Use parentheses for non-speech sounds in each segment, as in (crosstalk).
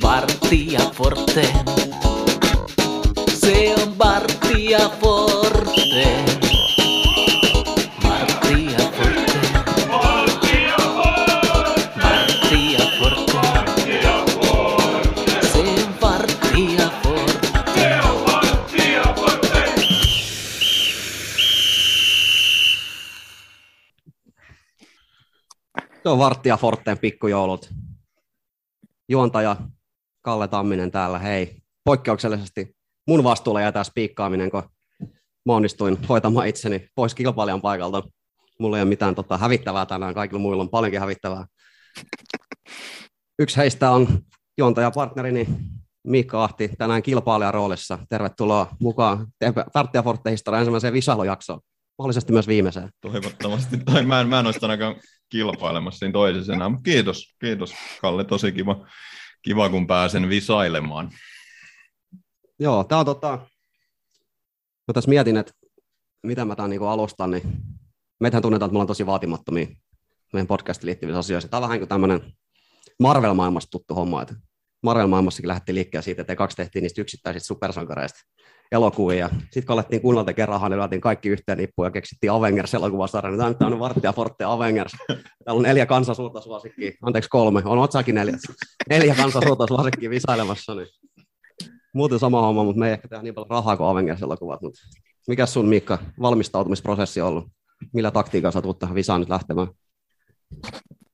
Bartia Forte. Se on Bartia Forte. Bartia Forte. Bartia Forte. Se on Bartia Forte. Se on Varttia Forteen pikkujoulut. Juontaja Kalle Tamminen täällä, hei. Poikkeuksellisesti mun vastuulle jätää spiikkaaminen, kun mä onnistuin hoitamaan itseni pois kilpailijan paikalta. Mulla ei ole mitään tota, hävittävää tänään, kaikilla muilla on paljonkin hävittävää. Yksi heistä on juontajapartnerini Miikka Ahti, tänään kilpailijan roolissa. Tervetuloa mukaan Varttia Forte historian ensimmäiseen visailujaksoon, mahdollisesti myös viimeiseen. Toivottavasti. Tai mä en, mä en ole sitä ainakaan kilpailemassa siinä toisessa enää. Mut Kiitos, kiitos Kalle. Tosi kiva, kiva kun pääsen visailemaan. Joo, tää on tota... Mä tässä mietin, että mitä mä tämän niinku alustan, niin meitähän tunnetaan, että me ollaan tosi vaatimattomia meidän podcastiin liittyvissä asioissa. Tämä on vähän kuin tämmöinen Marvel-maailmasta tuttu homma, että Marvel-maailmassakin lähti liikkeelle siitä, että kaksi tehtiin niistä yksittäisistä supersankareista elokuvia. Sitten kun alettiin kuunnella tekemään rahaa, niin lyötiin kaikki yhteen nippuun ja keksittiin Avengers-elokuvasarja. Tämä on nyt tämmöinen Varttia Forte Avengers. Täällä on neljä kansan suurta suosikkiä. Anteeksi, kolme. On otsakin neljä. Neljä kansan suurta suosikkiä visailemassa. Niin muuten sama homma, mutta me ei ehkä tehdä niin paljon rahaa kuin Avengers-elokuvat. Mutta mikä sun Miikka valmistautumisprosessi on ollut? Millä taktiikalla sä tulet tähän visaan nyt lähtemään?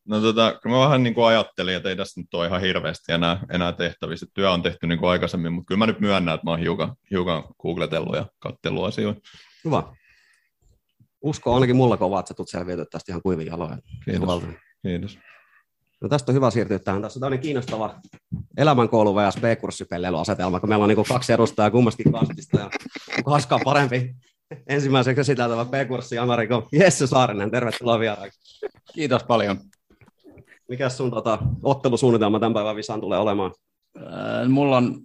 No tota, kun mä vähän niin kuin ajattelin, että ei tässä nyt ole ihan hirveästi enää, enää tehtävissä. Työ on tehty niin kuin aikaisemmin, mutta kyllä mä nyt myönnän, että mä oon hiukan, hiukan googletellut ja kattellut asioita. Hyvä. Usko on ainakin mulla kova, että sä tulet selviytyä tästä ihan kuivin jaloin. Kiitos. Kiitos. No tästä on hyvä siirtyä tähän. Tässä on tämmöinen kiinnostava elämänkoulu vs. B-kurssipelleiluasetelma, kun meillä on niin kaksi edustajaa kummastakin kastista ja kuka haskaa parempi ensimmäiseksi esiteltävä B-kurssi Amerikon Jesse Saarinen. Tervetuloa vieraaksi. Kiitos paljon. Mikä sun tota, ottelusuunnitelma tämän päivän visaan tulee olemaan? Äh, Mulla on,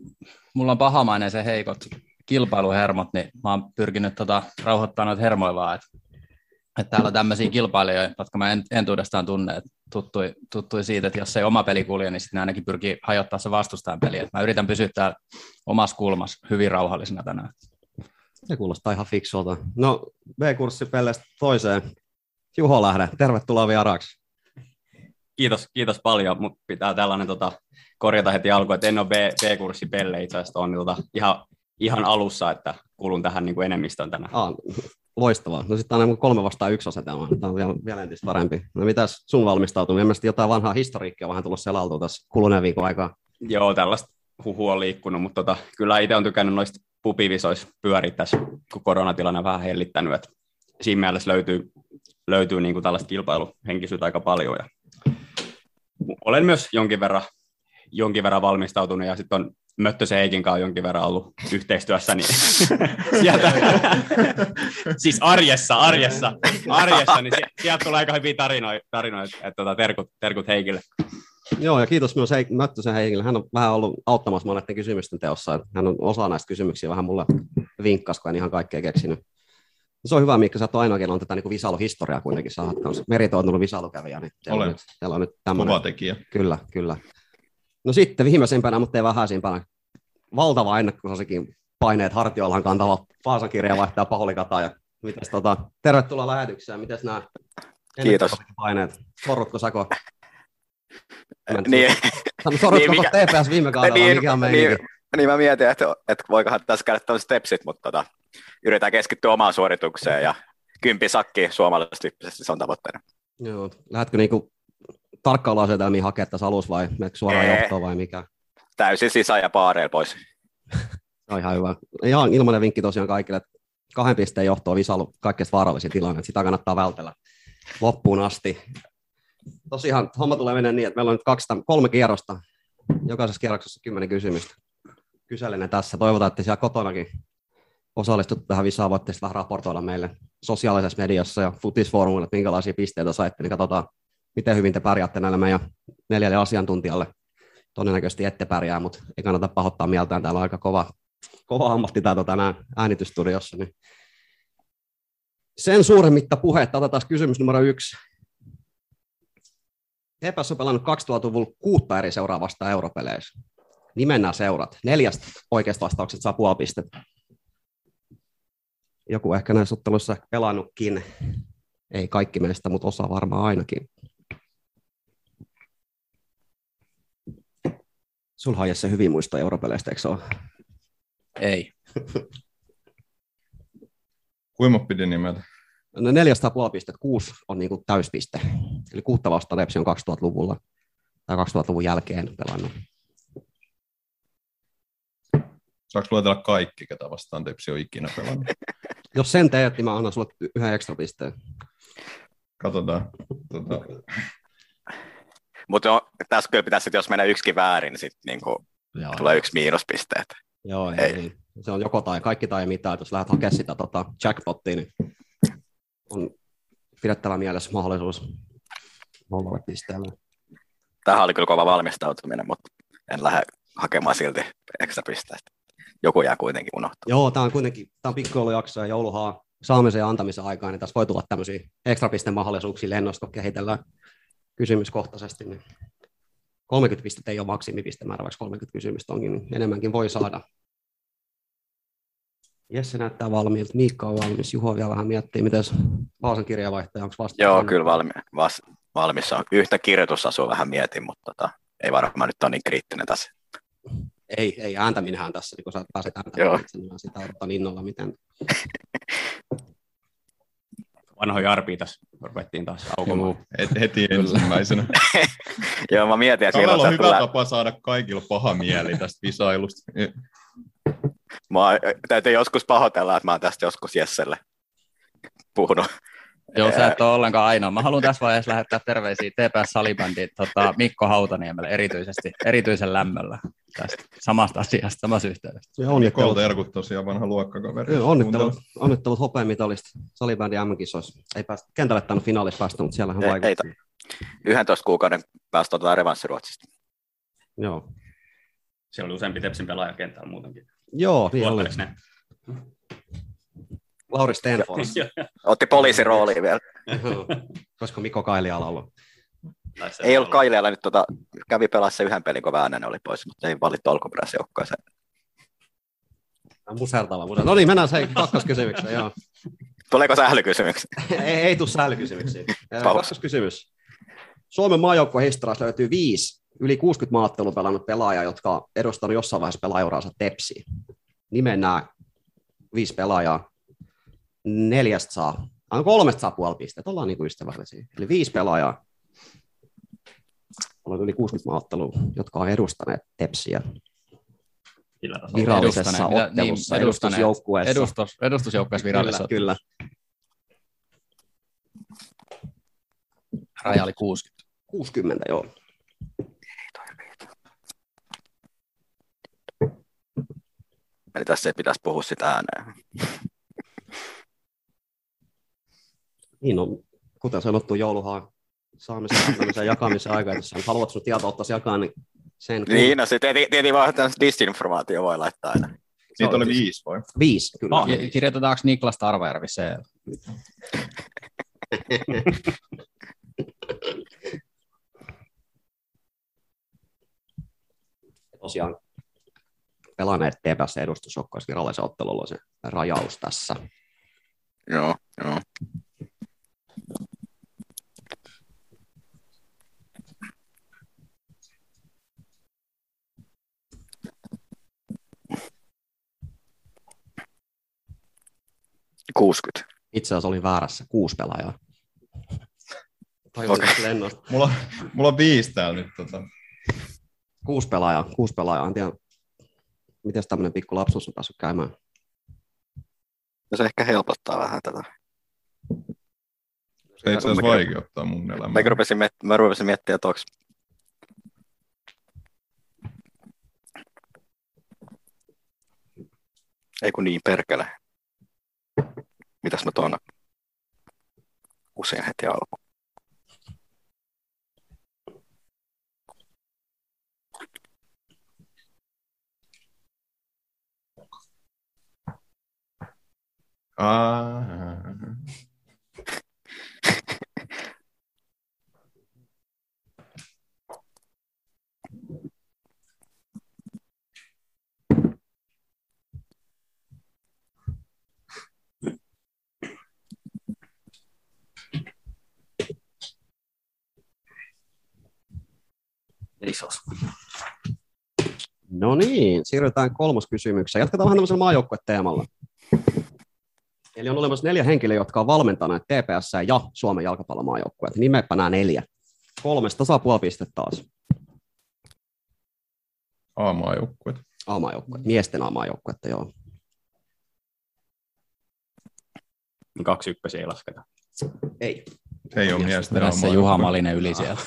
mulla on pahamainen se heikot kilpailuhermot, niin mä oon pyrkinyt tota, rauhoittamaan noita hermoja vaan, että et täällä on tämmöisiä kilpailijoita, jotka mä en, entuudestaan tunne, et tuttui, tuttui siitä, että jos ei oma peli kulje, niin sitten ne ainakin pyrkii hajottaa se vastustajan peli. Et mä yritän pysyä täällä omassa kulmassa hyvin rauhallisena tänään. Se kuulostaa ihan fiksulta. No, B-kurssipelleistä toiseen. Juho Lähde, tervetuloa vieraaksi. kiitos, kiitos paljon, mutta pitää tällainen tota, korjata heti alkuun, että en ole B- B-kurssi pelle itse asiassa, on niin, tota, ihan, ihan alussa, että kuulun tähän niin kuin enemmistön tänään. Ah, loistavaa. No sitten on kolme vastaan yksi asetelma. Tämä on vielä, vielä entistä parempi. No mitäs sun valmistautuminen? Ilmeisesti jotain vanhaa historiikkia on vähän tullut selailtua tässä kuluneen viikon aikaa. Joo, tällaista huhua on liikkunut, mutta tota, kyllä itse on tykännyt noista pupivisoissa pyöriä tässä, kun koronatilanne on vähän hellittänyt. Et siinä mielessä löytyy, löytyy niin kuin tällaista kilpailuhenkisyyttä aika paljon. Ja olen myös jonkin verran, jonkin verran valmistautunut ja sitten on Möttösen Heikin kanssa jonkin verran ollut yhteistyössä, niin sieltä, siis arjessa, arjessa, arjessa, niin sie- sieltä tulee aika hyviä tarinoita, tarinoita että tota, terkut, terkut Heikille. Joo, ja kiitos myös Heik- Möttösen Heikille. Hän on vähän ollut auttamassa mua näiden kysymysten teossa. Hän on osa näistä kysymyksiä vähän mulle vinkkas, kun en ihan kaikkea keksinyt. Se on hyvä, Mikko, sä oot ainoa, kenellä on tätä niin visailuhistoriaa kuitenkin. Sä oot kans meritoitunut visailukävijä, niin teillä on Olen. nyt, teillä on nyt tämmöinen. Kova tekijä. Kyllä, kyllä. No sitten viimeisimpänä, mutta ei vähäisimpänä. Valtava ennakkosasikin paineet hartioillaan kantava Vaasan kirja vaihtaa paholikata. Ja mitäs, tota, tervetuloa lähetykseen. Mitäs nämä Kiitos. paineet? Sorrutko sako? Niin, Sorrutko niin, niin, mikä- TPS viime kaudella? niin, mikä on niin, niin, niin mä mietin, että, että voikohan tässä käydä tämmöiset stepsit, mutta tota, yritetään keskittyä omaan suoritukseen ja kympi sakki suomalaistyyppisesti se on tavoitteena. Joo, lähdetkö niinku tarkkailuasetelmiin hakea tässä alussa vai menetkö suoraan Ei. johtoon vai mikä? Täysin sisään ja paareilla pois. No ihan hyvä. Ihan ilmainen vinkki tosiaan kaikille, että kahden pisteen johto on visailu kaikkein vaarallisin tilanne, että sitä kannattaa vältellä loppuun asti. Tosiaan homma tulee mennä niin, että meillä on nyt kaksi, täm- kolme kierrosta, jokaisessa kierroksessa kymmenen kysymystä. Kyselen ne tässä. Toivotaan, että siellä kotonakin osallistut tähän visaan, voitte sitten vähän raportoida meille sosiaalisessa mediassa ja futisfoorumilla, että minkälaisia pisteitä saitte, niin katsotaan, miten hyvin te pärjäätte näille meidän neljälle asiantuntijalle. Todennäköisesti ette pärjää, mutta ei kannata pahoittaa mieltään. Täällä on aika kova, kova ammattitaito tänään äänitystudiossa. Niin. Sen suuremmitta puhetta otetaan kysymys numero yksi. Hepäs on pelannut 2000-luvulla kuutta eri seuraa vastaan europeleissä. Nimenä seurat. Neljästä oikeasta vastauksesta saa puoli pistettä. Joku ehkä näissä otteluissa pelannutkin. Ei kaikki meistä, mutta osa varmaan ainakin. Sulla on Jesse hyvin muista europeleistä, eikö se ole? Ei. Kuinka mä pidin nimeltä? No 400 puoli pistettä, kuusi on niin kuin täyspiste. Eli kuutta vasta Lepsi on 2000-luvulla tai 2000-luvun jälkeen pelannut. Saanko luetella kaikki, ketä vastaan Tepsi on ikinä pelannut? Jos sen teet, niin mä annan sulle yhden ekstra pisteen. Katsotaan. Tota, Mutta no, tässä kyllä pitäisi, että jos menee yksikin väärin, niin sitten niinku Joo, tulee yksi miinuspisteet. Joo, Ei. ei. Niin. Se on joko tai kaikki tai mitä, että jos lähdet hakemaan sitä tota, jackpottia, niin on pidettävä mielessä mahdollisuus nollalle pisteelle. Tähän oli kyllä kova valmistautuminen, mutta en lähde hakemaan silti ekstra pisteestä. Joku jää kuitenkin unohtaa. Joo, tämä on kuitenkin, tämä on pikkujoulujakso ja jouluhaa saamisen ja antamisen aikaa, niin tässä voi tulla tämmöisiä ekstrapistemahdollisuuksia lennosta, kun kehitellään kysymyskohtaisesti. Niin 30 pistettä ei ole maksimipistemäärä, vaikka 30 kysymystä onkin, niin enemmänkin voi saada. Jesse näyttää valmiilta, Miikka on valmis, Juho vielä vähän miettii, miten Vaasan kirjavaihtaja, onko vasta? Joo, kyllä valmi, vas, valmis on. Yhtä kirjoitusasua vähän mietin, mutta tota, ei varmaan nyt ole niin kriittinen tässä. Ei, ei ääntäminenhän tässä, niin kun sä pääset ääntämään, Joo. itse, niin mä sitä odotan innolla, miten Vanhoja arpia tässä ruvettiin taas aukomaan. et- heti ensimmäisenä. Joo, mä mietin, ja silloin Kavella on se hyvä tulee. tapa saada kaikilla paha mieli tästä visailusta. Mä oon- täytyy joskus pahoitella, että mä oon tästä joskus Jesselle puhunut. Joo, sä et ole ollenkaan ainoa. Mä haluan tässä vaiheessa lähettää terveisiä TPS Salibändiin tota, Mikko Hautaniemelle erityisesti, erityisen lämmöllä tästä samasta asiasta, samassa yhteydessä. se Kolta terkut tosiaan vanha luokkakaveri. Joo, Onnittelut, onnittelut hopeamitalista salibändi MM-kisoissa. Ei päästä kentälle tänne finaalissa päästä, mutta siellähän Ei- ei vaikutti. 11 Eh, kuukauden päästä otetaan revanssi Ruotsista. Joo. Siellä oli useampi Tepsin pelaaja kentällä muutenkin. Joo, niin oli. Luotteliks ne? Lauri Stenfors. Joo, Otti poliisin Niin, rooliin vielä. (laughs) Olisiko Mikko Kailiala ollut? taisi se Ei ollut olla. Kailialla nyt, tota, kävi pelassa yhden pelin, kun Väänänen oli pois, mutta ei valittu alkuperäisjoukkoeseen. Tai Musertala. Musertala. No niin, mennään se kakkoskysymykseen. Joo. Tuleeko sählykysymyksiä? Ei, ei tule säälykysymyksiä. Ö, Pahoin. Kakkoskysymys. Suomen maajoukkuehistoriassa löytyy viisi yli 60 maattelun pelannut pelaajaa, jotka on edustanut jossain vaiheessa pelaajauraansa tepsiin. Nimen nämä viisi pelaajaa. Neljästä saa, aina kolmesta saa puoli pistettä, ollaan niin ystävällisiä. Eli viisi pelaajaa. Olen yli 60 maattelua, jotka on edustaneet tepsiä Sillä tasolla. virallisessa Edustaneet, mitä- niin, ottelussa, edustaneet. edustusjoukkueessa. Edustus, edustusjoukkueessa virallisessa Kyllä, raja oli 60. kyllä. 60, joo. Eli tässä ei pitäisi puhua sitä ääneen. Niin on, kuten sanottu, jouluhan saamisen, antamisen ja (laughs) jakamisen aika. Jos sä haluat sun tietoa ottaa jakaa, niin sen Niin, no sitten tietenkin vaan tämmöistä disinformaatio voi laittaa aina. Niitä oli viisi vai? viisi. Kyllä. Ah, kirjoitetaanko Niklas Tarvajärvi se? (laughs) Tosiaan pelanneet TPS edustusjoukkoissa virallisen ottelulla on se rajaus tässä. Joo, joo. Kuusikymmentä. Itse asiassa olin väärässä kuusi (laughs) pelaajaa. Okei. Okay. Lennosta. Mulla, mulla on viisi täällä nyt. Tota. Kuusi pelaajaa, kuusi pelaajaa. En tiedä, miten tämmöinen pikku lapsuus on päässyt käymään. No se ehkä helpottaa vähän tätä. Se itse asiassa vaikeuttaa mun elämää. Mä rupesin, miet- mä rupesin miettimään, että onks... Ei kun niin perkele. Mitäs mä tuon usein heti alkuun. (laughs) Ah, Isos. No niin, siirrytään kolmoskysymykseen. Jatketaan vähän tämmöisellä maajoukkueteemalla. Eli on olemassa neljä henkilöä, jotka on valmentaneet TPS ja Suomen jalkapallomaajoukkueet. Nimeppä nämä neljä. Kolmesta saa puoli pistettä taas. A-maajoukkuet. A-maajoukkueet, miesten A-maajoukkuetta, joo. Niin Kaksi ykkösiä ei lasketa. Ei. Ei ole miesten Tässä A-maajoukkue. Juha Malinen yli (laughs) siellä.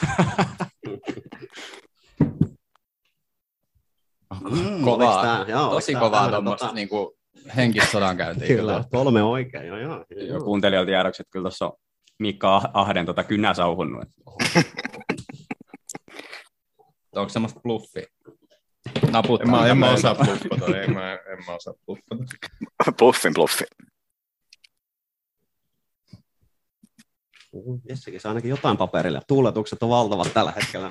Mm, kovaa. Tää, joo, oliks Tosi tää kovaa tämmönen tuommoista tota- niinku henkistä sodankäyntiä. Kyllä, kolme oikein, joo, joo. Ja kuuntelijoilta jäädökset kyllä tuossa on Mikka Ah- Ahden tota kynä sauhunnut. Onko semmoista bluffi? En mä, Naputtaa. en mä osaa pluffata, en mä, en mä osaa pluffata. Bluffin bluffi. Jessikin saa ainakin jotain paperille. Tuuletukset on valtavat tällä hetkellä.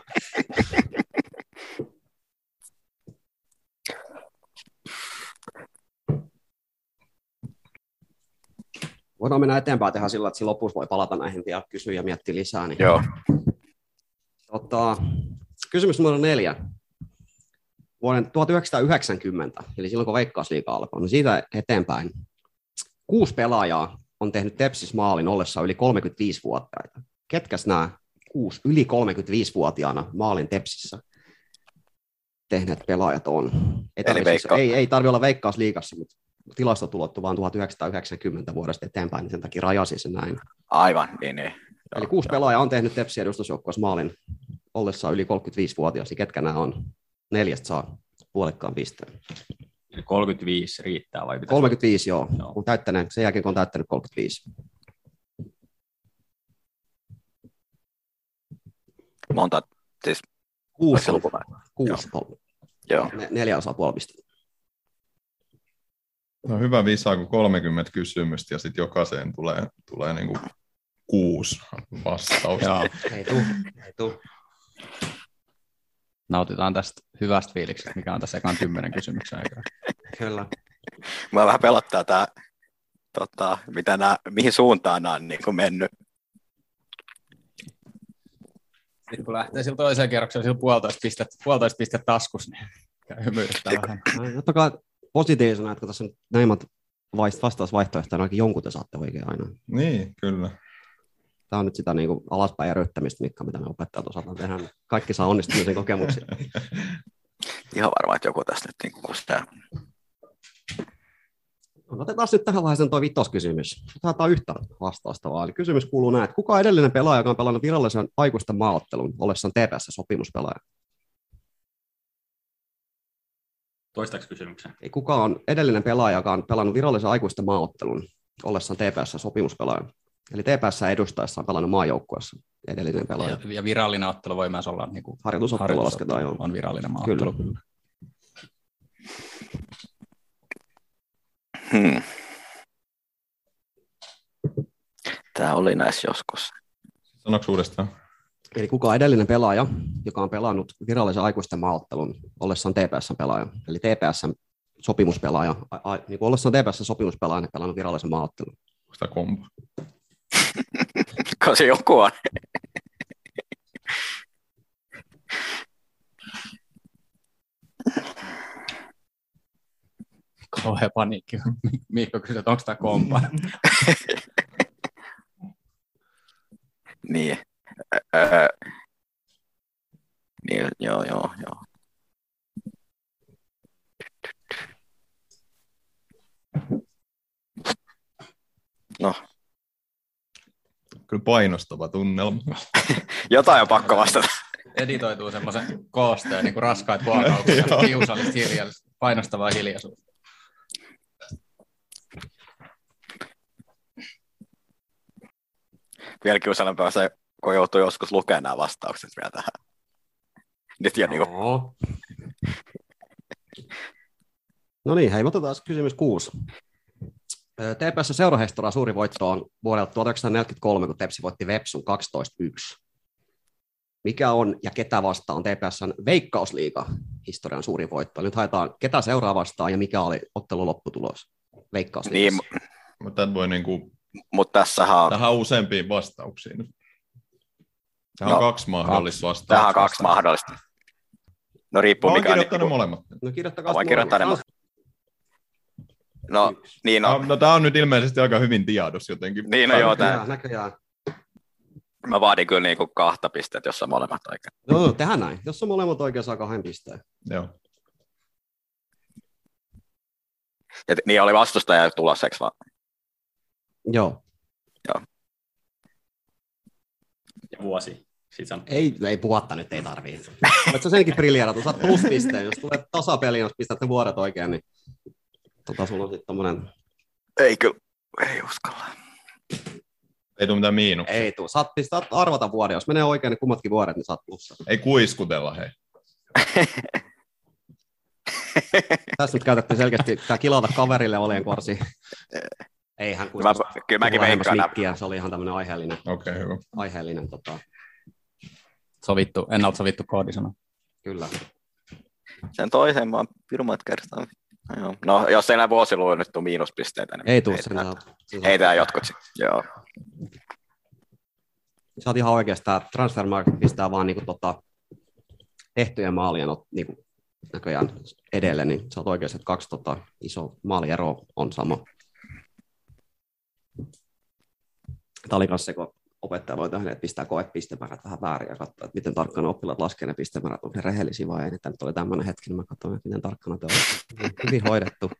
Voidaan mennä eteenpäin tehdä sillä, että siinä lopussa voi palata näihin vielä kysyä ja miettiä lisää. Niin. Joo. Tota, kysymys numero neljä. Vuoden 1990, eli silloin kun Veikkausliiga alkoi, niin siitä eteenpäin kuusi pelaajaa on tehnyt Tepsis maalin ollessa yli 35-vuotiaita. Ketkäs nämä kuusi yli 35-vuotiaana maalin Tepsissä tehneet pelaajat on? Ei, tarvi Eli veikka- ei, ei tarvi olla Veikkausliigassa, mutta tilastot ulottu vaan 1990 vuodesta eteenpäin, niin sen takia rajasin sen näin. Aivan, niin, niin. Joo, Eli kuusi joo. pelaajaa on tehnyt Tepsin edustusjoukkueessa maalin ollessaan yli 35-vuotias, niin ketkä nämä on? Neljästä saa puolikkaan pisteen. Eli 35 riittää vai pitäisi? 35, joo. Joo. On täyttänyt, sen jälkeen kun on täyttänyt 35. Monta, siis oliko Kuusi, se lukumäärä? kuusi on. Joo. Ne, neljä osaa puoli pistettä. No hyvä visa, kun 30 kysymystä ja sitten jokaiseen tulee, tulee niinku kuusi vastausta. Joo. Ei tuu, ei tuu. Nautitaan tästä hyvästä fiiliksestä, mikä on tässä ekan kymmenen kysymyksen aikaa. Kyllä. Mä vähän pelottaa tää, tota, mitä nää, mihin suuntaan nämä on niin kuin mennyt. Sitten kun lähtee sillä toiseen kierrokseen, sillä puolitoista pistettä, puolitoista pistettä taskus, niin käy hymyilyttää vähän. No, Totta kai positiivisena, että kun tässä on näin monta vaist- vastausvaihtoehtoja, niin ainakin jonkun te saatte oikein aina. Niin, kyllä. Tämä on nyt sitä niin kuin alaspäin ja röyttämistä, Mikka, mitä me opettajat osataan tehdä. Kaikki saa onnistumisen kokemuksia. Ihan varmaan, että joku tässä nyt niin kuin kustaa. No, Otetaan nyt tähän vaiheeseen tuo vitoskysymys. Saadaan yhtä vastausta vaan. Eli kysymys kuuluu näin, että kuka on edellinen pelaaja, joka on pelannut virallisen aikuisten maaottelun, ollessaan TPS-sopimuspelaaja? Toistaiseksi kysymyksen. Ei, kuka on edellinen pelaaja, joka on pelannut virallisen aikuisten maaottelun, ollessaan TPS-sopimuspelaaja? Eli TPS edustaessa on pelannut maajoukkueessa edellinen pelaaja. Ja, ja virallinen ottelu voi myös olla niin kuin Harjoitusottelu lasketaan, joo. on virallinen Kyllä. maaottelu. Kyllä. Hmm. Tämä oli näissä joskus. (laughs) Sanoks uudestaan? Eli kuka on edellinen pelaaja, joka on pelannut virallisen aikuisten maaottelun, ollessaan TPS-pelaaja? Eli TPS-sopimuspelaaja, a, a, niin kuin ollessaan TPS-sopimuspelaaja, niin pelannut virallisen maaottelun. Onko tää kombo? Kuka se joku on? Kauhea paniikki. (laughs) Mikko kysyi, että onko tämä kompa. Niin. Öö. Niin, joo, joo, joo. No, Kyllä painostava tunnelma. Jotain on pakko vastata. (laughs) Editoituu semmoisen koosteen, niin kuin raskaat (laughs) vuorokaukset, Joo. kiusallista hiljaisuutta, painostavaa hiljaisuutta. Vielä kiusalempaa se, kun joutuu joskus lukemaan nämä vastaukset vielä tähän. Nyt jo niin kuin, No niin, hei, otetaan kysymys kuusi. Ö, TPS seurahistoria suuri voitto on vuodelta 1943, kun Tepsi voitti Vepsun 12-1. Mikä on ja ketä vastaan TPSn veikkausliiga historian suuri voitto? Nyt haetaan ketä seuraa vastaan ja mikä oli ottelun lopputulos niin, veikkausliigassa. Mutta tämän voi niinku, mutta tässähän on, tähän on useampiin vastauksiin. Tähän on No, kaksi mahdollista vastausta. tähän on kaksi mahdollista. No riippuu Mä oon mikä on. kirjoittanut Niinku, molemmat. No kirjoittakaa Ah, Mä voin sit kirjoittaa ne molemmat. no niin, No. no, no tää on nyt ilmeisesti aika hyvin tiedus jotenkin. niin no joo, Näköjään, tää, näköjään. mä vaadin kyllä niinku kahta pistettä, jos on molemmat aika. Joo, No, tehdään näin. Jos on molemmat oikein, saa kahden pisteen. Joo. Ja, niin oli vastustaja tulossa, eikö vaan? Joo. Ja vuosi. Siis on. Ei, ei vuotta nyt ei tarvii. Voit sä senkin briljerata, saat pluspisteen. Jos tulee tasapeli, jos pistät ne vuodet oikein, niin tota, sulla on sitten tommonen... Ei kyllä, ei uskalla. Ei tule mitään miinu. Ei. Ei tuu. Saat, saat arvata vuoden. Jos menee oikein, niin kummatkin vuodet, niin saat plussa. ei kuiskutella hei. Tässä nyt käytettiin selkeästi tää kilata kaverille olenkorsi. Eihän kuin... Mä, kyllä mäkin veikkaan. nää. mikkiä. Se oli ihan tämmönen aiheellinen, Okei, okay, hyvä. aiheellinen tota, Sovittu, ennalta sovittu koodisana. kyllä. Sen toisen mä oon pirmat kertaa. No, joo. no jos ei näin vuosiluvulla nyt tule miinuspisteitä, niin Ei tuu sen. heitää, saa- sen saa- heitää jotkut sitten. Joo. sä oot ihan oikeastaan, Transfermarkt pistää vaan niinku tota, tehtyjen maalien ot- niinku, näköjään edelle, niin sä oot oikeassa, että kaksi tota, iso maaliero on sama. Tämä oli kanssa se, kun opettaja voi tehdä, että pistää koepistemäärät vähän väärin ja katsoa, että miten tarkkana oppilaat laskee ne pistemäärät, onko ne rehellisiä vai ei. Tämä nyt oli tämmöinen hetki, niin mä katsoin, että miten tarkkana te olette. Hyvin hoidettu.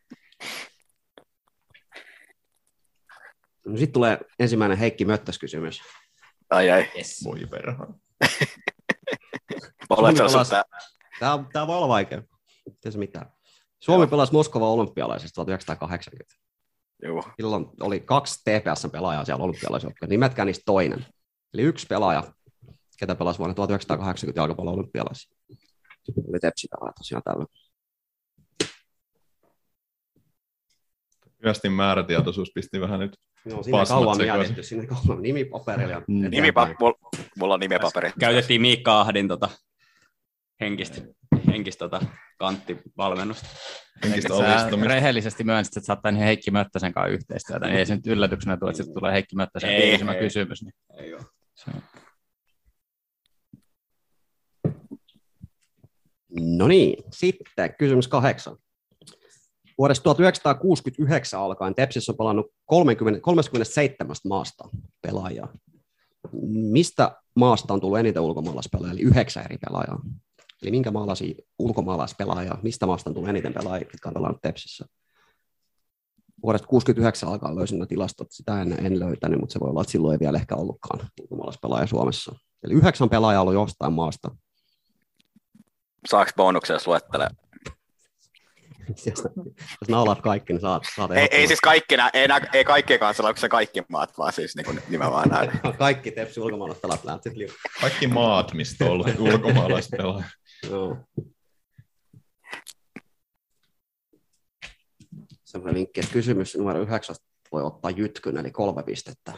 No, Sitten tulee ensimmäinen Heikki Möttäs-kysymys. Ai ai. Yes. Voi perhana. Mä olen se Suomi osa, pelasi- Tämä, tämä voi olla vaikea. Ei se mitään. Suomi pelasi Moskovan olympialaisista 1980. juu. Silloin oli kaksi TPS-pelaajaa siellä olympialaisjoukkoja. Nimetkää niistä toinen. Eli yksi pelaaja, ketä pelasi vuonna 1980 jalkapallon olympialaisissa. Oli tepsi pelaaja tosiaan tällä. Hyvästi määrätietoisuus pisti vähän nyt. No, sinne Pasmat kauan on sekaisin. jäädetty, sinne kauan nimipaperilla. Mm. Nimipa- mul- mulla on nimipaperi. Käytettiin Miikka Ahdin tota, henkistä, henkistä tota, kanttivalmennusta. Henkistä Sä olistumista. rehellisesti myönsit, että saattaa niihin Heikki Möttäsen kanssa yhteistyötä, niin ei se nyt yllätyksenä tule, että sitten tulee Heikki Möttäsen Ei, kysymä ei. kysymys. Niin Ei oo. se on. No niin, sitten kysymys kahdeksan. Vuodesta 1969 alkaen Tepsissä on palannut 30, 37 maasta pelaajaa. Mistä maasta on tullut eniten ulkomaalaispelaajia, eli yhdeksän eri pelaajaa? Eli minkä maalaisia ulkomaalaispelaajia, mistä maasta on tullut eniten pelaajia, jotka on pelannut Tepsissä? Vuodesta 69 alkaen löysin nämä tilastot, sitä en, en löytänyt, mutta se voi olla, että silloin ei vielä ehkä ollutkaan ulkomaalaispelaaja Suomessa. Eli yhdeksän pelaajaa on ollut jostain maasta. Saaks bonuksen, jos luettelee? jos, jos naulaat kaikki, niin saat, saat Ei, ei ehdottoman- siis kaikki, nää, ei, nää, ei kaikkien kanssa, onko se kaikki maat, vaan siis niin kuin nimenomaan näin. kaikki tepsi ulkomaalaiset pelat lähtee liukaan. Kaikki maat, mistä on ollut ulkomaalaispelaaja. Joo. Semmoinen vinkki, että kysymys numero yhdeksän voi ottaa jytkyn, eli kolme pistettä.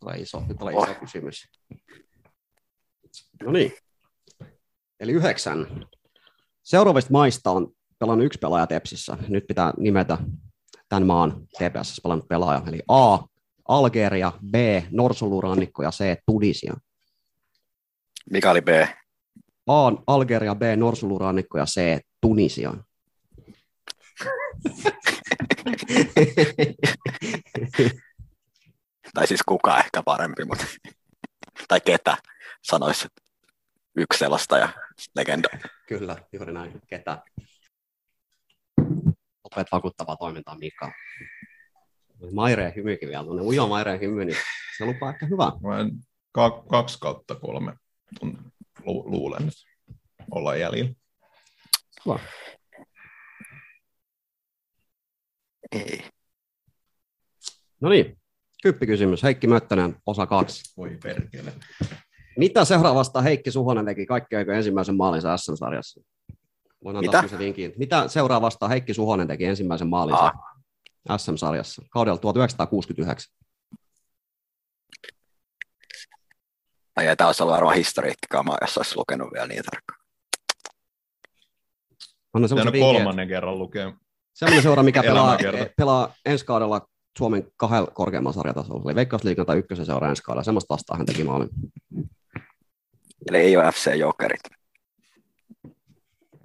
Tulee iso, nyt tulee iso Oh. kysymys. No niin. Eli yhdeksän. Seuraavista maista on pelannut yksi pelaaja Tepsissä. Nyt pitää nimetä tämän maan TPS pelannut pelaaja. Eli A, Algeria, B, Norsulurannikko ja C, Tunisia. Mikä oli B? A on Algeria, B Norsulurannikko ja C Tunisia. Tai siis kuka ehkä parempi, mutta... (laughs) tai ketä sanoisi yksi selostaja, legenda. (laughs) Kyllä, juuri näin. Ketä? Opet vakuuttavaa toimintaa, Mika. Maireen hymykin vielä, tuonne ujo Maireen hymy, niin se lupaa ehkä hyvää. Vain ka- kaksi kautta kolme tun- lu- luulen nyt olla jäljellä. Ei. No niin, kyppikysymys. Heikki Möttönen, osa kaksi. Voi perkele. Mitä seuraavasta Heikki Suhonen teki kaikki aikojen ensimmäisen maalinsa SM-sarjassa? Voin antaa Mitä? Mitä? vinkin. Mitä seuraavasta Heikki Suhonen teki ensimmäisen maalinsa SM-sarjassa kaudella 1969? Ai ei, tämä olisi ollut varmaan historiikkikamaa, jos olisi lukenut vielä niin tarkkaan. Anna semmoisen Pitänyt vinkin, no kolmannen kerran lukea. Semmoinen seura, mikä pelaa, Elämänkerta. pelaa ensi kaudella Suomen kahdella korkeammalla sarjatasolla. Eli Veikkausliikan tai ykkösen seura ensi kaudella. Semmoista vastaan hän teki maalin. Eli ei ole FC Jokerit.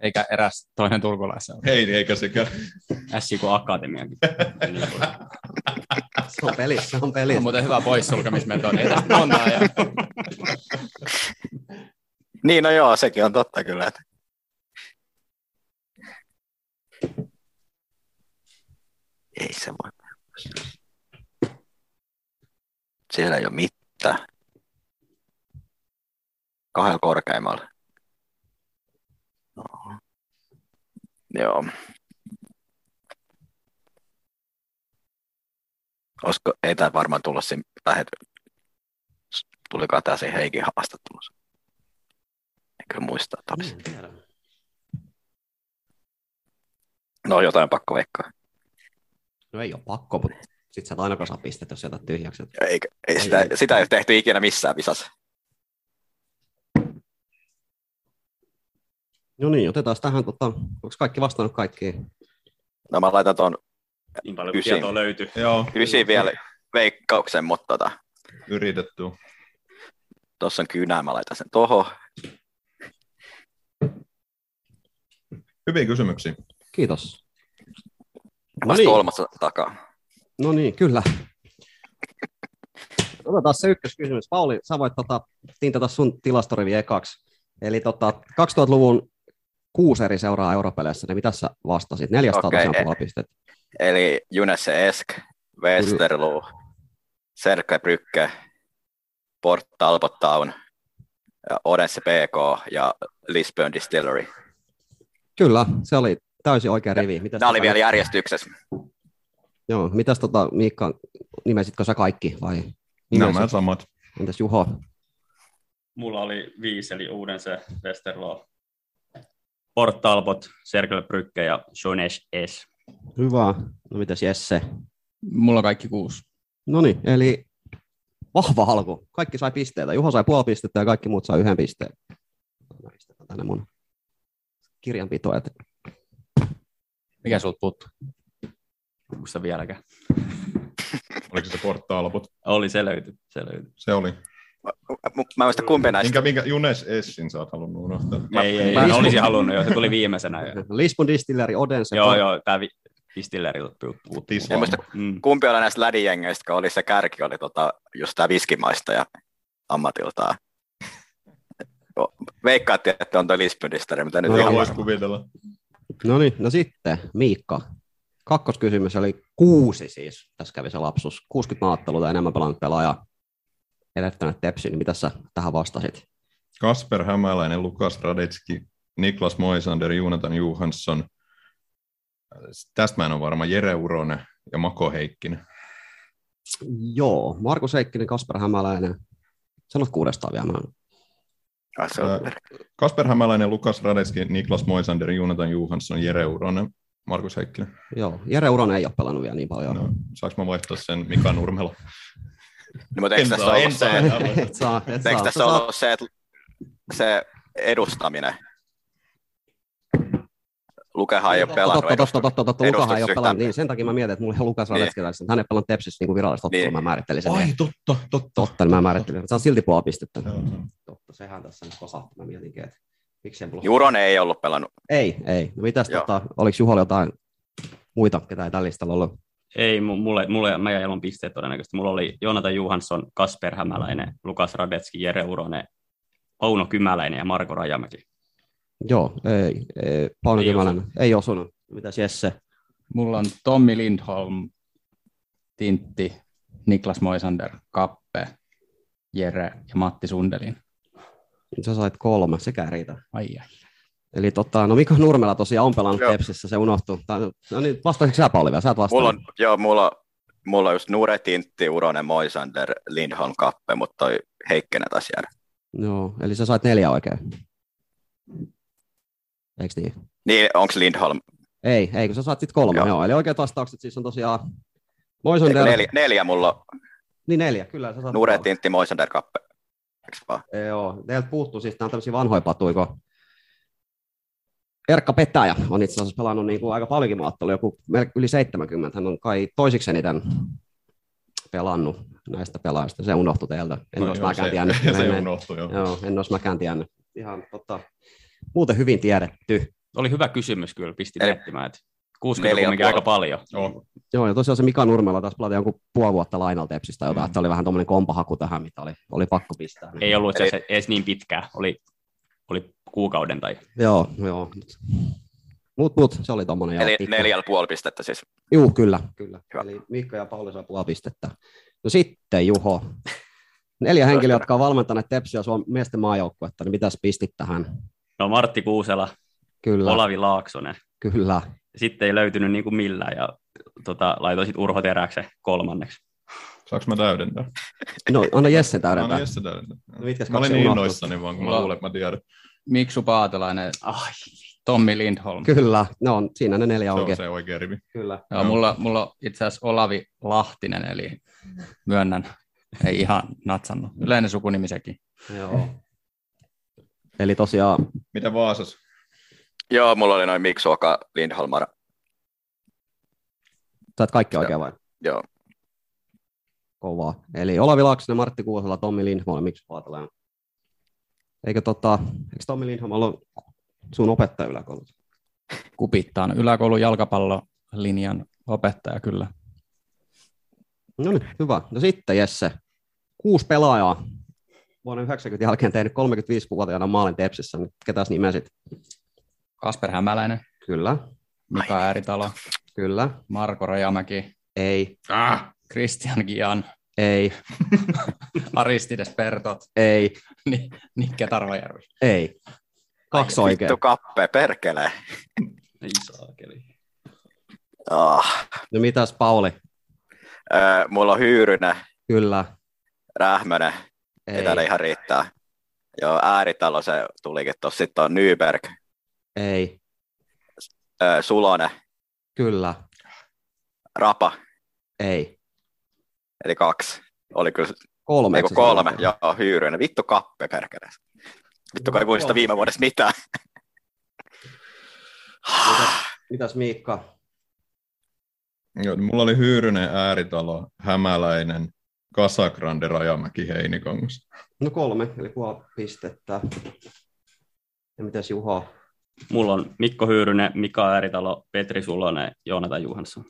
eikä eräs toinen turkulaisen ole. Ei, eikä sekään. SJK Akatemiakin. Se on peli, se on peli. On muuten hyvä poissulkemismetodi. Ei tästä montaa ja Niin, no joo, sekin on totta kyllä. Että... Ei se voi. Siellä ei ole mitään. Kahdella korkeimmalla. No. Joo. Olisiko, ei tämä varmaan tullut siinä lähety. Tulikaan tämä siinä Heikin haastattelussa. Enkö muista taas. En tiedä. No jotain pakko veikkaa. No ei ole pakko, mutta sit sä et ainakaan saa pistettä, jos jätät tyhjäksi. Eikä, ei Ei, sitä, ei. sitä ei ole tehty ikinä missään visassa. No niin, otetaan tähän, tota, onko kaikki vastannut kaikkiin? No mä laitan tuon Niin paljon Kysin. tietoa löytyy. Joo, ysin vielä veikkauksen, mutta tota, yritetty. tuossa on kynä, mä laitan sen tohon. No Hyviä kysymyksiä. Kiitos. No Vasta niin. kolmas takaa. No niin, kyllä. Otetaan se ykköskysymys. Pauli, sä voit tota, tintata sun tilastorivi ekaksi. Eli tota, 2000-luvun kuusi eri seuraa europeleissä, niin mitä sä vastasit? 400 Okei. okay. tosiaan puolella pistettä. Eli Junesse Esk, Westerloo, Serkle Brygge, Port Talbot Town, ja Odense PK ja Lisbon Distillery. Kyllä, se oli täysin oikea rivi. Mitäs Nämä oli tota- vielä järjestyksessä. Joo, mitäs tota, Miikka, nimesitkö sä kaikki No vai? Nämä nimesit? samat. Entäs Juho? Mulla oli viisi, eli Uudense, Westerlo, Port Talbot, Sergel Brygge ja Jones S. Hyvä. No mitäs Jesse? mulla on kaikki kuusi. No niin, eli vahva alku. Kaikki sai pisteitä. Juho sai puoli pistettä ja kaikki muut sai yhden pisteen. Mä pistän tänne mun kirjanpitoa. Et Mikä sulta puuttuu? Muista vieläkään. Oliko se porttaaloput? Oli, se löytyi. Se löytyi. Se oli. Mu- Mä en muista kumpi näistä. Minkä, minkä Junes Essin sä oot halunnut unohtaa? Mä, ei, ei, mä- mä olisin halunnut jo. Se tuli viimeisenä jo. Lisbon Distillery, Odense. joo, joo, tää vi- Distillerilta puuttuu. Tisla. En muista Mm. kumpi oli näistä lädijengeistä, kun oli se kärki, oli tota, just tämä viskimaista ja ammatiltaan. Veikkaatte, että on toi Lisbon Distillery, mutta nyt No no, Joo, ihan vois varma. kuvitella. No niin, no sitten Miikka. Kakkoskysymys oli kuusi siis. Tässä kävi se lapsus. 60 maattelua tai enemmän pelannut pelaaja. Edettänyt tepsi, niin mitä sä tähän vastasit? Kasper Hämäläinen, Lukas Radetski, Niklas Moisander, Jonathan Johansson. Tästä mä en ole varma. Jere Uronen ja Mako Heikkinen. Joo, Markus Heikkinen, Kasper Hämäläinen. Sanot kuudestaan vielä. Mä... Ah, se on- Kasper Hämäläinen, Lukas Radetski, Niklas Moisander, Jonathan Johansson, Jere Uronen, Markus Heikkinen. Joo, Jere Uronen ei ole pelannut vielä niin paljon. No, saanko mä vaihtaa sen Mika Nurmela? No, mutta eikö En tässä saa, ollut en saa. se, et saa, et eikö saa. Sä tässä saat- ollut se, että se edustaminen? Lukehan ei ole pelannut Totta, totta, totta, totta, edustus- Lukahan ei ole yhtään. pelannut. Niin, sen takia mä mietin, että mulla ei ole Lukas Niin. Radetskillä. Niin. Hän ei pelannut Tepsissä niin kuin virallista ottelua, Niin. mä määrittelin sen. Ai totta, totta. Totta, niin mä määrittelin. Saan silti puoli pistettä. Joo. Totta, sehän tässä nyt kosahti. Mä mietinkin, että miksi en Juronen ei ollut pelannut. Ei, ei. No mitäs, Joo. tota, oliko Juholla jotain muita, ketä ei tällä listalla ollut? Ei, mu- mulle, mulle, mä jäin ilman pisteet todennäköisesti. Mulla oli Jonata Juhansson, Kasper Hämäläinen, Lukas Radetski, Jere Uronen, Auno Kymäläinen ja Marko Rajamäki. Joo, ei. ei Pauli Ei Kymäläinen. Ei osunut. Mitäs Jesse? Mulla on Tommi Lindholm, Tintti, Niklas Moisander, Kappe, Jere ja Matti Sundelin. Sä sait kolme, sekä ei riitä. Ai ai. Eli tota, no Mika Nurmela tosiaan on pelannut Joo. Tepsissä, se unohtuu. Tää- No niin, vastaisitko sä Pauli vielä? Sä et vastaa. Mulla on, joo, mulla, on- mulla on just Nure Tintti, Uronen, Moisander, Lindholm, Kappe, mutta toi Heikkinen taas jäädä. Joo, eli sä sait neljä oikein. Eiks niin? Niin, onko Lindholm? Ei, ei, kun sä saat sit kolme. Joo. Joo. Joo. eli oikeat vastaukset siis on tosiaan Eikö Moisander. neljä, neljä mulla on. Niin neljä, kyllä. Sä saat Nure kolme. Tintti, Moisander, Kappe. Eiks vaan? Joo, teiltä puuttuu siis, nämä on tämmöisiä vanhoja patuja, kun Erkka Petäjä on itse asiassa pelannut niin kuin aika paljonkin maattelua, joku mel- yli 70, hän on kai toiseksi eniten pelannut näistä pelaajista, se unohtui teiltä, en no, olisi joo, mäkään (laughs) se, tiennyt. Se Näin- unohtui, joo. Joo, en olisi mäkään tiennyt. Ihan tota, muuten hyvin tiedetty. oli hyvä kysymys kyllä, pisti Eli- miettimään, että 60 Neljä kumminkin puoli. aika paljon. Joo. Joo, ja tosiaan se Mika Nurmela taas pelata jonkun puoli vuotta lainaltepsistä jotain, mm. että oli vähän tuommoinen kompahaku tähän, mitä oli, oli pakko pistää. Ei ollut itse Eli- asiassa edes niin pitkää, oli, oli kuukauden tai Joo, joo. Mut, mut, se oli tuommoinen. joo, Eli pikku- neljällä puoli pistettä siis. Juu, kyllä. kyllä. Hyvä. Eli Mikko ja Pauli saa puoli pistettä. No sitten Juho. Neljä henkilöä, jotka on valmentaneet Tepsiä Suomen miesten maajoukkuetta, niin mitäs pistit tähän? no Martti Kuusela, Kyllä, Ola. Olavi Laaksonen. kyllä. Sitten ei löytynyt niin kuin millään ja tota, laitoin sitten Urho Teräksen kolmanneksi. Saanko mä täydentää? No, anna Jesse täydentää. No, Jesse täydentää. No, mitkäs mä olin kaksi niin unohtui? innoissani vaan, kun mä Mulla- luulen, että mä tiedän. Miksu Paatelainen, Ai, Tommi Lindholm. Kyllä, no on, siinä ne neljä Se onkin. on se oikea rivi. Kyllä. Joo, Joo. mulla, mulla on itse asiassa Olavi Lahtinen, eli myönnän, ei ihan natsannut. Yleinen sukunimi sekin. Joo. Eli tosiaan, Mitä Vaasas? Joo, mulla oli noin Miksu Oka, Lindholmar. saat kaikki oikein vai? Joo. Kovaa. Eli Olavi Laaksonen, Martti Kuusela, Tommi Lindholm, miksi Paatelainen? Eikö tota, eikö Tommi Lindholm ollut sun opettaja yläkoulussa? Kupittaan No, yläkoulun jalkapallolinjan opettaja kyllä. No niin, hyvä. No sitten Jesse, kuusi pelaajaa vuonna 90 jälkeen tehnyt 35-vuotiaana maalin tepsissä, niin ketäs nimesit? Kasper Hämäläinen, Kyllä, Mika Ääritalo, kyllä, Marko Rajamäki, ei, Ah! Christian Gian, ei, Aristides Pertot, ei, Ni- Nikke Tarvajärvi. ei. Kaksi oikein. Vittu kappe, perkele. iso Niin saakeli. Ah. No mitäs Pauli? Öö, mulla on Hyyrynen, Kyllä, Rähmönen, ei, täällä ihan riittää. Joo, ääritalo se tulikin tossa. Sitten on Nyberg, ei, öö, Sulonen, kyllä, Rapa, ei. eli kaksi. Oli kyllä Kolme. Eiku eikö se kolme, sanottu? joo, hyyryinen. Vittu kappe perkele. Vittu kai muista viime vuodesta mitään. Mitäs, Ah. mitäs Miikka? Joo, mulla oli Hyyrynen, Ääritalo, Hämäläinen, Kasagrande, Rajamäki, Heinikongas. No kolme, eli puoli pistettä. Ja mitäs Juho? Mulla on Mikko Hyyrynen, Mika Ääritalo, Petri Sulonen, Joonatan Juhansson.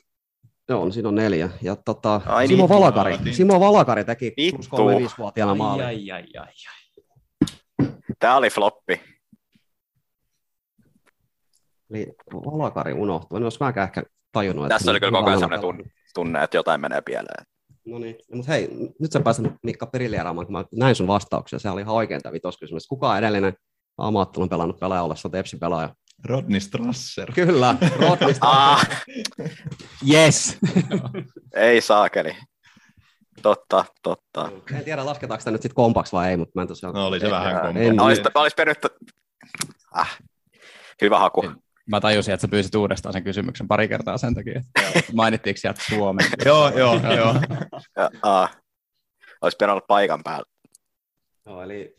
Joo, no siinä on neljä. Ja tota, Ai Simo, niin, Valakari. joo, niin. Simo Valakari teki Vittu. plus 35-vuotiaana Ai, maali. ai, ai, ai, ai. Tää oli floppi. Eli Valakari unohtui. En olisi mäkään ehkä tajunnut. että- Tässä oli kyllä koko ajan Valakari- sellainen Tunne, että jotain menee pieleen. No niin, mutta hei, nyt sä pääset Mikka Perilieraamaan, kun mä näin sun vastauksia. Se oli ihan oikein tämä vitoskysymys. Kuka on edellinen ammattilun pelannut pelaaja ollessa Tepsin pelaaja? Rodney Strasser. Kyllä, Rodnista. Ah, Yes. ei saakeli. Totta, totta. En tiedä, lasketaanko sitä nyt sitten kompaksi vai ei, mutta mä en tosiaan... No oli se en- vähän en- kompa. en- Olis, olis pitänyt... Ah. Hyvä haku. Mä tajusin, että sä pyysit uudestaan sen kysymyksen pari kertaa sen takia, että mainittiinko sieltä Suomen. (laughs) joo, joo, joo. Ja, Ah. Olis pitänyt olla paikan päällä. Joo, eli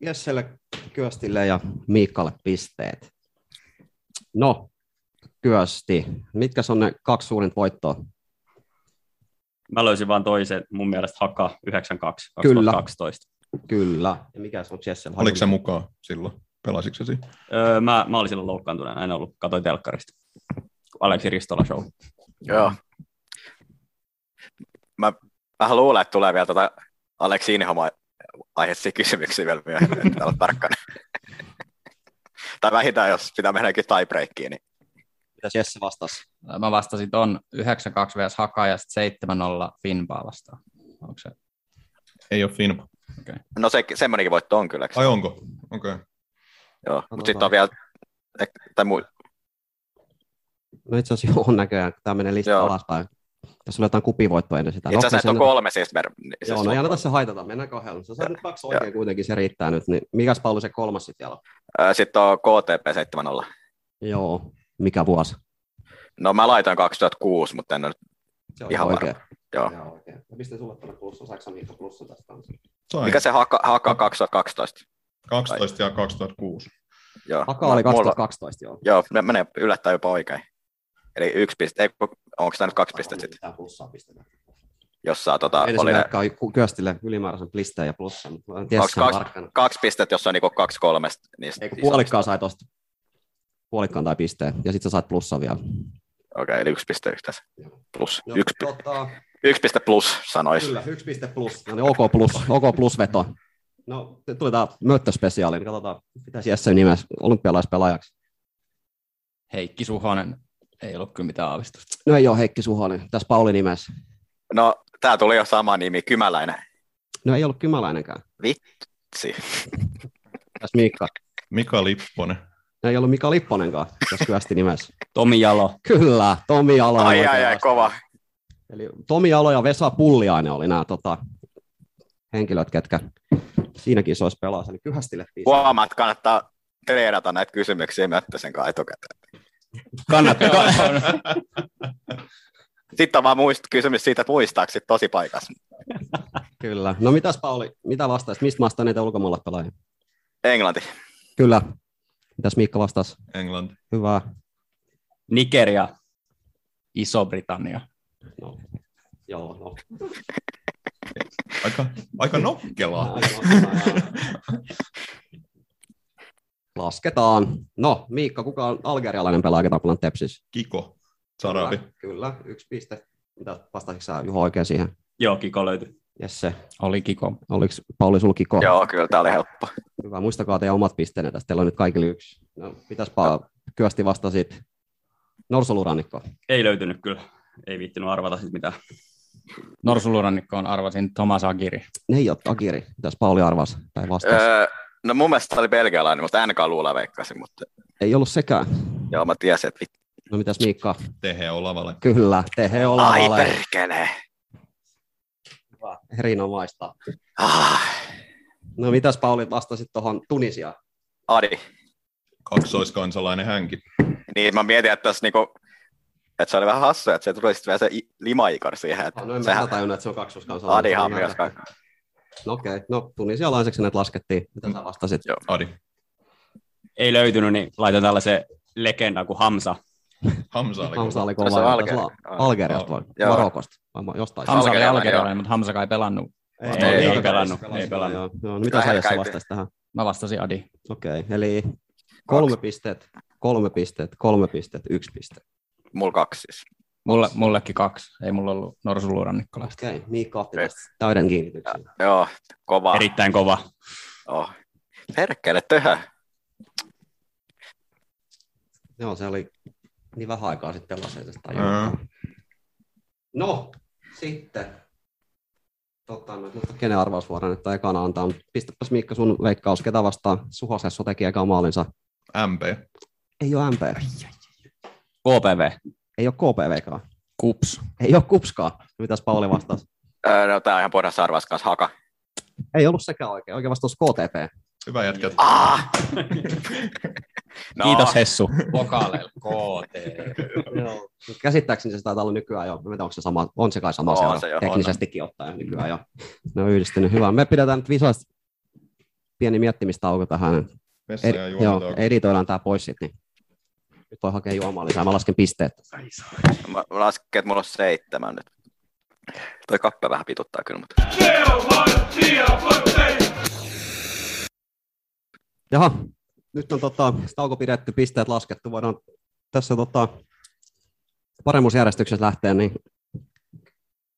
Jesselle, Kyöstille ja Miikalle pisteet. No, Kyösti, mitkä on ne kaksi suurinta voittoa? Mä löysin vaan toisen, mun mielestä Haka 92, Kyllä. 2012. Kyllä. Ja mikä on Jessellä? Oliko se mukaan silloin? Pelasitko sä siinä? Öö, mä, mä olin silloin loukkaantuneena, en ollut, katsoin telkkarista. Aleksi Ristola show. Joo. Mm. Mä vähän luulen, että tulee vielä tota Aleksi Inhoma aiheisia kysymyksiä vielä myöhemmin, että pitää olla tarkkana. tai vähintään, jos pitää mennä jokin tiebreakkiin, niin Mitäs Jesse vastasi? Mä vastasin ton 92 vs. Haka ja sit 7-0 Finbaa vastaan. Onko se? Ei ole Finpa. no se, semmoinenkin voitto on kyllä. eikö? Ai onko? Okei. Okay. Joo. Mutta sitten Katsotaan. on vielä, eh, tai muu, No itse asiassa joo, on näköjään, kun tämä menee lista Joo. alaspäin. Tässä oli jotain kupivoittoa ennen sitä. No, itse asiassa Rohkaisen- näitä on kolme siis. Mer- niin Joo, siis no ei on- anneta se haitata, mennään kahdella. Sä saat nyt kaksi oikein kuitenkin, se riittää nyt. Niin mikäs Pauli se kolmas sitten vielä on? Ö, Sitten on KTP 7.0. Joo, mikä vuosi? No mä laitoin 2006, mutta en ole Se on Ihan oikein. Joo. Ihan oikein. Mä pistän sulle tuonne plussa, saatko sä Miikka plussa tästä? Sain. Mikä se haka, haka 2012? 12 ja 2006. Joo. Haka oli No, mulla- 2012, joo. Joo, ne menee yllättäen jopa oikein. Eli yksi piste, ei, kun- onko tämä nyt kaksi pistettä sitten, Tää plussaa pistetään. jos saa tota, Edes oli ne merkkaa Kyöstille ylimääräisen plisteen ja plussan, mutta mä en tiedä Kaksi- sen kaksi- tarkkana. kaksi pistettä, jos niin on niinku kaksi kolmesta. Niistä Eikö puolikkaa sai tosta? puolikkaan tai pisteen, ja sitten sä saat plussaa vielä. Okei, eli yksi piste yhteensä. Plus. Joo, Yksi, pi- tota, yksi piste plus sanois. kyllä, yksi piste plus. No niin, OK plus, OK plus veto. No, se tuli tää möttöspesiaali, niin katsotaan, pitäisi Jesse nimessä olympialaispelaajaksi. Heikki Suhonen, ei ollut kyllä mitään aavistusta. No ei ole Heikki Suhonen, tässä Pauli nimessä. No, tää tuli jo sama nimi, Kymäläinen. No ei ollut Kymäläinenkään, Si. tässä Miikka. Mika Lipponen. No ei ollut Mika Lipponenkaan, tässä Kyästi nimessä. Tomi Jalo. Kyllä, Tomi Alo. Ai, ai, ai, kova. Eli Tomi Alo ja Vesa Pulliainen oli nämä tota, henkilöt, ketkä siinäkin se olisi pelasi. Eli kyhästille piste. Huomaat, että kannattaa treenata näitä kysymyksiä Möttösen kanssa etukäteen. Kannattaa. Sitten on vaan muist, kysymys siitä, että muistaako sit tosi paikassa. Kyllä. No mitäs Pauli, mitä vastaisit? Mistä maasta niitä ulkomailla pelaajia? Englanti. Kyllä. Mitäs Miikka vastasi? Englanti. Hyvä. Nigeria. Iso-Britannia. No. Joo, no. Aika, aika nokkelaa. (laughs) Lasketaan. No, Miikka, kuka on algerialainen pelaaja, ketä on pelannut Tepsissä? Kiko. Sarabi. Kyllä, yksi piste. Mitä vastasitko sä Juho oikein siihen? Joo, Kiko löytyi. Jesse, Oli Kiko. oliko Pauli sulla kiko? Joo, kyllä tää oli helppo. Hyvä, muistakaa teidän omat pisteenne tästä, teillä on nyt kaikille yksi. No, pitäispä kyösti vasta siitä norsulurannikko. Ei löytynyt kyllä. Ei viittinyt arvata sit mitään. Norsulurannikkoon arvasin Thomas Agiri. Ne ei ole Agiri, mitäs Pauli arvasi tai vastasi. Öö. Öö, no mun mielestä tää oli belgialainen, mutta NK luulla veikkasin, mutta Ei ollut sekään. joo, mä tiesin, että vittu. No mitäs Miikka? Tehe Olavalle. Kyllä, tehe Ai olavalle. perkele. Erinomaista. Ah, No mitäs Pauli vastasit tuohon Tunisiaan? Adi. Kaksoiskansalainen hänkin. Niin, mä mietin, että tässä niinku, että se oli vähän hassu, että se tuli sitten vielä se i- limaikar siihen. Että No, no en mä sehän, ihan tajunnut, että se on kaksoskansalainen. Adihan Se on ihan myös. tärkeä. No okei, okay. no tunisialaiseksi näitä laskettiin. Mitä sä vastasit? Joo. Adi. Ei löytynyt, niin laitoin tällaisen legendan kuin Hamsa. Hamsa oli Hamsa kova. oli Se on kova. Algeria. Algeriasta, Algeriasta vai? Joo. Marokosta? Vai ma- jostain? Hamsa oli Algerialainen, algerialainen, mutta Hamsa ei pelannut. Ei, Ei, ei, ei ei pelannut, pelannut. ei pelannut. Joo, joo. No, mitä Vähän sä Jesse käytiin. vastasit tähän? Mä vastasin Adi. Okei, okay, eli kolme pisteet, kolme pisteet, kolme pisteet, yksi piste. mulla kaksi siis. Mulle, mullekin kaksi. Ei mulla ollut norsulurannikkolaista. Okei, okay, Miikka otti tästä täyden kiinnityksen. Joo, kova. Erittäin kova. Joo. Perkele, töhö. Joo, se oli niin vähän aikaa sitten pelaseisesta. Joo. No, sitten. Totta, no, mutta kenen arvausvuoron, että ekana antaa. Pistäpäs Miikka sun veikkaus, ketä vastaan Suhosessu teki eka maalinsa. MP. Ei ole MP, KPV. ei ole KPVkaan, Kups. ei ole Kupskaan. Mitäs Pauli vastasi? Öö, no tää on ihan puhdassa arvas kanssa. Haka. Ei ollut sekään oikein, oikein vastaus KTP. Hyvä jätkä. Ah! no, Ah. Kiitos Hessu. Vokaaleilla. KT. Joo. Mut Käsittääkseni se taitaa olla nykyään jo, mä en tiedä, onko se sama, on se kai sama On seura, se jo, on. teknisestikin ottaen nykyään jo. Ne on yhdistynyt hyvään. Me pidetään nyt visaista pieni miettimistauko tähän. Vessa ja Ed- joo, juomitauko. editoidaan tämä pois sitten. Niin. Nyt voi hakea juomaa lisää, mä lasken pisteet. Mä mä lasken, että mulla on seitsemän nyt. Toi kappe vähän pituttaa kyllä, mutta Jaha, nyt on tota, tauko pidetty, pisteet laskettu. Voidaan tässä tota, paremmuusjärjestyksessä lähteä, niin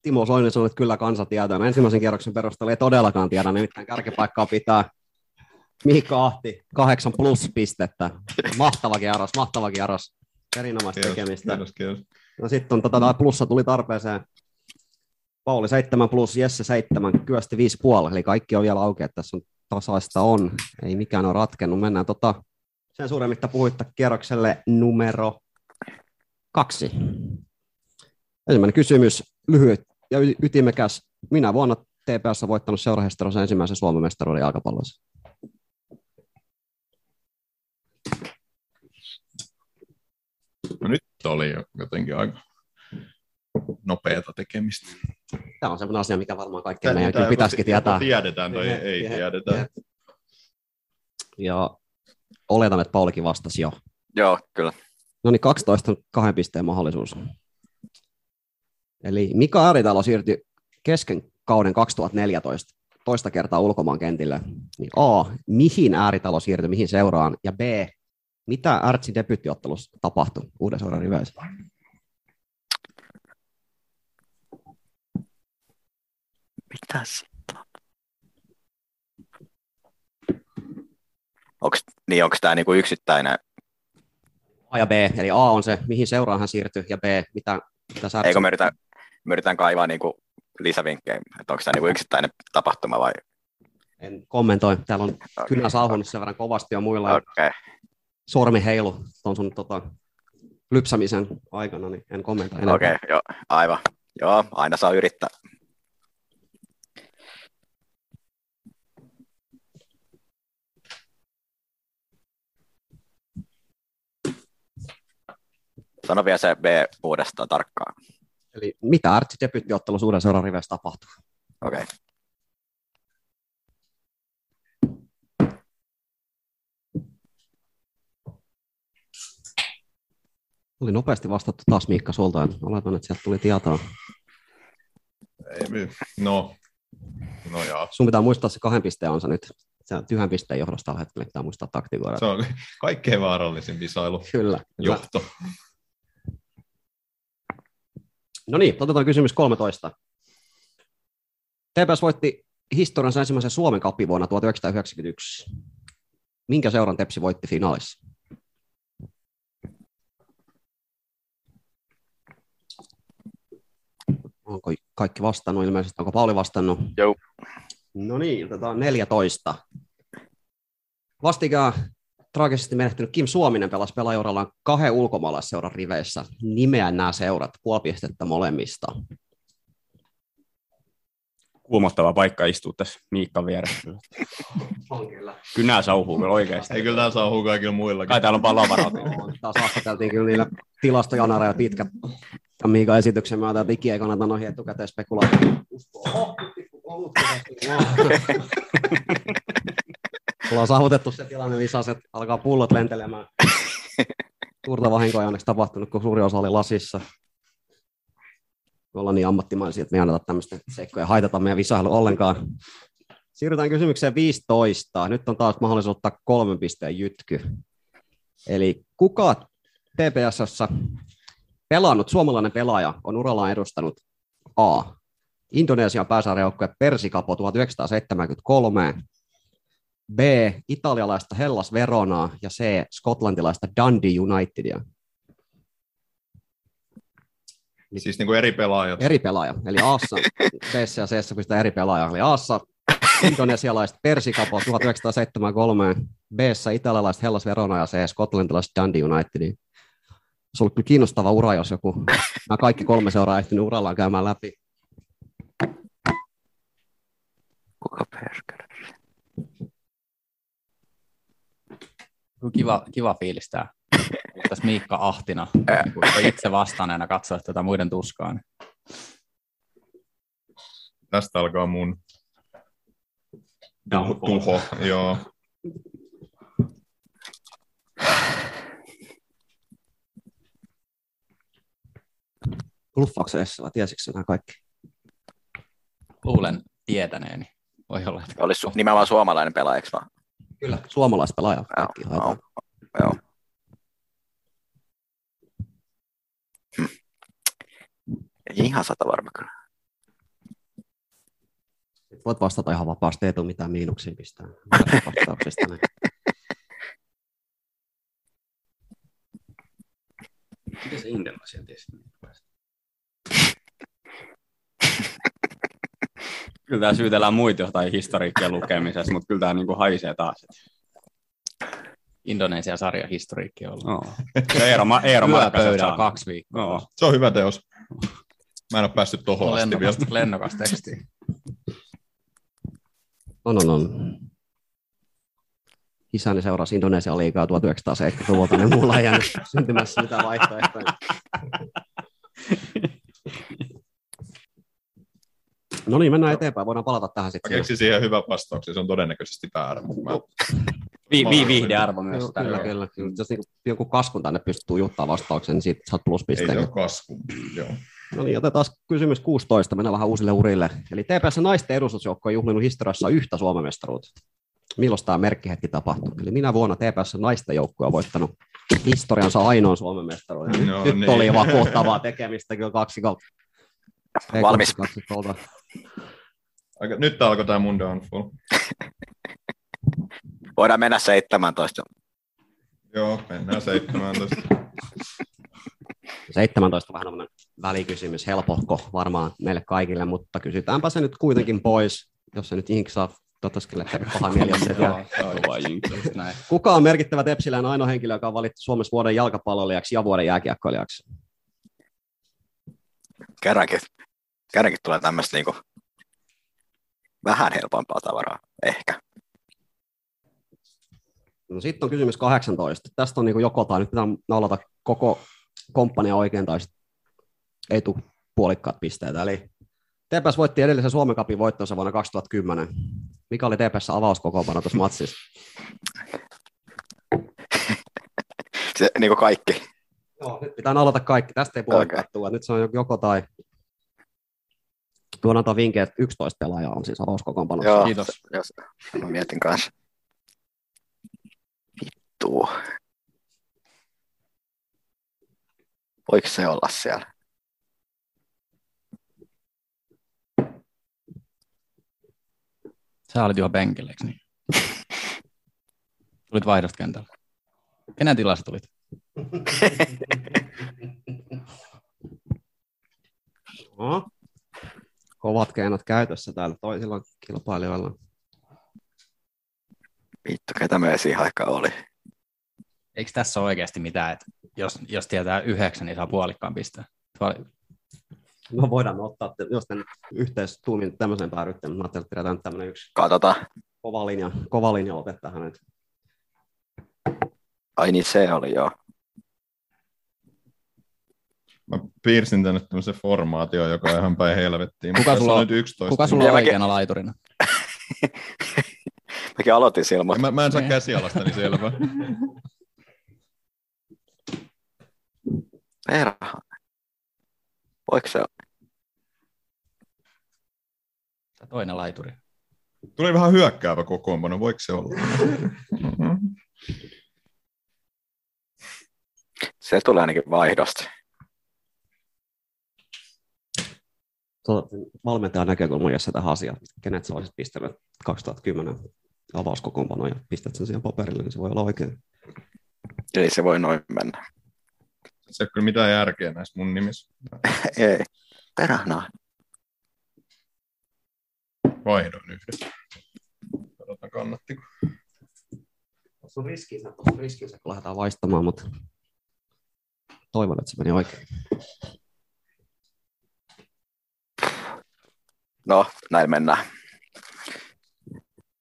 Timo Soini sanoi, että kyllä kansa tietää. Mä ensimmäisen kierroksen perusteella ei todellakaan tiedä, nimittäin kärkipaikkaa pitää Miikka Ahti, kahdeksan plus pistettä. Mahtava kierros, mahtava kierros. Erinomaista Kiitos, tekemistä. kiitos, kiitos. No sitten on tota, tää plussa tuli tarpeeseen. Pauli 7 plus, Jesse 7, Kyösti 5,5, eli kaikki on vielä auki, että tässä on tasaista on, ei mikään ole ratkennut. Mennään tota, sen suuremmitta puhuitta kierrokselle numero kaksi. Ensimmäinen kysymys, lyhyt ja y- ytimekäs. Minä vuonna TPS on voittanut seurahestarossa ensimmäisen Suomen mestaruuden jalkapallossa. No nyt oli jo jotenkin aika nopeata tekemistä. Tämä on sellainen asia, mikä varmaan kaikkien meidän kyllä pitäisikin tietää. Tiedetään tai Tiedä- ei tiedä- tiedetä. Ja oletan, että Paulikin vastasi jo. joo, kyllä. No niin, 12 on kahden pisteen mahdollisuus. Eli Mika Ääritalo siirtyi kesken kauden 2014 toista kertaa ulkomaan kentille. Niin A, mihin Ääritalo siirtyi, mihin seuraan? Ja B, Mitä Artsin debyttiottelussa tapahtui uuden seuran riveissä? Mitä sitten? Onks, niin onko tämä niinku yksittäinen? A ja B, eli A on se, mihin seuraan hän siirtyy, ja B, mitä, mitä sä Eikö me yritän, me yritän kaivaa niinku lisävinkkejä, että onko tämä niinku yksittäinen tapahtuma vai? en kommentoi. Täällä on Okei. kynä sauhonnut sen verran kovasti ja muilla on Okei. sormi heilu tuon sun tota, lypsämisen aikana, niin en kommentoi enempää. Okei, joo, aivan. Joo, aina saa yrittää. Sano vielä se B uudestaan tarkkaan. Eli mitä Artsi debyttiottelussa uuden seuran riveissä tapahtuu? Okei. Oli nopeasti vastattu taas Miikka sulta, ja oletan, että sieltä tuli tietoa. Ei, mi- no, no jaa. Sun pitää muistaa se kahden pisteen on se nyt. Se on tyhjän pisteen johdosta tällä hetkellä, pitää muistaa taktikoida. Se on kaikkein vaarallisin visailu. Kyllä. kyllä. Johto. No niin, otetaan kysymys 13. TPS voitti historiansa ensimmäisen Suomen kapin vuonna 1991. Minkä seuran Tepsi voitti finaalissa? Onko kaikki vastannut ilmeisesti? Onko Pauli vastannut? Joo. No niin, otetaan 14. Vastikään traagisesti menehtynyt Kim Suominen pelasi pelaajaurallaan kahden ulkomaalaisseuran riveissä. Nimeän nämä seurat, puoli pistettä molemmista. Kuumottava paikka istua tässä Miikkan vieressä. On kyllä. Kynää sauhuu kyllä oikeasti. Ei kyllä tämä saa kaikilla muillakin. Kai täällä on palavaraa. Taas haastateltiin kyllä niillä tilastojanareilla pitkä tämän Miikan esityksen myötä, että ikinä ei kannata noihin etukäteen spekuloida. Mulla on saavutettu se tilanne, missä se alkaa pullot lentelemään. Suurta vahinkoa ei onneksi tapahtunut, kun suuri osa oli lasissa. Me ollaan niin ammattimaisia, että me ei anneta tämmöistä seikkoja haitata meidän visailu ollenkaan. Siirrytään kysymykseen 15. Nyt on taas mahdollisuus ottaa kolmen pisteen jytky. Eli kuka TPSssä pelannut suomalainen pelaaja on urallaan edustanut A. Indonesian pääsarjajoukkue Persikapo 1973, B. Italialaista Hellas Veronaa ja C. Skotlantilaista Dundee Unitedia. Siis niinku eri pelaajat. Eri pelaaja, eli Aassa, B ja C pistää eri pelaaja, eli Aassa indonesialaiset Persikapo 1973, b italialaiset Hellas Verona ja C skotlantilaiset Dundee Unitedia. Se on ollut kyllä kiinnostava ura, jos joku, nämä kaikki kolme seuraa ehtinyt urallaan käymään läpi. Kuka perkele? Kiva, kiva fiilis tää. Tässä Miikka Ahtina, kun itse vastanneena katsoa tätä muiden tuskaa. niin Tästä alkaa mun tuho. Joo. Bluffaako se edes, vai tiesikö se nämä kaikki? Luulen tietäneeni. Voi olla, että Oli su- nimenomaan suomalainen pelaaja, eikö vaan? Kyllä. Suomalaispelaaja. Kaikki Joo, haetaan. joo, joo. Hm. Mm. Ei ihan sata varma kyllä. Nyt voit vastata ihan vapaasti, ei tule mitään miinuksia pistää. vastauksista, niin. Miten se Indelasian tiesi? Kyllä tämä syytellään muita jotain historiikkien lukemisessa, mutta kyllä tämä niinku haisee taas. Indonesian sarjahistoriikki on ollut. No. Eero, Ma- Eero Markkasen Yöpöydällä saanut. kaksi viikkoa. No. Se on hyvä teos. Mä en ole päässyt tohon asti vielä. Lennokas, lennokas teksti. On, on, on. Isäni seurasi Indonesian liigaa 1970-luvulta, niin mulla ei jäänyt syntymässä mitään vaihtoehtoja. No niin, mennään eteenpäin. Voidaan palata tähän Mä sitten. keksin siihen hyvän vastauksen, se on todennäköisesti väärä. mut Mä... Vi- vi- viihdearvo myös. Joo, täällä. kyllä, kyllä. Jos niin joku kaskun tänne pystyy juttaa vastauksen, niin siitä saat Ei se pluspisteen. ole kasvu. Joo. No niin, otetaan kysymys 16, mennään vähän uusille urille. Eli TPS naisten edustusjoukko on juhlinut historiassa yhtä Suomen mestaruutta. milloin tämä merkkihetki tapahtuu. Eli minä vuonna TPS on naisten joukkue on voittanut historiansa ainoan Suomen mestaruuden. No No, Nyt niin. niin. oli vakuuttavaa tekemistä kyllä kaksi kautta. Ei, Valmis. kaksi kautta. Aika, nyt alkoi tämä mun downfall. Voidaan mennä 17. Joo, mennään 17. 17 vähän on välikysymys, helpohko varmaan meille kaikille, mutta kysytäänpä se nyt kuitenkin pois, jos se nyt inksaa toivottavasti kyllä käy paha mieli, jos ei tiedä. Kova jinko. Just näin. Kuka on merkittävä Tepsilän ainoa henkilö, joka on valittu Suomessa vuoden jalkapalloilijaksi ja vuoden jääkiekkoilijaksi? Kerrankin, kerrankin tulee tämmöistä niinku vähän helpompaa tavaraa, ehkä. No sitten on kysymys 18. Tästä on niin joko tai nyt pitää naulata koko komppania oikein tai sitten ei tule puolikkaat pisteitä. Eli TPS voitti edellisen Suomen Cupin voittonsa vuonna 2010. Mikä oli TPS avauskokoonpano tuossa matsissa? Se, niinku kaikki. Joo, nyt pitää naulata kaikki. Tästä ei puolikkaat okay. tule. Nyt se on jo- joko tai. Tuon antaa vinkkejä, että 11 pelaajaa on siis avauskokoonpanossa. Joo, Kiitos. se- Jos, mä mietin kanssa. Vittu. Voiko se olla siellä? Sä olit jo penkillä, eikö niin? Tulit vaihdosta kentällä. Kenen tilassa tulit? Joo. Kovat keinot käytössä täällä toisilla kilpailijoilla. Vittu, ketä me siihen aikaan oli? Eikö tässä ole oikeasti mitään, että jos, jos tietää yhdeksän, niin saa puolikkaan pistää? Puoli- No voidaan ottaa, että jos tämän yhteistuumin tämmöisen päädytte, mutta mä ajattelin, että pidetään nyt tämmöinen yksi Katsotaan. kova linja, kova linja ote tähän nyt. Ai niin, se oli joo. Mä piirsin tänne tämmöisen formaation, joka on ihan päin helvettiin. Mutta sulla tässä on- nyt 11. Kuka sulla on Ja mäkin- oikeana laiturina? Mäkin aloitin sillä, Ja mutta Mä, mä en saa käsialastani selvä. perha. Voiko se Sä Toinen laituri. Tuli vähän hyökkäävä kokoonpano, voiko se olla? Se tulee ainakin vaihdosta. Tuota, valmentajan näkökulma, jos tähän asiaan, kenet sä olisit pistänyt 2010 avauskokoonpanoon ja pistät sen siihen paperille, niin se voi olla oikein. Ei se voi noin mennä. Se ei ole kyllä mitään järkeä näissä mun nimissä. Ei. no. Perhana. Vaihdoin yhden. Katsotaan kannattiko. Tuossa on riskinsä, tuossa on riskinsä, kun lähdetään vaistamaan, mutta toivon, että se meni oikein. No, näin mennään.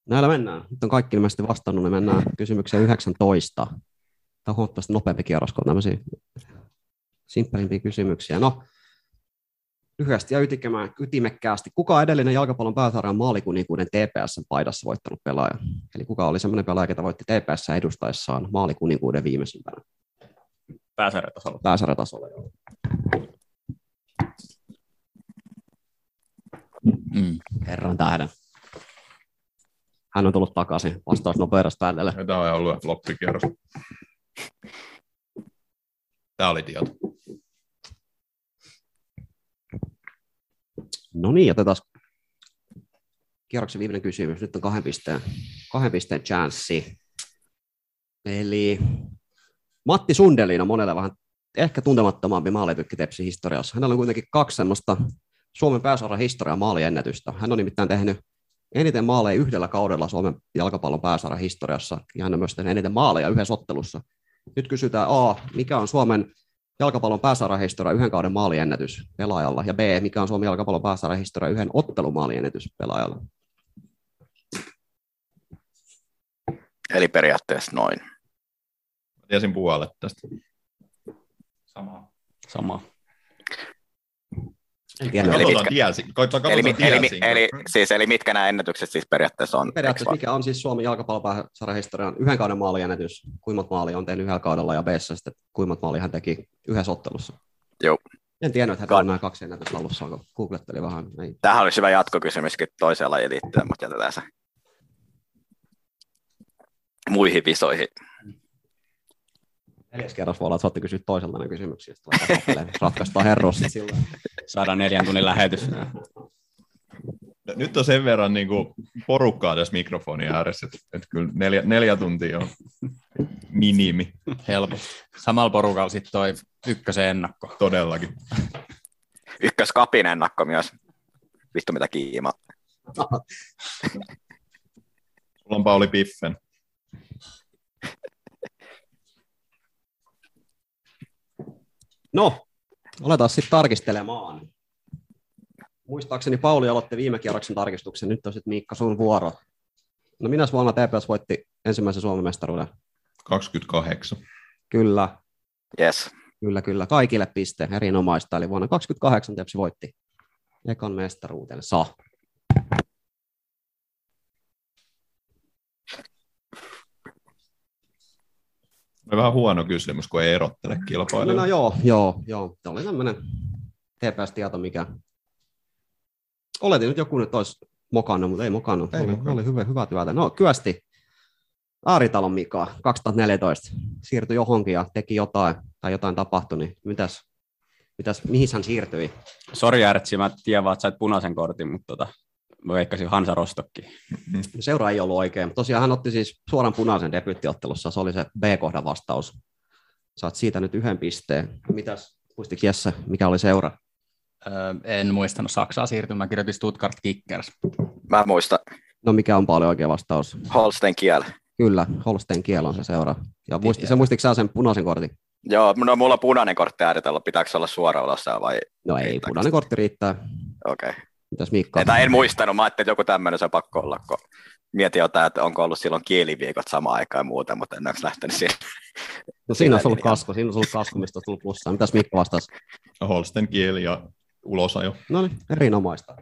Näillä mennään. Nyt on kaikki ilmeisesti vastannut, niin mennään kysymykseen 19. Tämä on huomattavasti nopeampi kierros kuin tämmöisiä simppelimpiä kysymyksiä. No, lyhyesti ja ytikemään, ytimekkäästi. Kuka on edellinen jalkapallon pääsarjan maalikuninkuuden TPS-paidassa voittanut pelaaja? Eli kuka oli semmoinen pelaaja, joka voitti TPS edustaessaan maalikuninkuuden viimeisimpänä Pääsarjatasolla. pääsarjatasolla? joo. Mm. Herran tähden. Hän on tullut takaisin vastaus nopeudesta päälle. Ja Tämä on ollut ihan floppikierros. Tämä oli tieto. No niin, otetaan kierroksen viimeinen kysymys. Nyt on kahden pisteen, kahden pisteen chanssi. Eli Matti Sundelin on monelle vähän ehkä tuntemattomampi maalitykki Tepsin historiassa. Hänellä on kuitenkin kaksi semmoista Suomen pääsarjan historiaa maaliennätystä. Hän on nimittäin tehnyt eniten maaleja yhdellä kaudella Suomen jalkapallon pääsarjan historiassa, ja hän on myös tehnyt eniten maaleja yhdessä ottelussa. Nyt kysytään A, mikä on Suomen jalkapallon pääsarjahistoria yhden kauden maaliennätys pelaajalla, ja B, mikä on Suomen jalkapallon pääsarjahistoria yhden ottelun maaliennätys pelaajalla. Eli periaatteessa noin. Mä tiesin puolet tästä. Sama. Sama. En tiedä, Eli Katsotaan mitkä- tiesin. Koitetaan Eli, mi- katsotaan eli, mi- tiesin. eli, siis, eli mitkä nämä ennätykset siis periaatteessa on? periaatteessa Eiks mikä on siis Suomen jalkapallon pääsarjahistorian yhden kauden maaliennätys, kuimmat maali on tehnyt yhdellä kaudella, ja B, sitten kuimmat maali hän teki yhdessä ottelussa. Joo. En tiennyt, että Kat- hän on nämä kaksi ennätystä alussa, kun googlettelin vähän. niin Ei. vaan? Tämähän olisi hyvä jatkokysymyskin toiseen lajiin liittyen, mutta jätetään se. muihin visoihin. Neljäs kerros voi olla, että saatte kysyä toiselta ne kysymyksiä. sitten laitetaan tappeleen. Ratkaistaan herrossa sillä. Saadaan neljän tunnin lähetys. No, Nyt on sen verran niin kuin porukkaa tässä mikrofonin ääressä, että, että kyllä neljä, neljä tuntia on minimi helposti. Samalla porukalla sitten toi ykkösen ennakko. todellakin. Ykköskapin ennakko myös. Vittu mitä kiima. Sulla on Pauli Piffen. No, aletaan sitten tarkistelemaan. Muistaakseni Pauli aloitti viime kierroksen tarkistuksen. Nyt on sitten Miikka sun vuoro. No minä vuonna TPS voitti ensimmäisen Suomen mestaruuden. 28. Kyllä, Yes. kyllä, kyllä. Kaikille piste. Erinomaista. Eli vuonna 28 Tepsi voitti ekan mestaruutensa. No, Vähän huono kysymys, kun ei erottele No, no kilpailijoita. joo, joo, joo. Tämä oli tämmöinen TPS-tieto, mikä... Oletin, että joku nyt olisi mokannut, mutta ei mokannut. Ei Ei, oli, mokannut. oli hyvä, hyvä työtä. No, kyösti. Aaritalon Mika 2014 siirtyi johonkin ja teki jotain tai jotain tapahtui, niin mitäs, mitäs mihin hän siirtyi? Sori Järtsi, mä tiedän vaan, että sait punaisen kortin, mutta tota, mä veikkasin Hansa Rostokkiin. Seura ei ollut oikein, mutta tosiaan hän otti siis suoran punaisen debyyttiottelussa, se oli se B-kohdan vastaus. Saat siitä nyt yhden pisteen. Mitäs, muistik Jesse, mikä oli seura? Öö, en muistanut Saksaa siirtymään, mä kirjoitin Stuttgart Kickers. Mä muistan. No mikä on paljon oikea vastaus? Holsten kiel. Kyllä, Holstein kiel on se seura. Ja muisti, Tiedä. se muistitko sä sen punaisen kortin? Joo, no mulla on punainen kortti ääritellä. Pitääkö se olla suora ulos vai? No ei, Riittääkö punainen kortti riittää. Okei. Mitäs Miikka? Okay. en muistanut. Mä ajattelin, että joku tämmöinen se on pakko olla, kun mietin jotain, että onko ollut silloin kieliviikot samaan aikaan ja muuta, mutta en ole lähtenyt siihen. No siinä on ollut Sinä- kasku, siinä on ollut kasku, mistä on tullut plussaa. Mitäs Miikka vastasi? Holsten kieli ja ulosajo. No niin, erinomaista.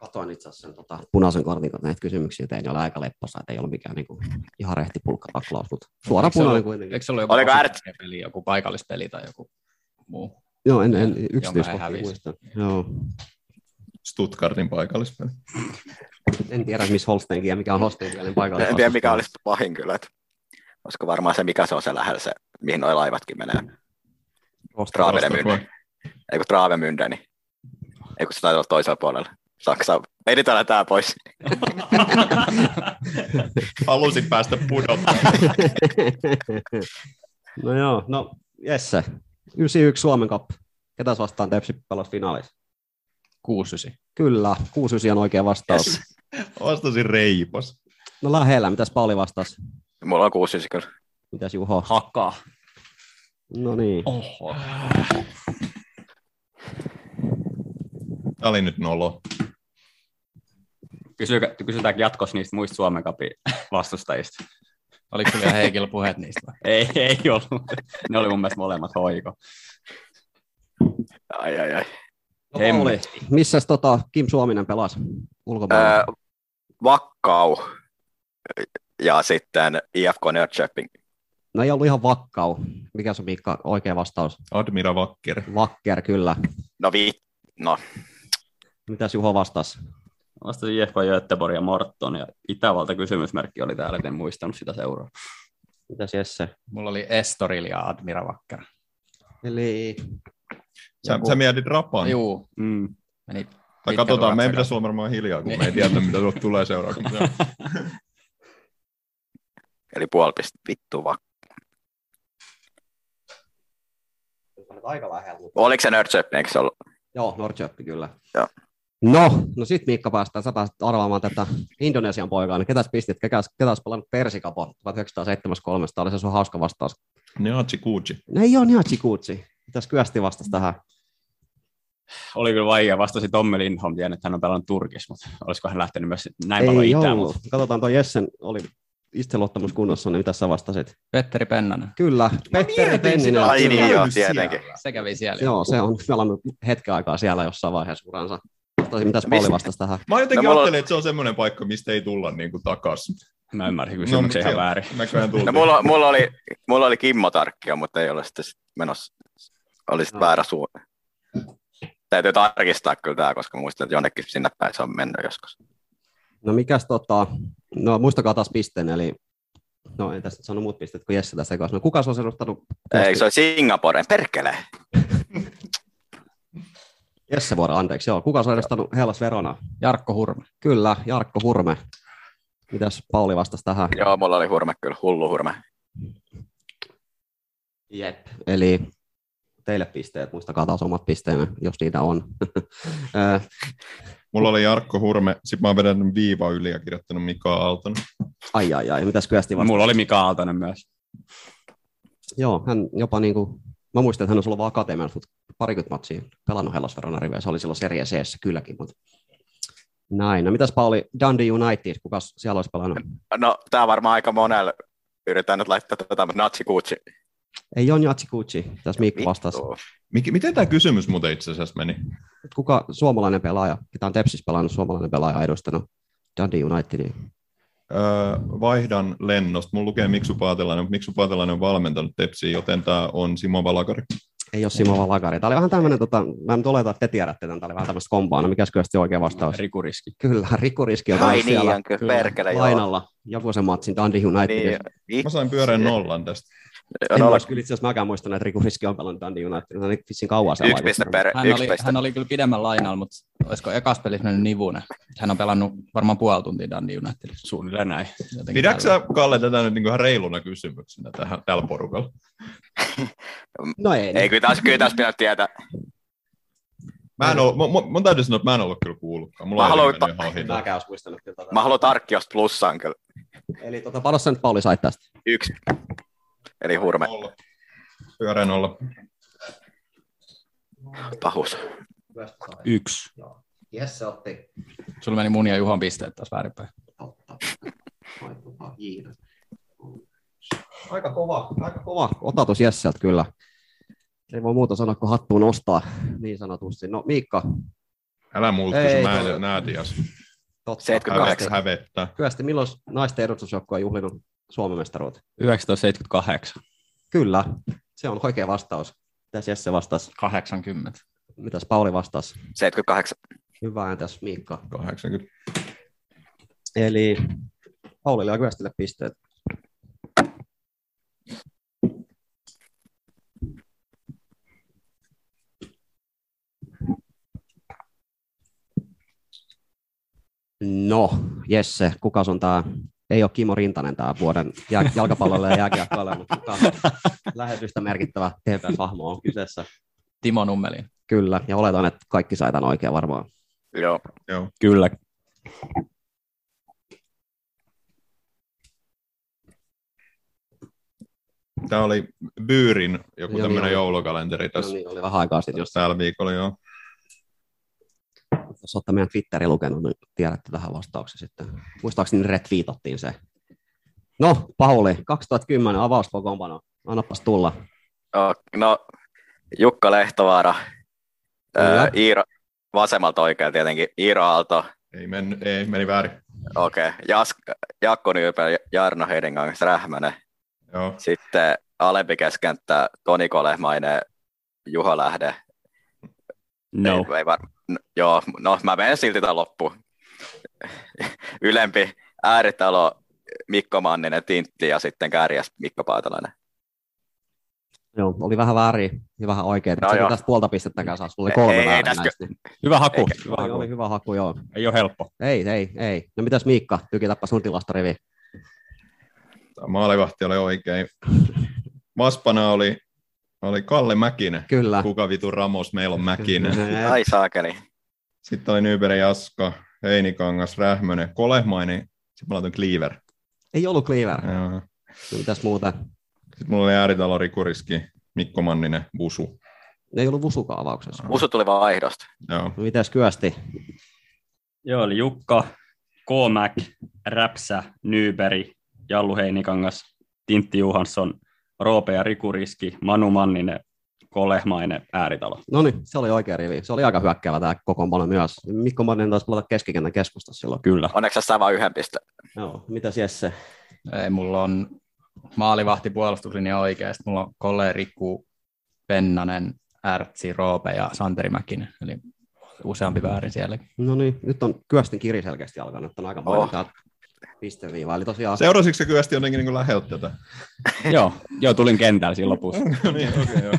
Katoin itse asiassa sen tota, punaisen kortin, kun näitä kysymyksiä tein, niin oli aika lepposa, että ei ollut mikään niinku, ihan rehti pulkkataklaus, mutta suora Eikö se ollut- punainen kuitenkin. Eikö se ollut joku, Oliko peli, joku paikallispeli tai joku muu? Joo, en, en jonka hän yksityiskohtia hävisi? muista. Joo. Stuttgartin paikallispeli. En tiedä, missä Holstein kieli, mikä on Holstein kielen paikallinen. En tiedä, mikä vastustaja. olisi pahin kyllä. Että olisiko varmaan se, mikä se on se lähellä se, mihin noi laivatkin menee. Raavemynde. Ei kun Travemünde, niin. Ei kun se taitaa olla toisella puolella. Saksa. Editoidaan tää pois. Halusin päästä pudottamaan. (laughs) no joo, no Jesse, 91 Suomen Cup. Ketäs vastaan Tepsi pelasi finaalissa? 69. Kyllä, 69 on oikea vastaus. Yes. Vastasin reipas. No lähellä, mitäs Pauli vastasi? Mulla on kuusi kyllä. Mitäs Juho? Hakaa. No niin, Oho. Tämä oli nyt nolo. Kysykö, kysytäänkö jatkossa niistä muista Suomen kapin vastustajista? (laughs) Oliko sulla Heikillä puheet niistä vai? Ei, ei ollut. Ne oli mun mielestä molemmat hoiko. Ai, ai, ai. no, Hemmet. Pauli, missäs tota Kim Suominen pelasi ulkomailla? Öö, vakkau. Ja sitten IFK Nörköping. No ei ollut ihan vakkau. Mikä se on Miikka oikea vastaus? Admira Vakker. Vakker, kyllä. No vi... No, Mitäs Juho vastasi? Vastasin IFK Göteborg ja Morton ja Itävalta kysymysmerkki oli täällä, en muistanut sitä seuraa. Mitäs Jesse? Mulla oli Estoril ja Admira Vakkara. Eli Sä, Joku- sä mietit rapan. Juu, Mm. meni tai pitkä katsotaan, meidän tukatsa pitäisi olla varmaan hiljaa, kun Niin. me ei tiedä, mitä tuolta tulee seuraavaksi. Mutta joo. eli puoli pistettä. Vittu vakka. aika lähellä. mutta- Oliko se Nörköping, eikö se ollut? Joo, Nordköppi kyllä. Joo. No, no sit Miikka päästään, sä pääset arvaamaan tätä Indonesian poikaa, niin ketäs pistit, ketäs, ketäs pelannut Persikapo 1973, Tää oli se sun hauska vastaus. Neatsi Kuuchi. No ei ole niin Chikuchi, mitäs Kyösti vastasi tähän? Oli kyllä vaikea. Vastasin Tommi Lindholm, tiedän, että hän on pelannut Turkissa, mutta olisiko hän lähtenyt myös näin paljon ei itään. ollut. Katsotaan toi Jessen, oli itseluottamus kunnossa, niin mitä sä vastasit? Petteri Pennanen. Kyllä, No Petteri Penninen. Ai kyllä. niin, joo, tietenkin. Se kävi siellä. Joo, se on pelannut hetken aikaa siellä jossain vaiheessa uransa. Vastasi, mitäs No Pauli mistä- vastasi tähän? Mä jotenkin No no, mulla- ajattelin, että se on semmoinen paikka, mistä ei tulla niin kuin takaisin. Mä ymmärsin kysymyksen No, ihan väärin. Näköjään No tultiin. mulla, mulla, oli, mulla oli Kimmo Tarkkio, mutta ei ole sitten sit menossa. Oli sitten Joo. väärä suu. Täytyy tarkistaa kyllä tämä, koska muistan, että jonnekin sinne päin se on mennyt joskus. No mikäs tota, no muistakaa taas pisteen, eli no ei tässä nyt sano muut pisteet kuin Jesse tässä kanssa. No kuka se on serustanut? Ei, se on Singaporen, perkele. Jesse Vuora, anteeksi, joo. Kuka se on serustanut Hellas Verona? Jarkko Hurme. Kyllä, Jarkko Hurme. Mitäs Pauli vastasi tähän? Joo, mulla oli hurme kyllä, hullu hurme. Jep. Eli teille pisteet, muistakaa taas omat pisteenne, jos niitä on. (laughs) Ö, Mulla oli Jarkko Hurme, sitten mä oon vedän viiva yli ja kirjoittanut Mika Aalton. ai ai ai, mitäs Kyösti vastasi? Mulla oli Mika Aaltonen myös. Joo, hän jopa niin kuin, mä muistan, että hän on ollut vaan akatemiassa, mutta parikymmentä matsia pelannut Hellas Verona riveissä, se oli silloin Serie c kylläkin, mutta näin. No mitäs Pauli, Dundee United, kuka siellä olisi pelannut? No, tää varmaan aika monella. Yritän nyt laittaa tätä, mutta Natsi Kuutsi. Ei Jon Jatsikuchi, tässä Miikka vastasi. Mik, miten tämä kysymys muuten itse asiassa meni? Kuka suomalainen pelaaja, ketä on Tepsis pelannut, suomalainen pelaaja edustanut Dundee niin Unitedia? Öö, vaihdan lennosta. Mulla lukee Miksu Paatelainen, mutta Miksu Paatelainen on valmentanut Tepsiä, joten tämä on Simo Valakari. Ei ole Simo Valakari. Tämä oli vähän tämmöinen, tota, mä nyt oletan, että te tiedätte tämän, tämä oli vähän tämmöistä kombaa. No mikäs kyllä sitten oikea vastaus? Rikuriski. Kyllä, rikuriski on niin, Ai ollut niin, siellä on kyllä, Kyllä. perkele, joo. lainalla. Joku se matsin Dundee Unitedia. Niin, Mä sain pyöreän nollan tästä. En nolla- olisi kyllä itse asiassa mäkään muistanut, että rikuriski on pelannut Dundee Unitedia. No niin vissiin kauan se yksi piste per, Hän, yksi oli, piste. hän oli kyllä pidemmän lainalla, mutta olisiko ekas pelissä mennyt nivunen? Hän on pelannut varmaan puoli tuntia Dundee Unitedissa. Suunnilleen näin. Jotenkin Pidätkö tällä- sä, Kalle, tätä nyt niinku ihan reiluna kysymyksenä tähän, tällä porukalla? No ei. Ei, niin. kyllä taas, kyllä taas pitää tietää. Mä en ollut, mun, mun, mun täytyy sanoa, että mä en ollut kyllä kuullutkaan. Mulla Mä on haluan- mennyt ihan ohi. tää. Mäkään olisi muistanut. kyllä tätä. Mä haluan tarkkiosta plussaan kyllä. Eli tota, paljon sä nyt Pauli sait tästä? Yksi. Eli hurme. Nolla. Pyöreä nolla. Pahus. Yksi. Jesse otti. Sulla meni mun ja Juhon pisteet taas väärinpäin. Aika kova, aika kova otatus Jesseltä kyllä. Ei voi muuta sanoa kuin hattuun nostaa, niin sanotusti. No Miikka, Älä multa Ei, kysy, mä toi- en näe tias. totta. 78. Hävettää. Kyösti, milloin naisten edustusjoukko on juhlinut Suomen mestaruutta? 1978. Kyllä, se on oikea vastaus. Mitäs Jesse vastasi? 80. Mitäs Pauli vastasi? 78. Hyvä entäs Miikka. 80. Eli Paulille ja Kyöstille pisteet. No, Jesse, kuka on tämä? Ei ole Kimo Rintanen tämä vuoden jää- jalkapallolle ja jääkiekkoille, mutta kuka on lähetystä merkittävä TPS-hahmo on kyseessä. Timo Nummelin. Kyllä, ja oletan, että kaikki sai tämän oikein varmaan. Joo. Joo. Kyllä. Tämä oli Byyrin joku Joo, tämmöinen joo. joulukalenteri No tässä, niin, oli vähän aikaa sitten, jos jos täällä viikolla joo. jos olette meidän Twitterin lukenut, niin tiedätte tähän vastauksen sitten. Muistaakseni retweetattiin se. No, Pauli, 2010 avauskokoonpano. Annapas tulla. Joo. No, Jukka Lehtovaara. Kyllä. Öö, Iiro, vasemmalta oikealta tietenkin. Iiro Aalto. Ei, mennyt, ei meni väärin. Okei. Okay. Jask- Jaakko Nyypä, Jarno Heidingangas, Rähmänen. Joo. Sitten alempi keskenttä Toni Kolehmainen, Juha Lähde. No. Ei, ei var... no, joo, no mä menen silti tämän loppuun. Ylempi ääritalo Mikko Manninen, Tintti ja sitten kärjäs Mikko Paatalainen. Joo, oli vähän väärin ja vähän oikein. No No joo. tästä puolta pistettäkään saa, sulla oli kolme Ei- ei ei, ei, tästä- näistä. niin. Hyvä haku. Eikä- Hyvä Oli, oli haku. hyvä haku, joo. Ei ole helppo. Ei, ei, ei. No mitäs Miikka, tykitäpä sun tilastorivi. Tää Maalivahti oli oikein. Vaspana oli, oli Kalle Mäkinen. Kyllä. Kuka vitu Ramos, meillä on Mäkinen. Ai saakeli. Sitten oli Nyberg Jaska, Heinikangas, Rähmönen, Kolehmainen. Sitten mä laitoin Cleaver. ei ollut Cleaver. Joo. No, mitäs muuta? Sitten mulla oli ääritalo Rikuriski, Mikko Manninen, Busu. Ei ollut Vusuka avauksessa. Usu tuli vaan vaihdosta. Joo. No, mitäs Kyösti? Joo, eli Jukka, K-Mac, Räpsä, Nyberi, Jallu Heinikangas, Tintti Juhansson, Roope ja Rikuriski, Manu Manninen, Kolehmainen, (laughs) Ääritalo. No niin, se oli oikea rivi. Se oli aika hyökkäävä tämä kokoonpano myös. Mikko Manninen taisi pelata keskikentän keskustassa silloin. Kyllä. Onneksi sä vaan yhden piste. Joo, mitäs Jesse? Ei, mulla on maalivahti puolustuslinja oikea. Sitten mulla on Kolle Rikku, Pennanen, Ärtsi, Roope ja Santeri Mäkinen. Eli useampi väärin sielläkin. No niin, nyt on Kyöstin kiri selkeästi alkanut, että on aika paljon Oh. oh. pisteviivaa. Eli tosiaan Seurasitko se kyösti jotenkin niin läheltä tätä? joo, joo, tulin kentällä siinä lopussa. No niin, okei, (laughs) okay, joo.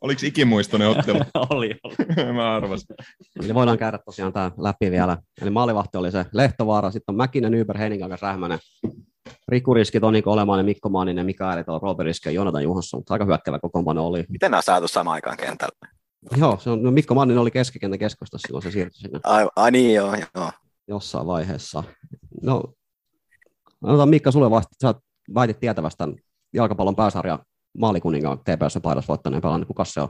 Oliko ikimuistoinen ottelu? oli, oli. (laughs) Mä arvasin. Eli voidaan käydä tosiaan tämä läpi vielä. Eli maalivahti oli se Lehtovaara, sitten on Mäkinen, Nyber, Heiningangas, Rähmänen. Rikuriski, Tonikko Olemainen, Mikko Maaninen, Mikaeli, Tuo, Robert Riski ja Jonatan Juhansson, mutta aika hyökkävä kokoonpano oli. Miten nämä on saatu samaan aikaan kentällä? Joo, se on, no Mikko Maaninen oli keskikentän keskustassa silloin, se siirtyi sinne Ai, ai niin, joo, joo. jossain vaiheessa. No, annetaan Mikka sulle vasta, sä väitit tietävästä tämän jalkapallon pääsarjan maalikuninkaan TPS paidassa voittaneen pelannut, kuka se on?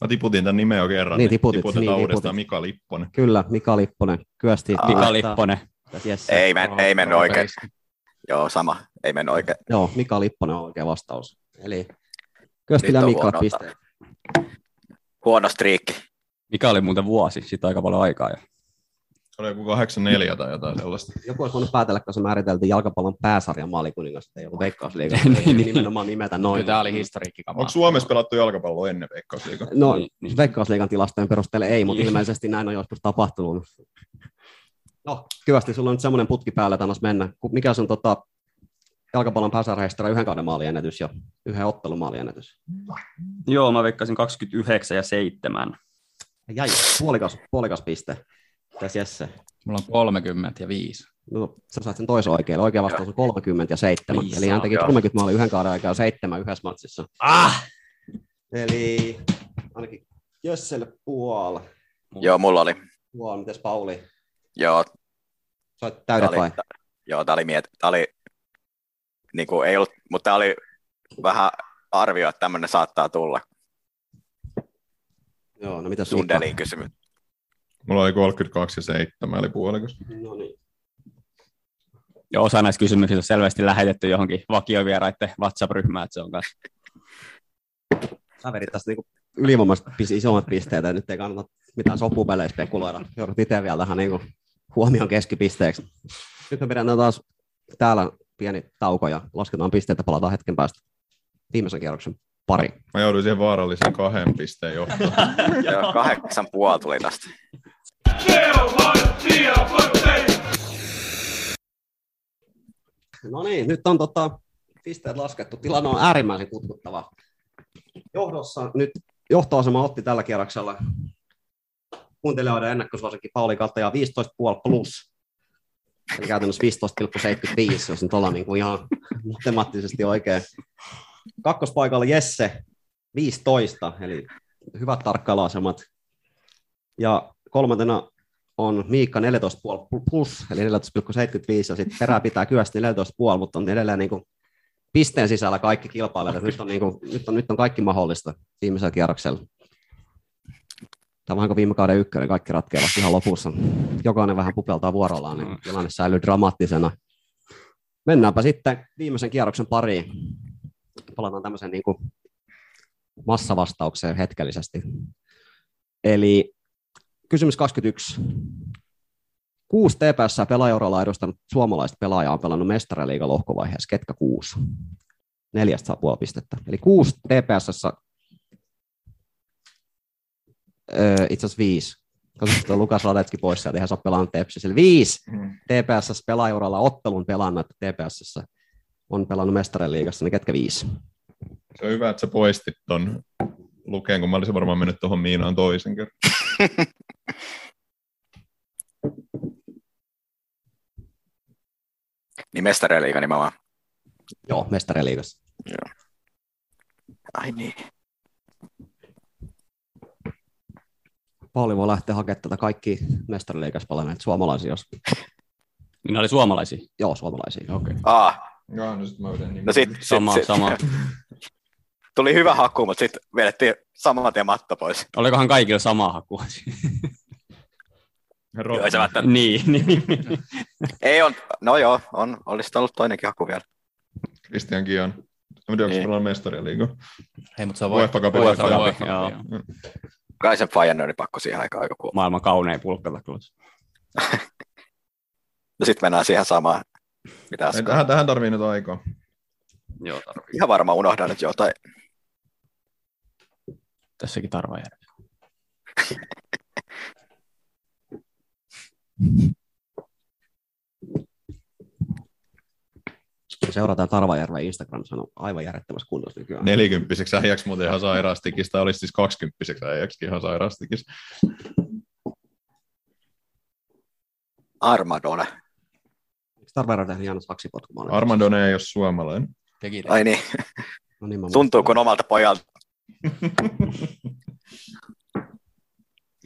Mä tiputin tämän nimeä jo kerran. Niin, tiputit, Tiputetaan niin, uudestaan tiputit. Mika Lipponen. Kyllä, Mika Lipponen, Kyösti. Aa. Mika Lipponen. Yes. Ei, men, ei mennyt No oikein. Riski. Joo, sama. Ei mennyt oikein. Joo, Mika Lipponen on oikea vastaus. Eli Köstilä Nyt on Mika huono pisteet. Huono striikki. Mikä oli muuten vuosi, siitä aika paljon aikaa jo. Se oli joku 84 tai jotain sellaista. Joku olisi voinut päätellä, kun se määriteltiin jalkapallon pääsarjan maalikuningas, että ei ollut veikkausliiga. Niin, niin, niin. nimenomaan nimetä noin. Kyllä Tämä oli historiikkikamaa. Onko Suomessa pelattu jalkapalloa ennen veikkausliikaa? No, Niin, niin. veikkausliigan tilastojen perusteella ei, mutta Niin. ilmeisesti näin on joskus tapahtunut. No, kyvästi sulla on nyt semmoinen putki päällä, että annas mennä. Ku- Mikä sun tota, jalkapallon pääsarjahistoria yhden kauden maaliennätys ja yhden ottelun maaliennätys? Joo, mä veikkasin 29 ja 7. Jäi, puolikas, puolikas piste. Tässä Jesse. Mulla on 30 ja 5. No, sä saat sen toisen oikein. Oikea vastaus on 37. Niin Eli hän teki saa, joo. 30 maalia yhden kauden aikaa seitsemän yhdessä matsissa. Ah! Eli ainakin Jössel puol. Joo, mulla oli. Puol, mites Pauli? Joo, Sait tää täydet oli, vai? tää- joo, tää oli, miet, tää oli niin kuin ei ollut, mutta tää oli vähän arvio, että tämmöinen saattaa tulla. Joo, no mitäs Mikko? Sundelin kysymys. Mulla oli 32 ja 7, eli puolikas. No niin. Ja osa näistä kysymyksistä on selvästi lähetetty johonkin vakiovieraiden WhatsApp-ryhmään, että se on kanssa. Sä vedit tästä niinku ylivoimaiset pis- isommat pisteet, ja nyt ei kannata mitään sopupeleissä spekuloida. Joudut itse vielä tähän niinku huomion keskipisteeksi. Nyt me pidetään taas täällä pieni tauko ja lasketaan pisteitä, palataan hetken päästä viimeisen kierroksen pari. Mä jouduin siihen vaaralliseen kahden pisteen johtoon. Joo, kahdeksan puoli tuli tästä. No niin, nyt on tota, pisteet laskettu. Tilanne on äärimmäisen kutkuttava. Johdossa nyt johtoasema otti tällä kierroksella kuuntelijoiden ennakkosuosikki Pauli Kataja 15,5 plus. Eli käytännössä 15,75, jos nyt ollaan niinku ihan matemaattisesti oikein. Kakkospaikalla Jesse 15, eli hyvät tarkkailuasemat. Ja kolmantena on Miikka 14,5 plus, eli 14,75, ja sitten perää pitää kyvästi 14,5, mutta on edelleen niin kuin pisteen sisällä kaikki kilpailijat. että Nyt on, niin kuin, nyt, on, nyt on kaikki mahdollista viimeisellä kierroksella. Tämä on vähän kuin viime kauden ykkönen, kaikki ratkeaa vasta ihan lopussa. Jokainen vähän pupeltaa vuorollaan, niin tilanne säilyy dramaattisena. Mennäänpä sitten viimeisen kierroksen pariin. Palataan tämmöiseen niin kuin massavastaukseen hetkellisesti. Eli kysymys 21. Kuusi TPS pelaajauralla edustanut suomalaista pelaajaa on pelannut mestariliigan lohkovaiheessa. Ketkä kuusi? Neljästä saa puoli pistettä. Eli kuusi TPS. Öö, itse asiassa viisi. Koska tuo Lukas Radetski pois sieltä, eihän saa pelannut TPS. Eli viisi TPS pelaajauralla ottelun pelannut TPS on pelannut mestariliigassa, niin ketkä viisi? Se on hyvä, että sä poistit ton lukeen, kun mä olisin varmaan mennyt tuohon Miinaan toisen kerran. Niin mestareliiga nimenomaan. Joo, mestariliigassa. Ai niin. Pauli voi lähteä hakemaan tätä kaikki mestariliigassa pelanneet suomalaisia, jos... Niin ne oli suomalaisia. Joo, suomalaisia. Okay. Aa, Joo, no sit mä yhden nimen. no sit, sit, Sama, sit, sama. Tuli hyvä haku, mutta sitten vedettiin saman tien matto pois. Olikohan kaikilla sama (laughs) haku? Herra, Joo, ei, se välttämättä- (laughs) niin, niin. ei on, no joo, on, olisi ollut toinenkin haku vielä. Christian Kian. Mä tiedän, onko Niin. se on mestariliiga. Hei, mutta se on UEFA Cupin UEFA voittaja. Cupin, joo. Kaisen Fajan oli pakko siihen aikaan joku. Maailman kaunein pulkkataklaus. No sitten mennään siihen samaan, mitä Ei, äsken. Tähän, tähän tarvii nyt aikaa. Joo, tarvii. Ihan varmaan unohdan nyt jotain. Tässäkin tarvaa jäädä. Seurataan Tarvajärven Instagram, se on aivan järjettömässä kunnossa nykyään. Nelikymppiseksi äijäksi muuten ihan sairaastikista, tai olisi siis kaksikymppiseksi äijäksi ihan sairaastikista. Armadone. Eikö Tarvajärven tehnyt Janus Haksipotkumalle? Armadone ei ole suomalainen. Teki Ai niin, no niin, mä muistan. tuntuu kuin omalta pojalta.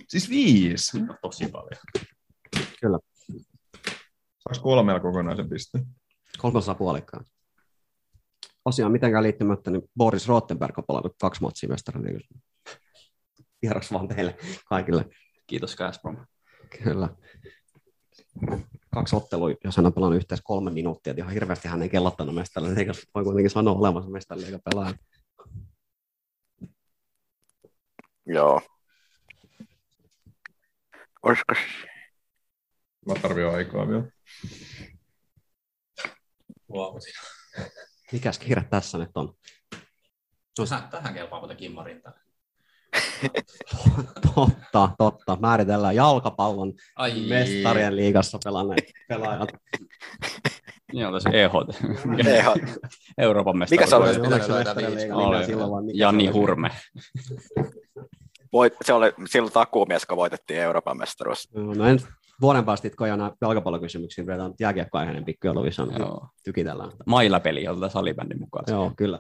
siis viisi. tosi paljon. Saaks kolmella kokonaisen pisteen? kolmasosa puolikkaan. Tosiaan mitenkään liittymättä, niin Boris Rottenberg on palannut kaksi matsia mestarille. Vieras vaan teille kaikille. Kiitos Gazprom. Kyllä. Kaksi ottelua, jos hän on pelannut yhteensä kolme minuuttia, että ihan hirveästi hän ei kellattanut mestarille, eikä voi kuitenkin sanoa olevansa mestarille eikä pelaa. Joo. Olisiko Mä tarvitsen aikaa vielä. Wow. Mikäs kiire tässä nyt on? Tähän, tähän kelpaa muuten kimmarin tänne. Totta, totta. Määritellään jalkapallon Ai, mestarien liigassa pelanneet pelaajat. Niin on tässä EHT, Eho, Euroopan mestari. Mikä se oli? Oliko se mestarien liiga Oli. liiga silloin vai mikä Jani se oli? Hurme. voi, se oli silloin takuumies, kun voitettiin Euroopan mestaruus. Joo, No en vuoden päästä itko aina jalkapallokysymyksiin, pidetään jääkiekkoaiheinen pikku jouluvisa, niin Joo. tykitellään. sitä. Mailapeli, otetaan salibändin mukaan. Joo, kyllä.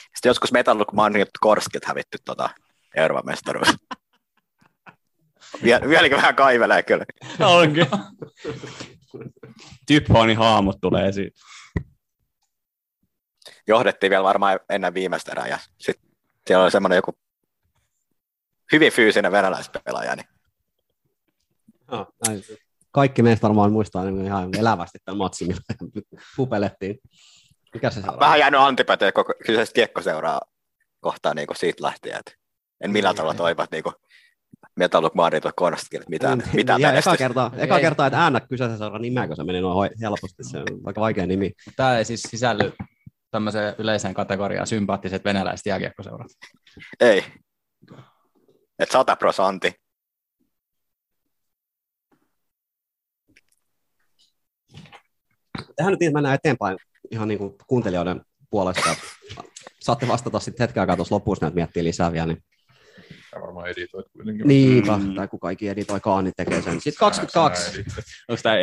Sitten joskus Metallurg Manjut Korskit hävitty tota Euroopan mestaruus. (laughs) Viel, vieläkin vähän kaivelee kyllä. (laughs) Onkin. Typhoonin haamot tulee esiin. Johdettiin vielä varmaan ennen viimeistä erää ja sitten siellä oli semmoinen joku hyvin fyysinen venäläispelaaja, niin Joo, näin. Kaikki meistä varmaan muistaa niin ihan elävästi tämän matsin, millä pupelettiin. Mikä se seuraava? vähän jäänyt antipätöä koko kyseistä kiekkoseuraa kohtaan niin siitä lähtien. Et en millään tavalla toivat niin Metallurg Manjut Korskit mitään, Niin, mitään ja eka menestystä. kertaa, eka Ei. kertaa, että äännä kyseisen seuran nimeä, kun se meni noin hoi- helposti. Se on aika vaikea nimi. Tämä ei siis sisälly tämmöiseen yleiseen kategoriaan sympaattiset venäläiset jääkiekkoseurat. Ei. Et 100 prosentti. Tähän nyt mennään eteenpäin ihan niin kuin kuuntelijoiden puolesta. Saatte vastata sitten hetken aikaa tuossa lopussa, näitä miettii lisää vielä. Niin Tää varmaan editoit kuitenkin. Niin, Mm. mm. tai kuka ikinä editoikaan, niin tekee sen. Sitten Sä 22. editoit. Onko tämä,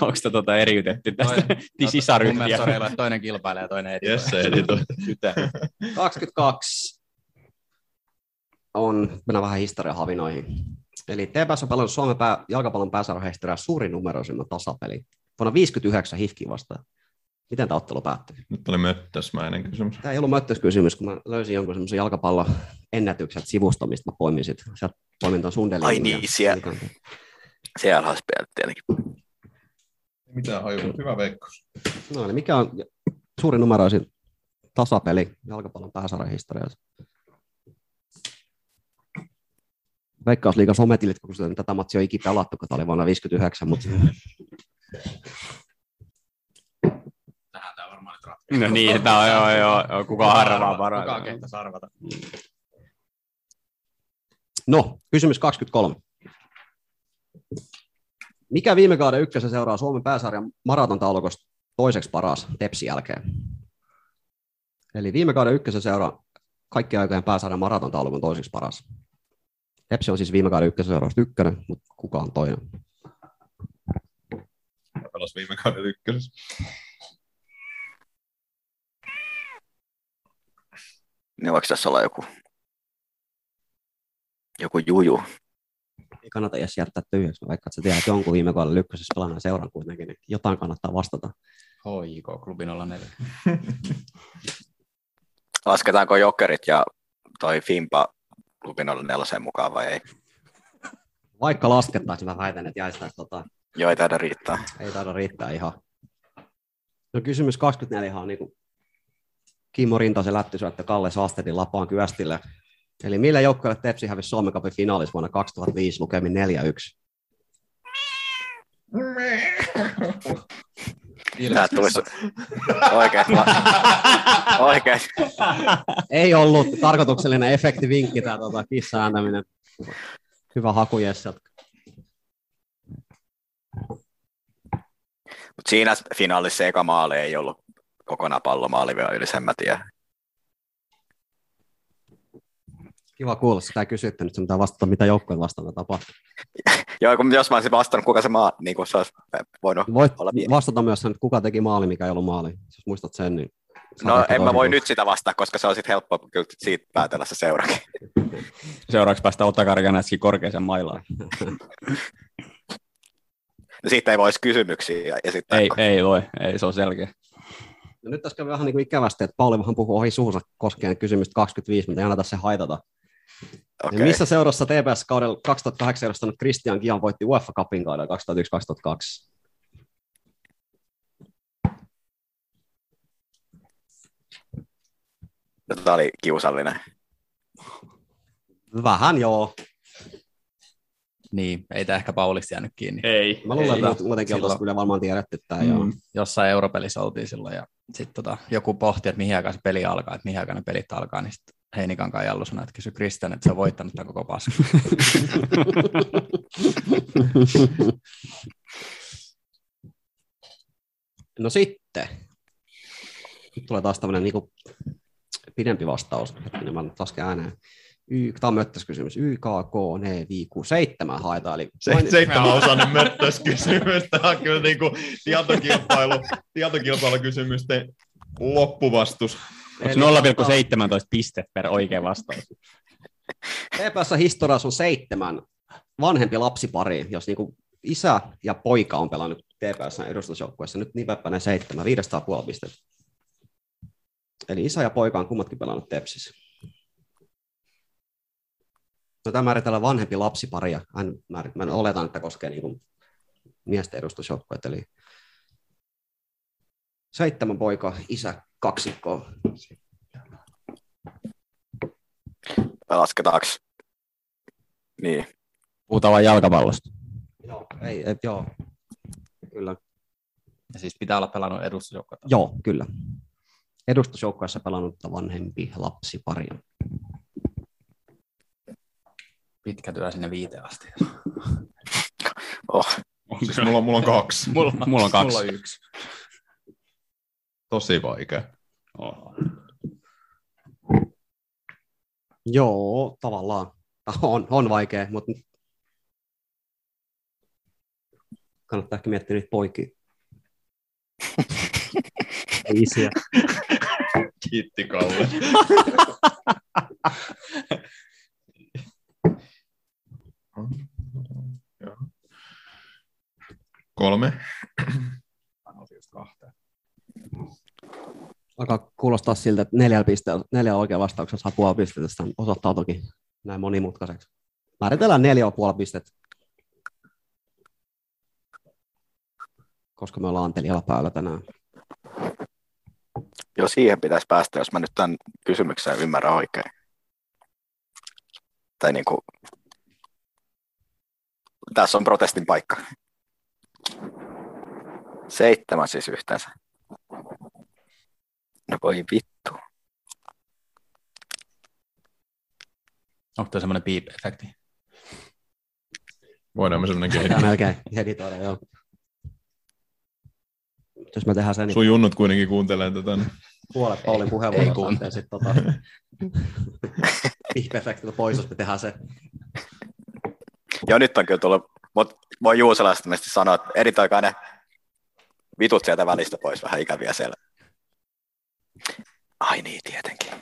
onko tämä tota eriytetty (laughs) tästä No Mun mielestä sisaryhtiä? sori, että toinen kilpailee ja toinen editoi. Jesse editoi. 22 on, mennään vähän historiahavinoihin. Eli TPS on pelannut Suomen pää, jalkapallon pääsarjahistoriaa suurin numeroisimman tasapeli. Vuonna 59 hifki vastaan. Miten tämä ottelu päättyi? Nyt oli möttösmäinen kysymys. Tämä ei ollut möttöskysymys, kun mä löysin jonkun semmoisen jalkapallon ennätykset sivusta, mistä mä poimin sit. Sieltä poimin ton sundelin. Ai niin, siellä. Siellä olisi tietenkin. Ei mitään hajua. Hyvä veikkaus. No, eli mikä on suurin numeroisin tasapeli jalkapallon pääsarjahistoriassa? Veikkausliigan sometilit, kun sitä- tätä matsia on ikinä pelattu, kun tämä oli vuonna 59, mutta Tähän tämä varmaan nyt ratkaisee. No niin, tämä on joo, joo, joo, kuka arvaa Kuka parhaan. kehtäisi arvata? no, kysymys 23. Mikä viime kauden ykkösen seuraa Suomen pääsarjan maratontaulukosta toiseksi paras Tepsin jälkeen? Eli viime kauden ykkösen seuraa kaikkien aikojen pääsarjan maratontaulukon toiseksi paras. Tepsi on siis viime kauden ykkösen seurasta ykkönen, mutta kuka on toinen? Mä pelasin viime kauden ykkösessä. Niin voiko tässä olla joku, joku juju? ei kannata edes jättää tyhjäksi, vaikka sä tiedät jonkun viime kaudella lykkösessä pelanneen seuran kuitenkin, niin jotain kannattaa vastata. HJK Klubi 04. Lasketaanko jokerit ja toi Fimpa Lupin olla nelosen mukaan vai ei? Vaikka laskettaisiin, mä väitän, että jäisi tästä, tota, Joo, ei taida riittää. ei taida riittää ihan. No kysymys 24 on niin kuin Kimmo Rintasen lättysyöttö Kalle Saastedin Lapaan kyöstille. Eli millä joukkueelle Tepsi hävisi Suomen Cupin finaalissa vuonna 2005 lukemin 4-1? Tää tulisi oikeat, (laughs) va- oikeat. Ei ollut tarkoituksellinen efektivinkki tämä tota, kissa ääntäminen. Hyvä haku Jesseltä. Mut siinä finaalissa eka maali ei ollut kokonaan pallomaali vielä yli, sen mä tiedän. Kiva kuulla, sitä ei kysytty nyt, sun pitää vastata, mitä joukkojen vastalla tapahtuu. Joo, kun jos mä olisin vastannut, kuka se maa, niin kun se olisi voinut Voit olla vielä. vastata myös sen, että kuka teki maali, mikä ei ollut maali, jos muistat sen. Niin saat No ehkä en mä voi toisen nyt sitä vastata, koska se on sitten helppo kyllä siitä päätellä se seurakin. Seuraavaksi päästä Otta Karjanäskin korkeaseen mailaan. No siitä ei voisi kysymyksiä esittää. Ei, kun- ei voi, ei se on selkeä. No nyt tässä kävi vähän niin kuin ikävästi, että Pauli vähän puhui ohi suunsa koskien kysymystä 25, mutta ei anneta se haitata. Okei. Okay. Missä seurassa TPS kaudella 2008 edustanut Christian Kian voitti UEFA Cupin kaudella 2001-2002? No, Tämä oli kiusallinen. Vähän joo. Niin, ei tämä ehkä Paulista jäänyt kiinni. Ei. Mä luulen, Ei, että muutenkin silloin- oltaisiin kyllä varmaan tiedetty tämä. Mm. Mm. Jossain europelissä oltiin silloin ja sitten tota, joku pohti, että mihin aikaan se peli alkaa, että mihin aikaan ne pelit alkaa, niin sitten Heinikan kanssa Jallu sanoi, että kysy Kristian, että se on voittanut tämän koko paskan. (laughs) No sitten. Nyt tulee taas tämmöinen niinku pidempi vastaus. Hetkinen, mä nyt lasken ääneen. Y, tämä on möttöskysymys. YKK 457 haetaan. Eli Se, seitsemän osainen möttöskysymys. Tämä on kyllä niin kuin tietokilpailu, tietokilpailukysymysten loppuvastus. eli- 0,17 pistet per oikea vastaus. TPS historiassa on seitsemän vanhempi lapsipari, jos niinku isä ja poika on pelannut TPS edustusjoukkueessa, nyt nimepäinen seitsemän, 500,5 pistettä. Eli isä ja poika on kummatkin pelannut Tepsissä. No, tämä määritellään vanhempi lapsipari, ja hän määrit, mä oletan, että koskee niinku miesten edustusjoukkueet, eli seitsemän poika, isä, kaksikko. Lasketaanko? Niin. (laughs) Puhutaan vaan jalkapallosta. Joo, ei, et, joo. Kyllä, ja siis pitää olla pelannut edustusjoukkoja. Joo, kyllä. Edustusjoukkueessa pelannutta vanhempi lapsi pari. Pitkä työ sinne viiteen asti. Siis mulla, on- mulla on kaksi. Mulla, mulla on kaksi. (laughs) Mulla on yksi. Tosi vaikea. Joo, tavallaan. On, on vaikea, mutta kannattaa ehkä miettiä niitä poikia. Ei Isiä. Kiitti Kalle. Kolme. Alkaa kuulostaa siltä, että neljällä, pisteellä, neljällä oikealla vastauksella saa puoli pistettä. Sitä osoittaa toki näin monimutkaiseksi. Määritellään neljä ja puoli pistettä. Koska me ollaan antelijalla päällä tänään. Joo, siihen pitäisi päästä, jos mä nyt tämän kysymyksen ymmärrän oikein. Tai niin kuin... Tässä on protestin paikka. Seitsemän siis yhteensä. No voi vittu. Onko tämä semmoinen piip-efekti? Voidaan me semmoinen Pitää melkein editoida, joo. Jos me tehdään sen, niin Sun junnut kuitenkin kuuntelee tätä. niin puolet Paulin ei puheenvuorosta kun. lähtee sitten tota... (laughs) Pihpefektiltä pois, jos me tehdään se. Joo, nyt on kyllä tullut, mutta voi juusalaistuneesti sanoa, että editoikaa ne vitut sieltä välistä pois, vähän ikäviä siellä. Ai niin, tietenkin.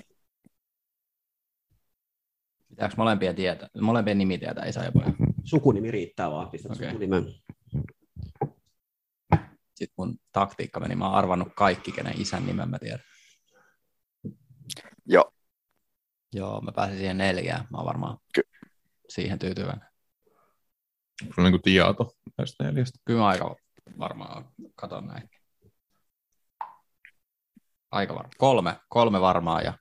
Pitääkö molempien, tietää, molempien nimi tietää isä ja poika? Sukunimi riittää vaan, pistät okay. Okei. sukunimen. Sitten mun taktiikka meni, mä oon arvannut kaikki, kenen isän nimen mä tiedän. Joo. Joo, mä pääsin siihen neljään, mä oon varmaan Ky- siihen tyytyväinen. Sulla on niin tieto näistä neljästä. Kyllä mä aika varmaan katon näin. Aika varmaan. Kolme, kolme varmaa ja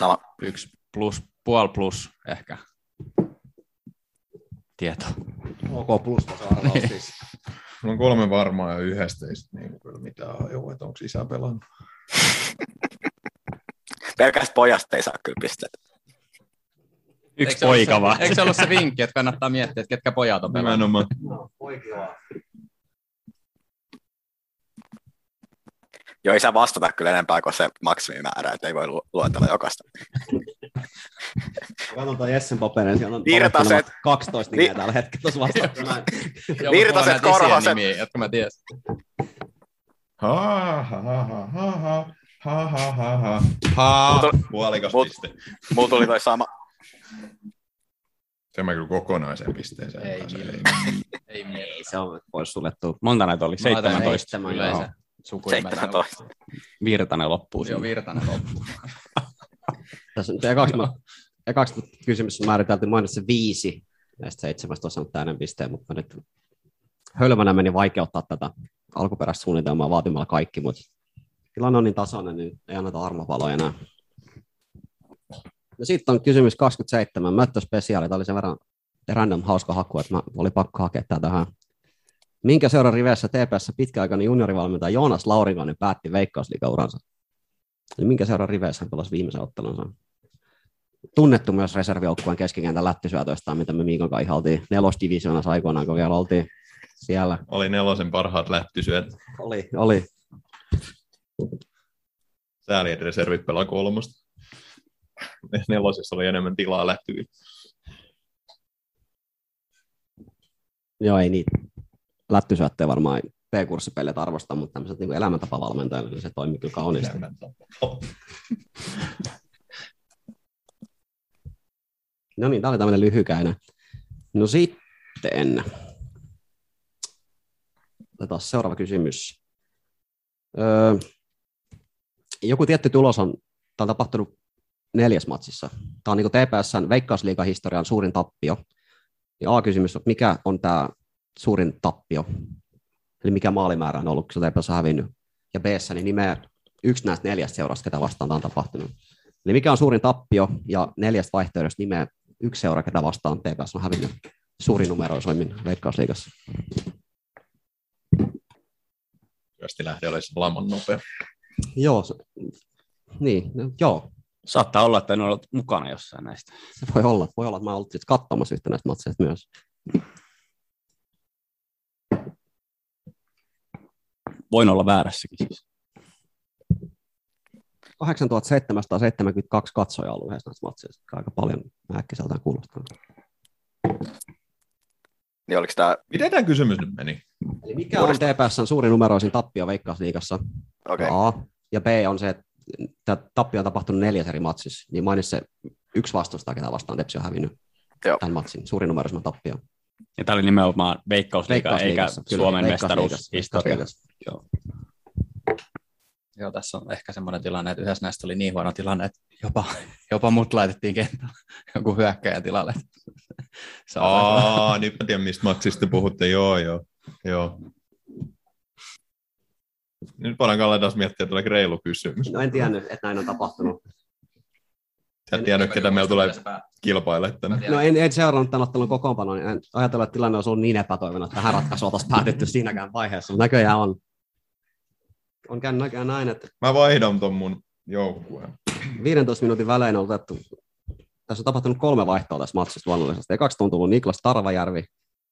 Sama. yksi plus, puoli plus ehkä tieto. OK plus arvaus siis. Mulla on kolme varmaa ja yhdestä ei sit niin kyllä mitään hajua, että onko isä pelannut. Pelkästä pojasta ei saa kyllä pisteitä. Yksi Eikö se ollut poika se, vaan. Eikö se ollut se vinkki, että kannattaa miettiä, että ketkä pojat on pelannut? Nimenomaan. No, oikein vaan. Joo, ei saa vastata kyllä enempää kuin se maksimimäärä, että ei voi lu- luetella jokaista. Katsotaan Jessen papereen, siellä on Virtaset. valehtelematta 12 nimeä Vi- tällä hetkellä tuossa vastaan. Joo, mutta mulla on näitä Korhoset. isiä nimiä, Jotka mä tiesin. Ha, ha, ha, ha, ha, ha. Ha, ha, ha, ha. Ha, Mut- puolikas mut- piste. Mulla tuli toi sama. Sen mä kyllä kokonaisen pisteeseen. Ei pääsen. niin. millään. Ei mielessä. Se on pois suljettu. Monta näitä oli? Mä laitan 17. seitsemän Joo. yleensä. Sukuimen. 17. Virtanen Joo, loppuu sinne. Virtanen loppu. Tässä nyt ekaksi, mä, ekaksi kysymys määriteltiin mainitsen viisi näistä seitsemästä on saanut täyden pisteen, mutta nyt hölmänä meni vaikeuttaa tätä alkuperäistä suunnitelmaa vaatimalla kaikki, mutta tilanne on niin tasainen, niin ei anneta armopaloja enää. No sitten on kysymys 27, Möttö Spesiaali, tämä oli sen verran random hauska haku, että mä oli pakko hakea tää tähän. Minkä seuran riveissä TPS pitkäaikainen juniorivalmentaja Joonas Laurikainen päätti veikkausliikauransa? Eli minkä seuran riveissä hän pelasi viimeisen ottelunsa? tunnettu myös reservijoukkueen keskikentän lättysyötöistä, mitä me Miikon kanssa ihailtiin nelosdivisioonassa aikoinaan, kun vielä oltiin siellä. Oli nelosen parhaat lähtisyöt. Oli. Oli. Sääli, että reservit pelaa kolmosta. Nelosessa oli enemmän tilaa lähtyä. Joo, ei niitä lättysyöttejä varmaan P-kurssipelejä arvostaa, mutta tämmöiset niin elämäntapavalmentajille, niin se toimii kyllä kauniisti. No niin, tämä oli tämmöinen lyhykäinen. No sitten. Otetaan seuraava kysymys. Öö, joku tietty tulos on, tämä on tapahtunut neljäs matsissa. Tämä on niin TPSn veikkausliigahistorian suurin tappio. Ja A-kysymys on, mikä on tämä suurin tappio? Eli mikä maalimäärä on ollut, kun se TPS on hävinnyt? Ja b niin nimeä yksi näistä neljästä seurasta, ketä vastaan tämä on tapahtunut. Eli mikä on suurin tappio ja neljästä vaihtoehdosta nimeä yksi seura, ketä vastaan TPS on hävinnyt suurin numeroisoimmin Veikkausliigassa. Kyösti lähde olisi laman nopea. Joo, se, niin, no, joo, Saattaa olla, että en ole ollut mukana jossain näistä. se voi olla. Voi olla, että mä oon ollut sit katsomassa yhtä näistä matseista myös. Voin olla väärässäkin siis. 8772 katsojaa on ollut yhdessä näistä matseista. Aika paljon äkkiseltään kuulostaa. Niin oliko tämä, Miten tämä kysymys nyt meni? Eli mikä on TPSn suurin numeroisin tappio Veikkausliigassa? okei. Okay. A. Ja B on se, että tämä tappio on tapahtunut neljäs eri matsissa. Niin mainitsi se yksi vastustaja, ketä vastaan Tepsi on hävinnyt Joo. tämän matsin. Suurin numeroisimman tappio. Ja tämä oli nimenomaan Veikkausliiga, eikä Veikkausliigassa, kyllä, Suomen Veikkausliigassa, mestaruushistoria. Veikkausliigassa. Joo, tässä on ehkä semmoinen tilanne, että yhdessä näistä oli niin huono tilanne, että jopa, jopa mut laitettiin kentällä joku hyökkäjä tilalle. Saa Aa, nyt mä tiedän, mistä matsista puhutte. Joo, joo. joo. Nyt paljon aletaan miettiä, että tuleeko reilu kysymys. No en tiennyt, että näin on tapahtunut. Sä et tiennyt, ketä meillä tulee kilpailla tänne. No en, en seurannut tämän ottelun kokoonpanoa, niin en ajatella, että tilanne olisi ollut niin epätoivona, että tähän ratkaisuun oltaisiin päätetty siinäkään vaiheessa, mutta näköjään on. On käynyt näköjään näin, että Mä vaihdan ton mun joukkueen. 15 minuutin välein on otettu, tässä on tapahtunut kolme vaihtoa tässä matsissa luonnollisesti. Ekaksi on tullut Niklas Tarvajärvi,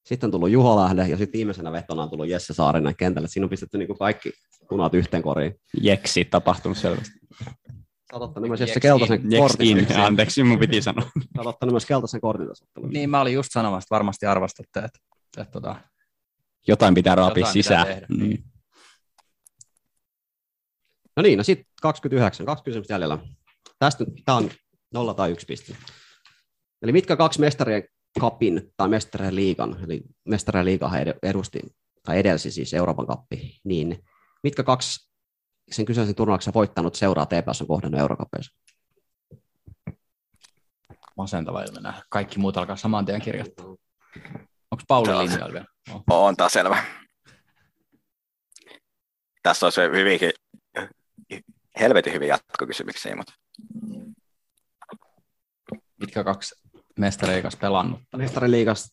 sitten on tullut Juho Lähde ja sitten viimeisenä vetona on tullut Jesse Saarinen kentälle. Siinä on pistetty niin kuin kaikki punat yhteen koriin. Jeksi tapahtunut selvästi. Sä oot ottanut myös Jesse Jeks Keltaisen kortin. Jeksiin, anteeksi, mun piti sanoa. Sä oot ottanut myös Keltaisen kortin tässä ottelussa. niin, mä olin just sanomassa, että varmasti arvostatte, että, että, tota, Jotain pitää raapia Jotain pitää sisään. tehdä, Mm. niin. No niin, no sitten 29, kaksi kysymystä jäljellä. Tästä tämä on nolla tai yksi piste. Eli mitkä kaksi mestarien kapin tai mestarien liigan, eli mestarien liiga edusti, tai edelsi siis Euroopan kappi, niin mitkä kaksi sen kyseisen turnauksen voittanut seuraa TPS on kohdannut Eurokapeissa? masentava ilme nähdä. Kaikki muut alkaa saman tien kirjoittaa. Onko Pauli Tää on- linjoilla vielä? On taas selvä. Tässä olisi hyvinkin, helvetin hyvin jatkokysymyksiä, mutta Mitkä kaksi mestareikas pelannut, Mestarien liigas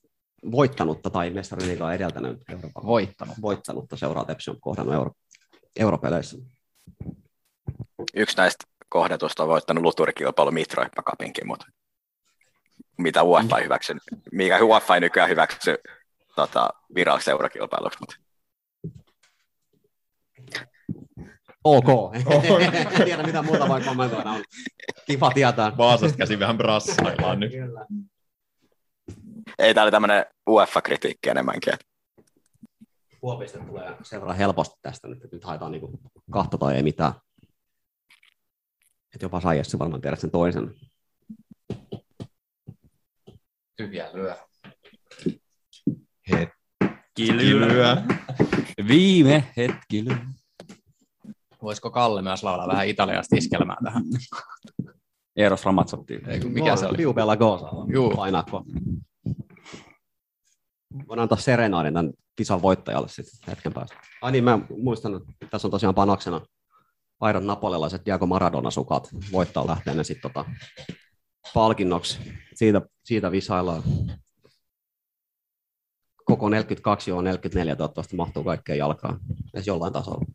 voittanutta tai mestarien liigaa edeltänyt Euroopan voittanut? voittanutta seuraa TPS on kohdannut Euro- europeleissä. yksi näistä kohdatusta on voittanut luturikilpailu Mitroippa Cupinkin, mutta mitä UEFA ei hyväksy, mikä UEFA ei nykyään hyväksy tota, viralliseurakilpailuksi, mutta ok. (laughs) en tiedä mitä muuta voi kommentoida. On kiva tietää. Vaasasta käsin vähän brassaillaan nyt. Kyllä. Ei, tää oli tämmönen UEFA-kritiikki enemmänkin. että Huopista tulee sen verran helposti tästä nyt, että nyt haetaan niinku kahta tai ei mitään. Et jopa sai Jesse varmaan tiedät sen toisen. Tyhjä lyö. Kilyä. Viime hetki lyö. Voisiko Kalle myös laulaa vähän italiasta iskelmää tähän? Eros Ramazzotti. Ei, kun mikä se oli? Liubella Goosa. Juu. Painaako? Voin antaa serenaadin tämän kisan voittajalle sitten hetken päästä. Ai niin, mä muistan, että tässä on tosiaan panoksena Airon napolelaiset Diego Maradona-sukat voittaa lähtee ne sitten tota palkinnoksi. Siitä, siitä visaillaan koko 42 on 44, toivottavasti mahtuu kaikkea jalkaan, edes jollain tasolla.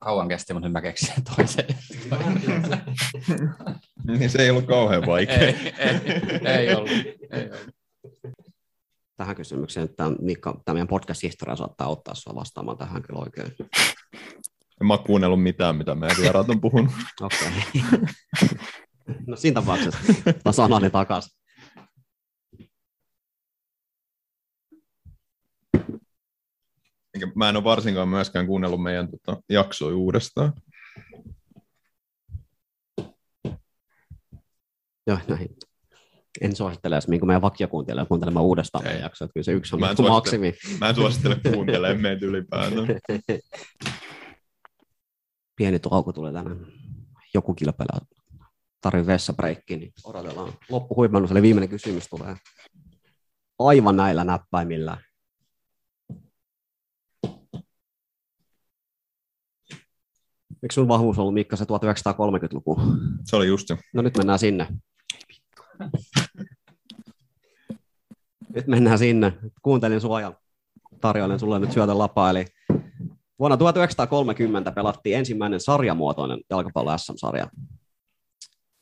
Kauan kesti, mutta nyt mä keksin toisen. Niin se ei ollut kauhean vaikea. ei, ei, ei ollut. Ei ollut. Tähän kysymykseen, että Mikka, tämä meidän podcast-historia saattaa ottaa sinua vastaamaan tähän kyllä oikein. En mä oo kuunnellut mitään, mitä meidän vieraat on puhunut. Okei. (laughs) No siinä tapauksessa. Mä sanon ne takaisin. Enkä, mä en ole varsinkaan myöskään kuunnellut meidän tota, jaksoja uudestaan. Joo, näin. En suosittele, jos minkä meidän vakiokuuntelijoille kuuntelemaan uudestaan meidän jaksoa. että Kyllä se yksi on Mä en niinku suosittele. maksimi. Mä en suosittele kuuntelemaan meitä ylipäätään. Pieni tauko tulee tänään. Joku kilpeilää tarvii vessapreikki, niin odotellaan. Loppuhuipennus, eli viimeinen kysymys tulee. Aivan näillä näppäimillä. Eikö sun vahvuus ollut, Mikka, se 1930-luku? Se oli just se. No nyt mennään sinne. Nyt mennään sinne. Kuuntelin sua ja tarjoilen sulle nyt syötä lapaa. Eli vuonna 1930 pelattiin ensimmäinen sarjamuotoinen jalkapallo SM-sarja.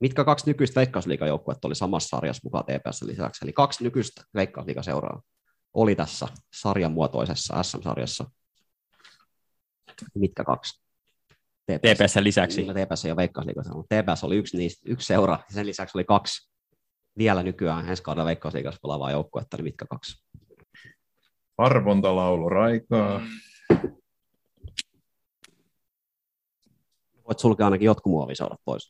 Mitkä kaksi nykyistä veikkausliikajoukkuetta oli samassa sarjassa mukaan TPS lisäksi? Eli kaksi nykyistä veikkausliikaseuraa oli tässä sarjamuotoisessa SM-sarjassa. Mitkä kaksi? TPS lisäksi. Niin. Kyllä TPS ei ole veikkausliikassa, mutta TPS oli yksi, niistä, yksi seura, ja sen lisäksi oli kaksi vielä nykyään ensi kaudella veikkausliikassa pelaavaa joukkuetta, eli mitkä kaksi? Arvontalaulu raikaa. Voit sulkea ainakin jotkut muovisaudat pois.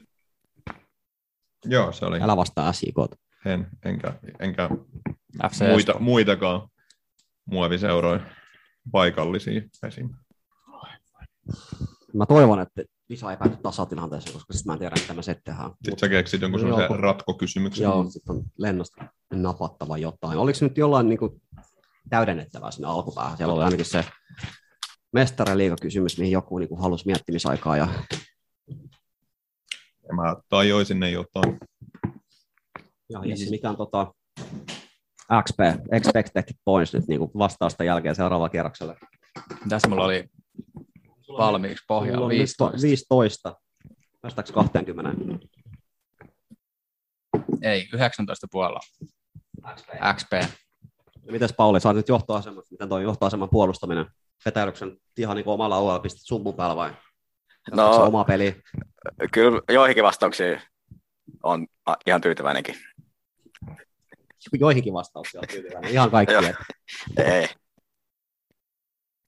Joo, se oli. Älä vastaa SJK. En, enkä, enkä FC muita, muitakaan muoviseuroja paikallisia esim. Mä toivon, että Visa ei pääty tasatilanteeseen, koska sitten mä en tiedä, mitä me sitten tehdään. Sitten sä keksit jonkun Joo. semmoisen ratkokysymyksen. Joo, sitten on lennosta napattava jotain. Oliko nyt jollain niin kuin, täydennettävää sinne alkupäähän? Siellä oli ainakin se mestariliigakysymys, mihin joku niin kuin, halusi miettimisaikaa. Ja... Ja mä tajoisin ne jotain. Ja Jesse, mikä on tota, XP, expected points nyt niin kuin vastausta jälkeen seuraavalla kierroksella? Tässä mulla oli valmiiksi Sulla pohjalla on nyt 15. 15. Päästäänkö 20? Ei, 19 puolella. XP. Mitäs Pauli, sä oot nyt johtoasemassa. Miten toi johtoaseman puolustaminen? Vetäilyksen ihan niin kuin omalla alueella pistit sumpun päällä vai? No. No. Se oma peli. Kyllä joihinkin vastauksiin on a, ihan tyytyväinenkin. Joihinkin vastauksia on tyytyväinen. Ihan kaikki. Joo. Ei.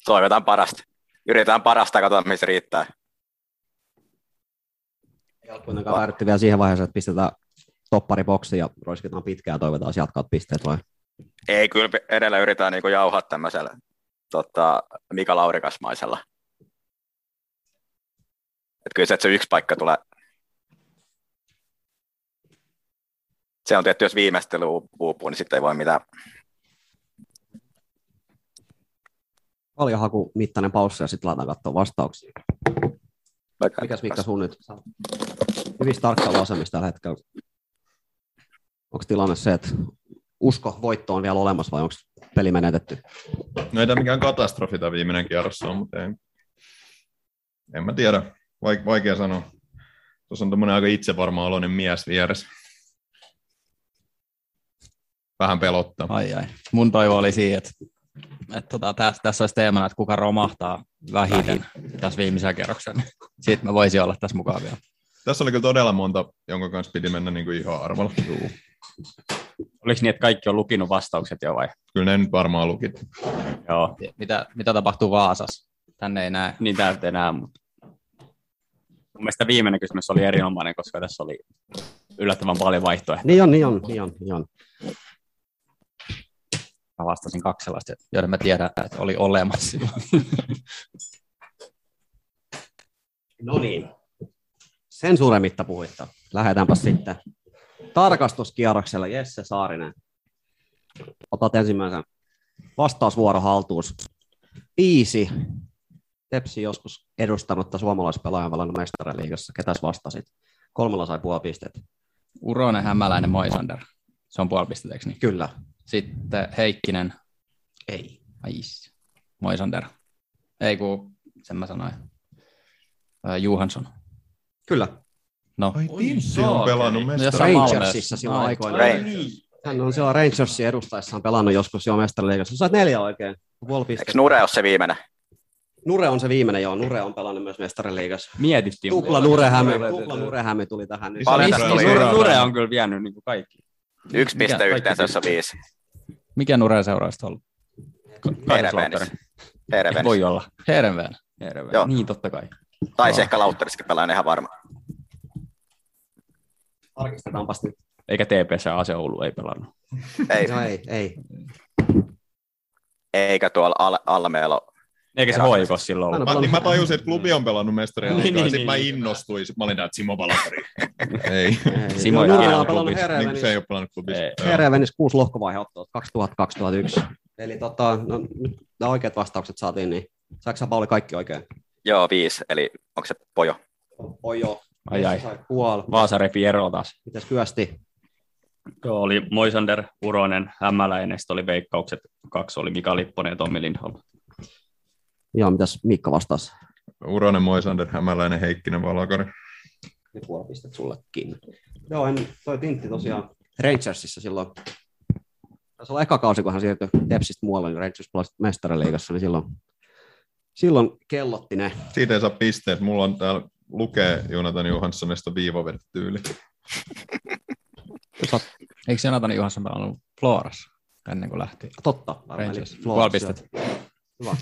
Toivotaan parasta. Yritetään parasta ja katsotaan, missä riittää. Ei ole kuitenkaan päädytty vielä siihen vaiheeseen, että pistetään toppari boksiin ja roiskitaan pitkään ja toivotaan, että jatkaat pisteet vai? Ei, kyllä pe- edellä yritetään niinku jauhaa tämmöisellä tota, Mika Laurikasmaisella. Et kyllä se, että se yksi paikka tulee. Se on tietty, jos viimeistely uu- uupuu, niin sitten ei voi mitään. Paljon haku mittainen paussi ja sitten laitetaan katsoa vastauksia. Mikäs Mikka sun nyt? Hyvistä tarkkailla asemista tällä hetkellä. Onko tilanne se, että usko voitto on vielä olemassa vai onko peli menetetty? No ei tämä mikään katastrofi tämä viimeinen kierros on, mutta ei. En mä tiedä. Vaik- vaikea sanoa. Tuossa on tämmöinen aika itsevarma oloinen mies vieressä. Vähän pelottaa. Ai ai. Mun toivo oli siinä, että Et tota, tässä, tässä olisi teemana, että kuka romahtaa vähiten tässä viimeisellä kerroksella. Siitä mä voisin olla tässä mukaan vielä. Tässä oli kyllä todella monta, jonka kanssa piti mennä niin kuin ihan arvalla. Oliko niin, että kaikki on lukinut vastaukset jo vai? Kyllä ne nyt varmaan lukit. Joo, Mitä, mitä tapahtuu Vaasassa? Tänne ei näe. niin täältä enää, mutta mun mielestä viimeinen kysymys oli erinomainen, koska tässä oli yllättävän paljon vaihtoehtoja. Niin on, niin on, niin on, niin on. Mä vastasin kaksi sellaista, joiden mä tiedän, että oli olemassa silloin. No niin. Sen suuremmitta puhuitta. Lähdetäänpä sitten tarkastuskierrokselle. Jesse Saarinen. Otat ensimmäisen vastausvuoro haltuus. Viisi. Tepsi joskus edustanutta suomalaispelaajan valinnut mestariliigassa. Ketäs vastasit? Kolmella sai puoli pistettä. Uronen, Hämäläinen, Moisander. Se on puoli pistettä, eikö niin? Kyllä. Sitten Heikkinen. Ei. Ai, issi. Moisander. Ei kun, sen mä sanoin. Ää, Johansson. Kyllä. No, Ai Timpsi on saakeli. pelannut No, mestaruutta. jossain Malmössä. Rangersissa silloin Ai, aikoinaan. Rangers. Hän on siellä Rangersin edustaessaan pelannut joskus jo mestariliigassa. Sä sait neljä oikein. Puoli Eikö pistettä. Nure ole se viimeinen? Nure on se viimeinen, joo. Nure on pelannut myös mestariliigassa. Mietit, Timo. Tupla Nurehämi, tupla Nurehämi tuli tähän nyt. Paljon Missä tässä oli? se Nure, on? Nure on kyllä vienyt niin kuin kaikki. Yksi Mikä? piste Kaikki yhteensä, jossa viisi. mikä Nuren seuraista on ollut? Kahdessa Tervenis. lauttarissa. Tervenis. Voi olla. Heerenveen. Tervenis. Joo. Niin, totta kai. Taisi ehkä lautterissakin pelaa, en ihan varma. Tarkistetaanpas nyt. Eikä TPS Ase Oulu ei pelannut. Ei, No ei, ei. eikä tuolla Al- Almeelo. Eikä se hoikos silloin ollut. Aina Mä, niin mä pelannut- tajusin, että klubi on pelannut mestaria Niin, niin, niin, niin, sitten mä niin. innostuin. Sitten mä olin näin, Simo Valanteri. (laughs) Ei, Ei. Simo Joo, ja Nurmela Kielä on pelannut niin klubissa. kuin Herrevenis. se ei ole pelannut klubissa. Ei. Joo. Herrevenis kuusi lohkovaiheottelua 2000-2001. Eli tota, no, nyt nämä oikeat vastaukset saatiin, niin saako sä Pauli kaikki oikein? Joo, viisi, eli onko se pojo? Oi joo. Ai ai. Kuol. Vaasa repi ero taas. Mitäs Kyösti? Joo, oli Moisander, Uronen, Hämäläinen, sitten oli veikkaukset, kaksi oli Mika Lipponen ja Tommi Lindholm. Joo, mitäs Miikka vastasi? Uronen, Moisander, Hämäläinen, Heikkinen, Valakari. Nyt puoli pistet sullekin. Joo, en, toi Tintti tosiaan Rangersissa silloin. Taisi olla eka kausi, kun hän siirtyi Tepsistä muualle, niin Rangers pelasi mestariliigassa, niin silloin, silloin kellotti ne. Siitä ei saa pisteet. Mulla on täällä lukee Jonathan Johanssonista viivavettyyli. Eikö Jonathan Johansson pelannut Florassa ennen kuin lähti? Totta. varmaan, eli Rangers. Flores, Puoli pistettä. joo. Hyvä.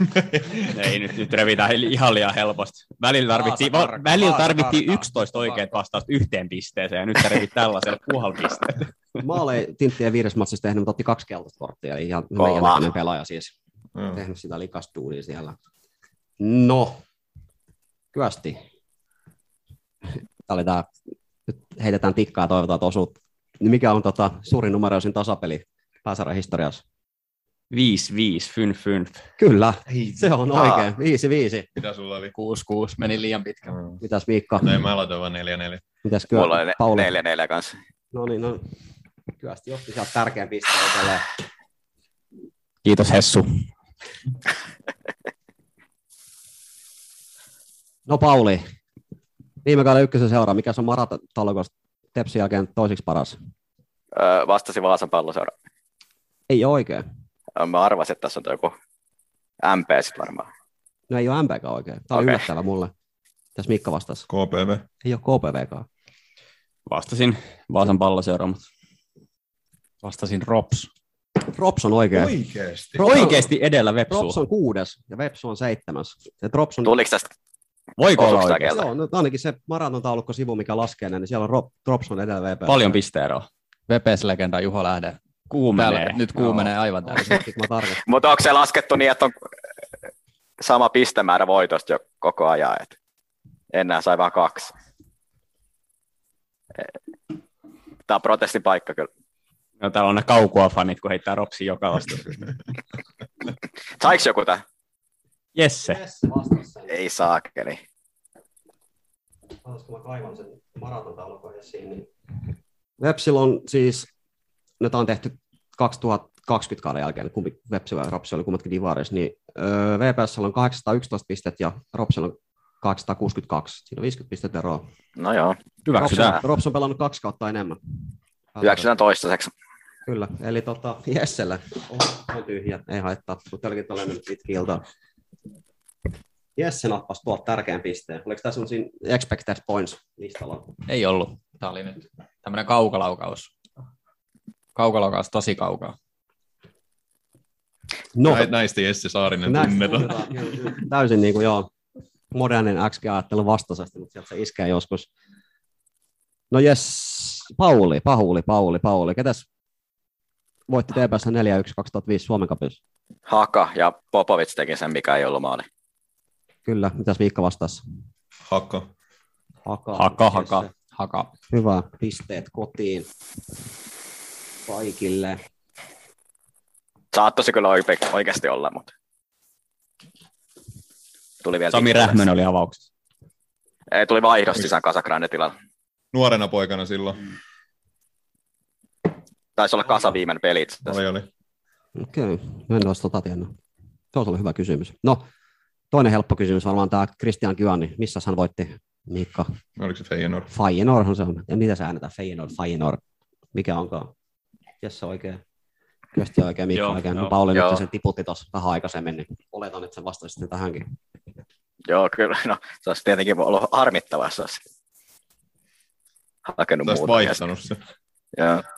Ei, nyt, nyt revitään hi- ihan liian helposti. Välillä tarvittiin, Vaasa va, karkaa, välillä Vaasa tarvittiin karkaa. 11 oikeat vastausta yhteen pisteeseen, ja nyt sä revit tällaisella puhal pisteet. Maaleja Tintti ei viides matsissa tehnyt, mutta otti kaksi keltaista korttia, eli ihan Kova. meidän pelaaja siis. Joo. Tehnyt sitä likastuudia siellä. No, kyösti. Tämä oli tää, nyt heitetään tikkaa ja toivotaan, että osuut. Niin Mikä on tota, suurin numeroisin tasapeli pääsarjan historiassa? 5-5, fyn fyn. Kyllä, se on Aa. oikein. 5-5. Mitä sulla oli? 6-6, meni liian pitkä. Mitäs Miikka? No ei, mä laitan vaan 4-4. Mitäs Mulla oli kyllä? ne- Pauli? neljä neljä kanssa. No niin, no. Kyösti johti sieltä tärkeän pisteen itselleen. Kiitos Hessu. No Pauli, viime kauden ykkösen seuraa, mikä se on maratalokos Tepsin jälkeen toiseksi paras? Öö, vastasi Vaasan palloseura. Ei ole oikein. Mä arvasin, että tässä on toi joku MP sit varmaan. No ei ole MPK oikein. Tämä on Okei. yllättävää mulle. Tässä Mikka vastasi. KPV. Ei ole KPVkaan. Vastasin Vaasan palloseura, mutta Vastasin Rops. Rops on oikein. Oikeesti? Rops on- oikeasti edellä Rops Vepsu. on kuudes ja Vepsu on seitsemäs. Et Rops on, Tuliko tästä Voiko olla Osuuko tää oikein? kelta? joo, no, ainakin se maraton taulukko sivu, mikä laskee näin, niin siellä on Rob, Rops on edellä VP. Paljon pisteeroa. VPS-legenda Juho Lähde. Kuumenee. Täällä, nyt kuumenee aivan Joo, täysin. Sitten mä tarkastin. Mutta onko se laskettu niin, että on sama pistemäärä voitosta jo koko ajan? Et enää sai vaan kaksi. Tämä on protestin paikka kyllä. No, täällä on ne kaukoa fanit, kun heittää Ropsi joka vastu. Saiko joku tämän? Jesse. Yes, vastas sen. Ei saakeli. Taas kun mä kaivan sen maratontaulukon esiin, niin... Websillä on siis, no tää on tehty 2020 kauden jälkeen, kumpi Websi vai Ropsi oli kummatkin divaris, niin öö, VPS on 811 pistettä ja Ropsilla on 862. Siinä on 50 pistettä eroa. No joo, Hyväksytään. Rops on pelannut kaksi kautta enemmän. hyväksytään toistaiseksi. Kyllä, eli tota, Jessellä oh, on tyhjä, ei haittaa, mutta olikin tällainen pitkä ilta. Jesse nappasi tuolta tärkeän pisteen. Oliko tämä sellaisia expected points listalla? Ei ollut. Tämä oli nyt tämmöinen kaukalaukaus. Kaukalaukaus tosi kaukaa. No. Nä, näistä Jesse Saarinen Näistä tunnetaan. tunnetaan, joo, joo. Täysin niin kuin, joo, modernin XG-ajattelun vastaisesti, mutta sieltä se iskee joskus. No jes, Pauli, Pauli, Pauli, Pauli. Ketäs voitti TPS 4-1 2005 Suomen kapissa? Haka ja Popovic teki sen, mikä ei ollut maali. Kyllä, mitäs Miikka vastasi? Hakka. Haka. Haka, Jesse. haka, haka. Hyvä, pisteet kotiin kaikille. Saattoi se kyllä oike- oikeasti olla, mutta tuli vielä Sami tippuvessa. Rähmönen oli avauksessa. Ei, tuli vaihdos sisään Kasagrande tilalla. Nuorena poikana silloin. Taisi olla Kasa viimeinen peli itse asiassa. Oli, oli. Okei, okay. en olisi tota tiennyt. Tuossa oli hyvä kysymys. No, toinen helppo kysymys varmaan tämä Christian Kyani. Missä hän voitti, Miikka? Oliko se Feyenoord? Feyenoordhan se on. Ja mitä sä äänetään? Feyenoord, Feyenoord. Mikä onkaan? Jesse oikein. Kyösti oikein, Miikka Joo, oikein. No, joo, Pauli joo. nyt sen tiputti tuossa vähän aikaisemmin, niin oletan, että sä vastasit sitten tähänkin. Joo, kyllä. No, se olisi tietenkin ollut harmittavaa, jos olisi hakenut Tästä muuta. vaihtanut se. Joo. (laughs)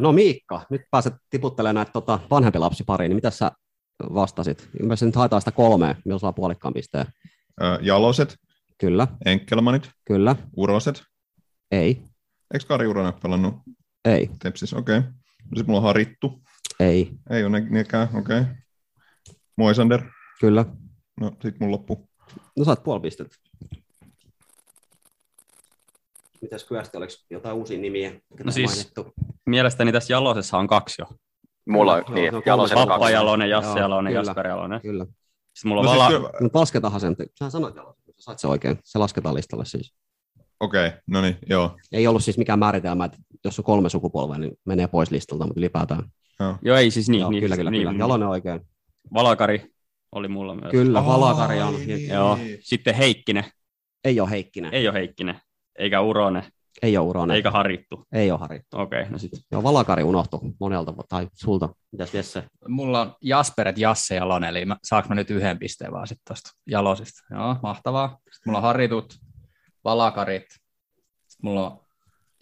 No Miikka, nyt pääset tiputtelemaan näitä tota, vanhempi lapsi pariin, niin mitä sä vastasit? Ymmärsin, nyt haetaan sitä kolmea, jos saa puolikkaan pisteen. Ö, Jaloset, Kyllä, Enkelmanit, kyllä, Uroset. ei, Eikö Kari Uronen pelannut ei, Tepsis? Okei. Okay. Sitten mulla on Harittu. ei, Ei ole nekään, okei. Okay. Moisander. kyllä. No, sit mun loppu. No saat puoli pistettä. Mitäs kyöstä, oliko jotain uusia nimiä? ketä No siis- mainittu? Mielestäni tässä Jalosessa on kaksi jo. Mulla on Joo, niin, se on jalosen kolme. Pappa kaksi. Jalonen, Jasse Joo, Jalonen, kyllä. Jasper Jalonen. Kyllä. Sitten mulla No, on siis Vala, kyllä- Mutta lasketaanhan sen. Sähän sanoit jo, sä sait se oikein. Se lasketaan listalle siis. Okei, okay. no niin, joo. Ei ollut siis mikään määritelmä, että jos on kolme sukupolvea, niin menee pois listalta, mutta ylipäätään. Joo, ei siis niin. Joo, niin kyllä, kyllä, niin, kyllä. niin. Jalonen oikein. Valakari oli mulla myös. Kyllä, Ai, Valakari on. niin. Joo. Sitten Heikkinen. Ei ole Heikkinen, ei, Ei ole Heikkinen. Eikä Uronen. ei ole Uronen, Eikä Harittu. ei ole Harri. Okei, okay, no sitten. Joo, Valakari unohtui monelta, tai sulta. Mitäs Jesse? Mulla on Jasperet, Jasse ja Lone, eli mä, saanko mä nyt yhden pisteen vaan sitten tuosta jalosista. Joo, mahtavaa. Sitten mulla on Haritut, Valakarit, sitten mulla on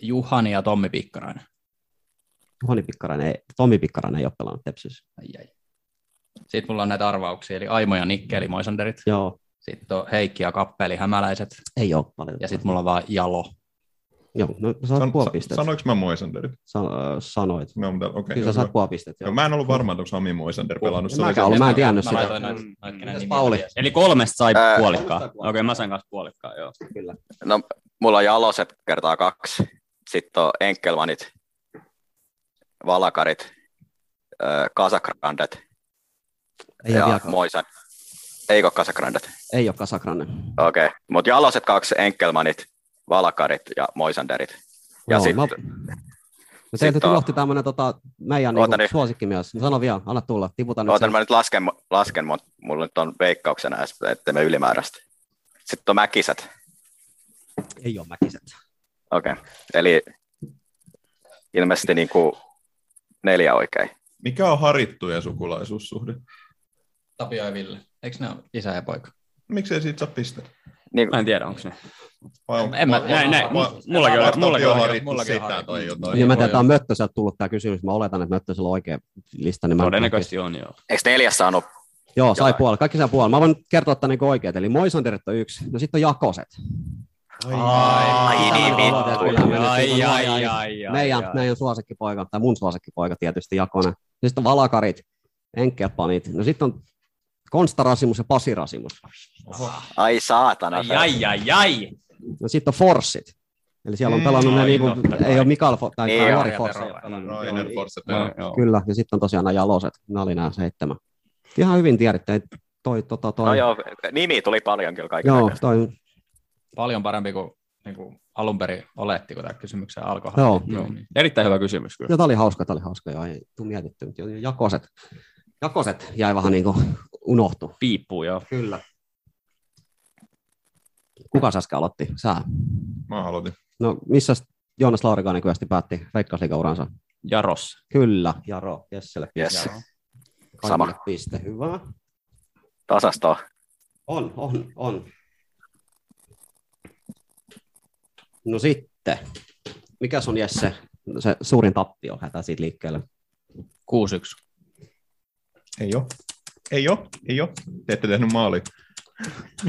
Juhani ja Tommi Pikkarainen. Juhani Pikkarainen, ei, Tommi Pikkarainen ei ole pelannut Tepsissä. Ai, ai. Sitten mulla on näitä arvauksia, eli Aimo ja Nikkeli, Moisanderit. Joo, Sitten on Heikki ja Kappeli, Hämäläiset. ei ole valitettavasti. Ja sitten mulla on vaan Jalo. Joo, no sä San, saat puoli sa, pistettä. sanoinko mä Moisanderit? San, äh, sanoit. No, mutta okei. Kyllä sä Okay, saat puoli pistettä. no, mä en ollut varma, että onko Sami Moisander pelannut. En Se oli mäkään ollut, mä en tiennyt mä sitä. laitoin noit- noit kenen Mitäs nimiä Pauli? tiesi. Eli kolmesta sai Ää, puolikkaa. kolmesta sai Okei, puolikkaa. mä sain kanssa puolikkaa, joo. Kyllä. No, mulla on jaloset kertaa kaksi. Sitten on Enkelmanit, Valakarit, ö, Kasagrandet Ei ja ole, vielä, Moisan. Eikö Kasagrandet? ei ole Kasakranne. Okei, okay. mutta jaloset kaksi, Enkelmanit, Valakarit ja Moisanderit. Ja Joo, sitten mä- No teiltä Sitten on- tulohti tämmöinen tota, meidän niinku, Oota nyt. suosikki myös. No, sano vielä, anna tulla. Tiputa nyt Ootan, sen. mä nyt lasken, lasken mun, mulla nyt on veikkauksena, ettei me ylimääräistä. Sitten on mäkiset. Ei ole Mäkiset. Okei. Okay. Eli ilmeisesti niin kuin neljä oikein. Mikä on harittujen sukulaisuussuhde? Tapio ja Ville. Eikö ne ole isä ja poika? Miksei siitä saa pistettä? Niin, Mä en tiedä, onko ne. Vai on, En mä- näin- Mullakin näin. on, on- mullakin mullakin on on- harittu mullakin on sitä harittu. tai jotain. Ja mä tiedän, joo. että on Möttöseltä tullut tämä kysymys. Mä oletan, että Möttösellä on oikea lista. Niin mä Todennäköisesti on, joo. eikö neljä saanut? Joo, sai Jotain. puolella. Kaikki sai puolella. Mä voin nyt kertoa tänne niinku oikeet. Eli Moisanderit on yksi. No sitten on Jakoset. Ai Ai, niin, ai, vittu. ai, ai, ai, ai, ai, meidän, meidän suosikkipoika, tai mun suosikkipoika tietysti Jakonen. Sitten on Valakarit, Enkelpanit. No sitten on Konsta Rasimus ja Pasi Rasimus. Ai saatana. Ai, ai, ai, ai. No sitten on Forssit. Eli siellä on Mm, pelannut ne, ai, niinku, totta kai. ei ole Mikael Fo- tai Ei tai ole, Lari ja Forss. Tero. Rainer Forsset. Joo, joo. Kyllä, ja sitten on tosiaan nämä jaloset. Nämä oli nämä seitsemän. Ihan hyvin tiedätte, että toi, tota, toi, No joo, nimi tuli paljon kyllä kaiken joo, joo. toi, Paljon parempi kuin, niin kuin alun perin oletti, kun tämä kysymyksen alkoi. Niin Joo. Joo. Erittäin hyvä kysymys kyllä. Joo, tämä oli hauska, tämä oli hauska, joo, ei tule mietitty, mutta jakoset, jakoset jäi vähän niin kuin unohtu. Piippuu, joo. Kyllä. Kuka sä äsken aloitti? Sä. Mä aloitin. No missä Joonas Laurikainen kyösti päätti veikkausliikauransa? Jaros. Kyllä, Jaro, Jesselle. Yes. Jaro. Sama. Kaikille Piste, hyvä. Tasastoa. On, on, on. No sitten, mikä on Jesse se suurin tappio? Lähdetään siitä liikkeelle. 6-1. Ei oo. Ei oo, ei oo. Te ette tehnyt maali.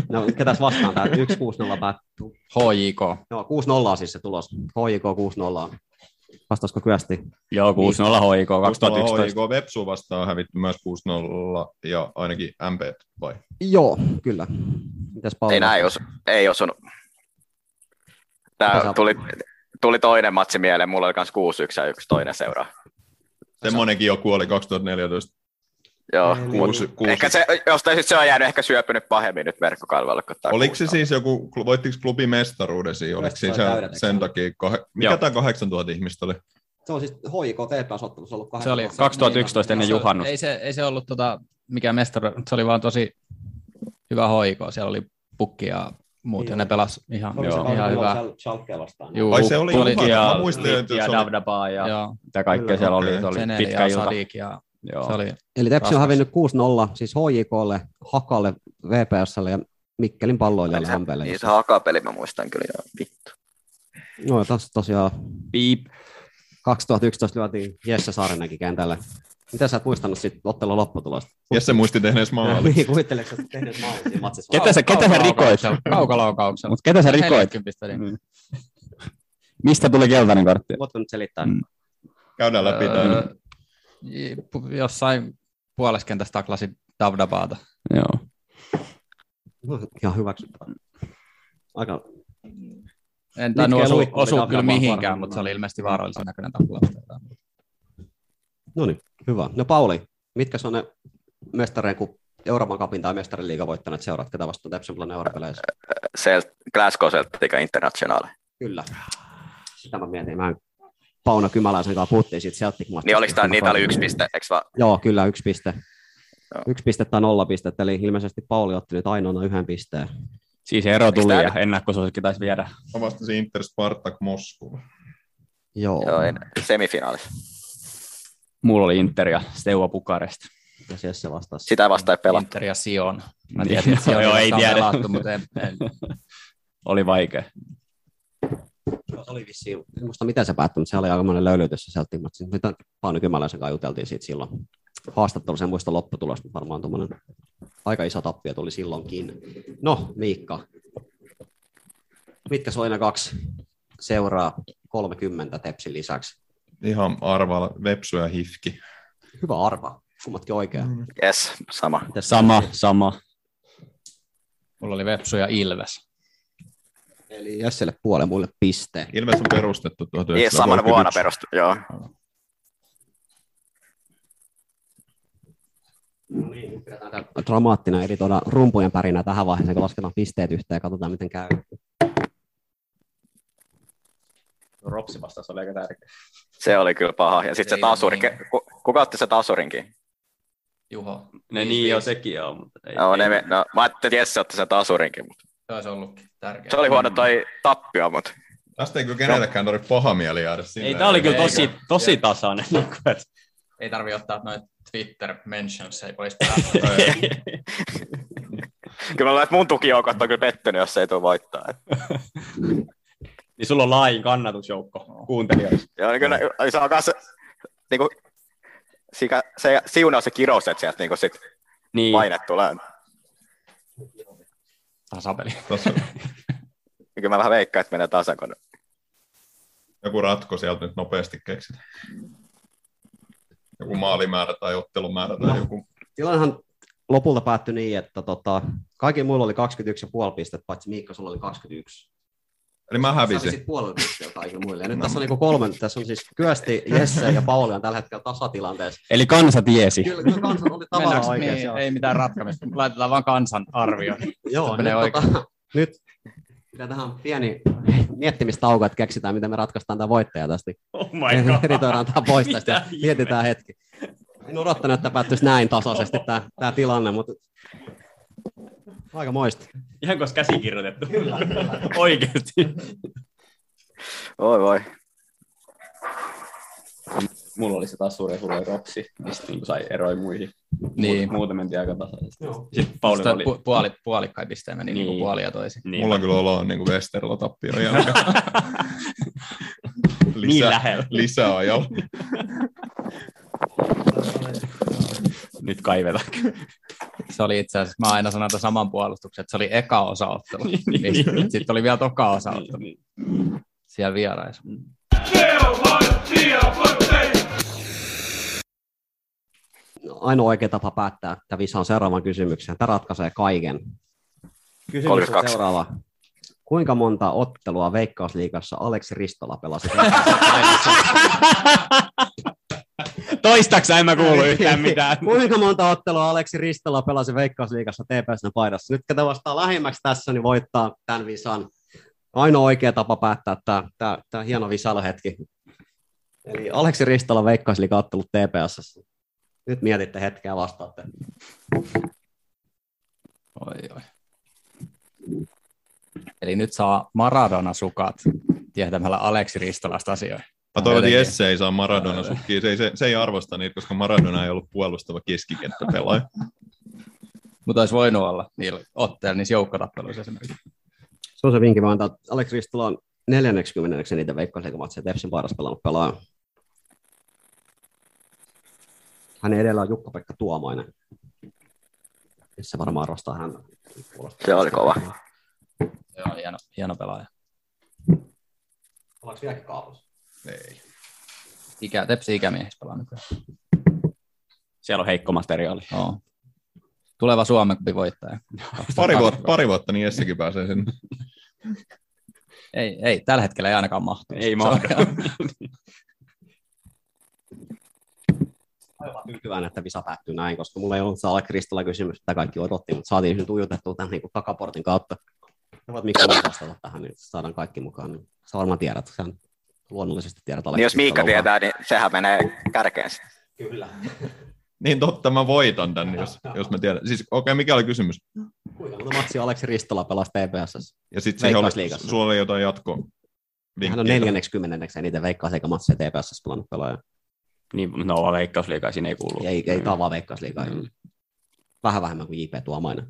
No, ketäs vastaan tämä? 1-6-0 päättyy. HJK. Joo, 6-0 on siis se tulos. HJK 6-0. Vastaisiko Kyösti? Joo, 6-0 HIK 2011. 2011. Vepsu vastaan on hävitty myös 6-0 ja ainakin MP vai? Joo, kyllä. Mitäs Pauli? Ei näin, jos ei osunut. Tää Mitä sä- tuli, tuli toinen matsi mieleen, mulla oli myös 6-1 ja yksi toinen seuraa. Semmoinenkin joku oli 2014. Joo, Eli- mut Kuusi- kuusi. Niin. ehkä se, jostain syystä se on jäänyt ehkä syöpynyt pahemmin nyt verkkokalvelle. kun tää Oliko se kuusi- siis joku, kl- voittiko klubi mestaruuden siinä? Oliko Kyllä, siis se oli sen- täydet, eikö sen se? takia, kahe, mikä Joo. tämä 8000 ihmistä oli? Se on siis HJK TPS-ottelussa ollut Se oli 2011 ennen Se oli- juhannusta. Ei se, ei se ollut tota, mikä mestari, se oli vaan tosi hyvä hoiko. Siellä oli pukki ja muut, ja Joo. ne pelas ihan, Se Niin. oli Joo, se joo, kausi, ihan kun hyvä. oli Schalkea vastaan. Juu, Ai se oli Pukki juhannus. ja- Mä muistelin, että ja se oli- Davdabaa ja Joo, mitä kaikkea Kyllä, siellä oli. okei. Se oli Seneli pitkä ja ilta. Sadik ja Joo. se oli Eli Tepsi on Raskas. hävinnyt 6-0, siis HJKlle, Hakalle, VPSlle ja Mikkelin palloilijalle Niin se- Hampeelle. Niin se hakapeli mä muistan kyllä. Joo. Vittu. No tässä tosiaan Piip. 2011 lyötiin Jesse Saarinenkin kentälle. Mitä sä et muistanut sit ottelun lopputulosta? Ja se muisti tehnees (laughs) maali. Niin, kuvitteleeko sä että tehnyt maalin siinä matsissa? Ketä sä- ketä sä Kaukaloukauksella- Kaukaloukauksella. Mutta ketä sä rikoit? Mm. 40 pistelin. Mistä tuli keltainen kartti? Voitko nyt selittää? Mm. Käydään läpi Öö, Äh. tämä. j- pu- jossain puoleskentässä taklasi Davdabaata. Joo. No, ihan hyväksyttävä. Aika En tainnut Mitkä osu, luikku oli osu kyllä Davdabaan mihinkään, varmaan. mutta se oli ilmeisesti vaarallisen näköinen taklaus. No niin, hyvä. No Pauli, mitkä on ne mestareen, kun Euroopan kapin tai mestarin liiga voittaneet seurat, ketä vastaan Tepsen Planen europeleissä? Selt, Glasgow Celtica International. Kyllä. Sitä mä mietin. Mä Pauno Kymäläisen kanssa puhuttiin siitä celtic Niin oliko tää, niitä oli yksi piste, eikö vaan? Joo, kyllä, yksi piste. Joo. Yksi piste tai nolla pistettä, eli ilmeisesti Pauli otti nyt ainoana yhden pisteen. Siis ero Eiks tuli tää ja ennakkosuosikki taisi viedä. Mä vastasin Inter Spartak Moskova. Joo. Oh. Joo, en, niin semifinaalissa. Mulla oli Inter ja Steaua Bukarest. Ja siis se vastasi. Sitä vastaan ei pelattu. Inter ja Sion. Mä Niin. tiedän, että Sion Joo, ei vastaan tiedä. pelattu, mutta en, (laughs) en. Oli vaikea. Joo, se oli vissiin, en muista miten se päättyi, mutta se oli aikamoinen löylytys se celtic match. Mitä Pauli Kymäläisen kanssa juteltiin siitä silloin haastattelussa, en muista lopputulosta, mutta varmaan tuommoinen aika iso tappio tuli silloinkin. No, Miikka, mitkä on ne kaksi seuraa 30 tepsin lisäksi? Ihan arvaalla Vepsu ja Hifki. Hyvä arva, kummatkin oikea. Niin. Yes, sama. Mites- Sama, sama. Mulla oli Vepsu ja Ilves. Eli Jesselle puolen muille pisteen. Ilves on perustettu Niin, samana vuonna 1931. perustu. Joo. Aika dramaattinen editoida rumpujen pärinä tähän vaiheeseen, kun lasketaan pisteet yhteen ja katsotaan, miten käy. Ropsi vastaus oli aika tärkeä. Se oli kyllä paha. Ja sitten Ei se oo tasuri. niin. Ke- ku- Kuka otti se tasurinkin? Juho. Ne niin jo sekin on, mutta ei. No, ei- ne, me- no, mä ajattelin, että Jesse otti sen tasurinkin. Mutta Se olisi ollutkin tärkeä. se oli huono toi tappio, mutta Tästä ei kyllä kenellekään tarvitse paha mieli jäädä sinne. Ei, tää oli kyllä Eikä. tosi, tosi tasainen. (laughs) niinku, et- Ei tarvi ottaa noin Twitter mentions, ei (laughs) pois kyllä mä luulen, että mun tukijoukot on kyllä pettynyt, jos ei tule voittaa. Et- niin sulla on laajin kannatusjoukko kuuntelijoissa. Joo, niin kyllä, no. se on kanssa, niin kuin, sika, se siunaus ja kirous, että sieltä niin kuin sit Niin, paine tulee. tasapeli. Tässä Kyllä mä vähän veikkaan, että menee tasan, kun joku ratko sieltä nyt nopeasti keksit. Joku maalimäärä tai ottelumäärä tai joku. tilannehan lopulta päättyi niin, että tota, kaikilla muilla oli 21,5 pistettä, paitsi Miikka, sulla oli 21. Eli mä Sä hävisin. hävisit puolella pistellä kaikilla muille. Ja nyt No. tässä on niinku kolmen, tässä on siis Kyösti, Jesse ja Pauli on tällä hetkellä tasatilanteessa. eli kansa Niin. tiesi. Kyllä, kyllä kansan oli tavallaan Mennäänkö, oikein. niin, ei mitään ratkamista. Laitetaan vaan kansan arvio. Joo, se nyt, menee tota, nyt pidetään pieni mietti-mistauko, että keksitään, miten me ratkaistaan tämä voittaja tästä. Oh my god. (laughs) Editoidaan tämä pois tästä ja Mitä ihmettä? mietitään hetki. En odottanut, että päättyisi näin tasaisesti tämä, tämä tilanne, mutta aika moista. Ihan kuin olisi käsikirjoitettu. Kyllä. Oikeesti. voi voi. mulla oli se taas suuri suuri ropsi, mistä niin sai eroja muihin. Niin. Muut- Muuten mentiin aika tasaisesti. Sitten Pauli Sitä oli, pu- puoli, puolikkain pisteen meni niin. Niin. puoli ja toisin. niin, Mulla on kyllä olo on niin Westerlo tappion jälkeen. (laughs) niin Lisä, lähellä. lisäajalla. Nyt kaivetaan. Se oli itse asiassa, mä aina sanon tämän saman puolustuksen, että se oli eka (laughs) osaottelu. niin. Sitten oli vielä toka Niin, osaottelu siellä vieraissa. Ainoa oikea tapa päättää että visa on seuraavan kysymykseen. Tämä ratkaisee kaiken. Kysymys on 32. seuraava. Kuinka monta ottelua Veikkausliigassa Aleksi Ristola (laughs) pelasi? Toistaaksä en mä kuulu yhtään mitään. (laughs) Kuinka monta ottelua Aleksi Ristola pelasi Veikkausliigassa TPSn paidassa? Nyt ketä vastaa lähimmäksi tässä, niin voittaa tämän visan. Ainoa oikea tapa päättää tämä, tämä, tämä hieno visailuhetki. Eli Aleksi Ristola Veikkausliiga ottelut TPSssä. Nyt mietitte hetkeä ja vastaatte. Oi, oi. Eli nyt saa Maradona-sukat tietämällä Aleksi Ristolasta asioita. Mä toivon, että Jotenkin. Jesse ei saa Maradona sukkiin. Se ei, se, se ei arvosta niitä, koska Maradona ei ollut puolustava keskikenttäpelaaja. Mutta olisi voinut olla niillä otteilla, niissä joukkotappeluissa esimerkiksi. Se on se vinkki, mä antaa, että Aleksi Ristola on 40 niitä Veikkausliigamatseja TPSn paidassa pelannut pelaaja. Hänen edellä on Jukka-Pekka Tuomainen. Se varmaan arvostaa häntä. Se oli kova. Joo, hieno, hieno pelaaja. Ollaanko vieläkin kaavassa? Ei. Ikä, tepsi ikämiehissä pelaa nykyään. Siellä on heikko materiaali. Joo. Tuleva Suomen kupin voittaja. Pari, vuotta, pari vuotta, niin Jessekin pääsee sinne. Ei, ei, tällä hetkellä ei ainakaan mahtu. Ei mahdu. Aivan tyytyväinen, että visa päättyy näin, koska mulla ei ollut saa Kristalla kysymys, että kaikki odotti, mutta saatiin nyt ujutettua tämän niin takaportin kautta. Ne voit Mikko myös vastata tähän, niin saadaan kaikki mukaan. Niin sä varmaan tiedät, sä luonnollisesti tiedät Aleksi Niin jos Miikka Ristolan. tietää, niin sehän menee kärkeen. sitten. Kyllä. Niin totta, mä voitan tän, jos, jos mä tiedän. Siis okei, okay, mikä oli kysymys? Kuinka monta matsia Aleksi Ristola pelasi TPSS? Ja sit siihen oli, Veikkausliigassa. sulla oli jotain jatkoa. Hän on neljänneksi kymmenenneksi eniten veikkausliiga matseja TPSS pelannut pelaaja. Niin, no veikkausliikaa siinä ei kuulu. Ei, ei tämä on vaan veikkausliiga. Mm. Vähän vähemmän kuin JP Tuomainen.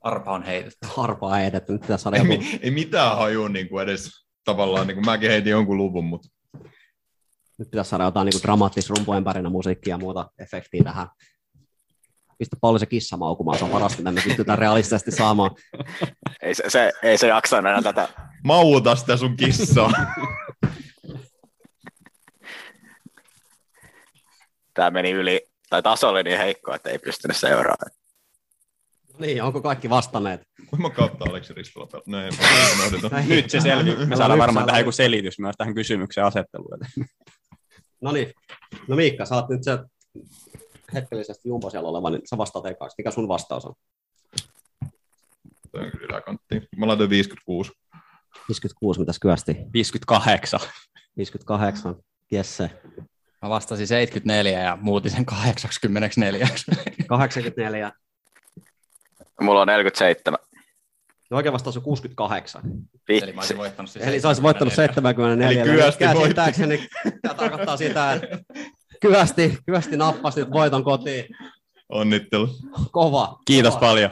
Arpa on heitetty. Harpaa ei, että nyt pitäisi saada (laughs) Ei, joku mi- ei mitään hajua niin kuin edes tavallaan, niin kuin mäkin heitin jonkun luvun, mutta Nyt pitäisi saada jotain niin dramaattisrumpojen pärinä musiikkia ja muuta efektiä tähän. Pistä paljon se kissa maukumaan, se on parasta, mitä me pystytään realistisesti saamaan. Ei se, se, ei se jaksanut enää tätä. mauta sitä sun (laughs) kissaa. Tämä meni yli, tai taso oli niin heikko, että ei pystynyt seuraamaan. No (laughs) niin, onko kaikki vastanneet? Kuinka kautta Aleksi Ristola pelaa? No ei, mä unohdin. Nyt se selvi. Älä Me saadaan lypsää, varmaan tähän älä- joku selitys myös tähän kysymyksen asetteluun. No niin, no Miikka, sä oot nyt se hetkellisesti jumpa siellä oleva, niin sä vastaat ekaksi. Mikä sun vastaus on? Toi on kyllä yläkantti. Mä laitoin 56. 56, mitäs kyösti? 58. 58, Jesse. (laughs) Mä vastasin 74 ja muutin sen 84. 84. Mulla on 47. No oikein vastaus on 68. Eli mä Vitsi. olisin voittanut sen Eli sä olisit voittanut 74. Eli Kyösti Nyt voitti. käsittääkseni- (laughs) Tämä tarkoittaa sitä, että kyösti, kyösti nappasi nyt voiton kotiin. Onnittelu. Kova. Kiitos kova. paljon.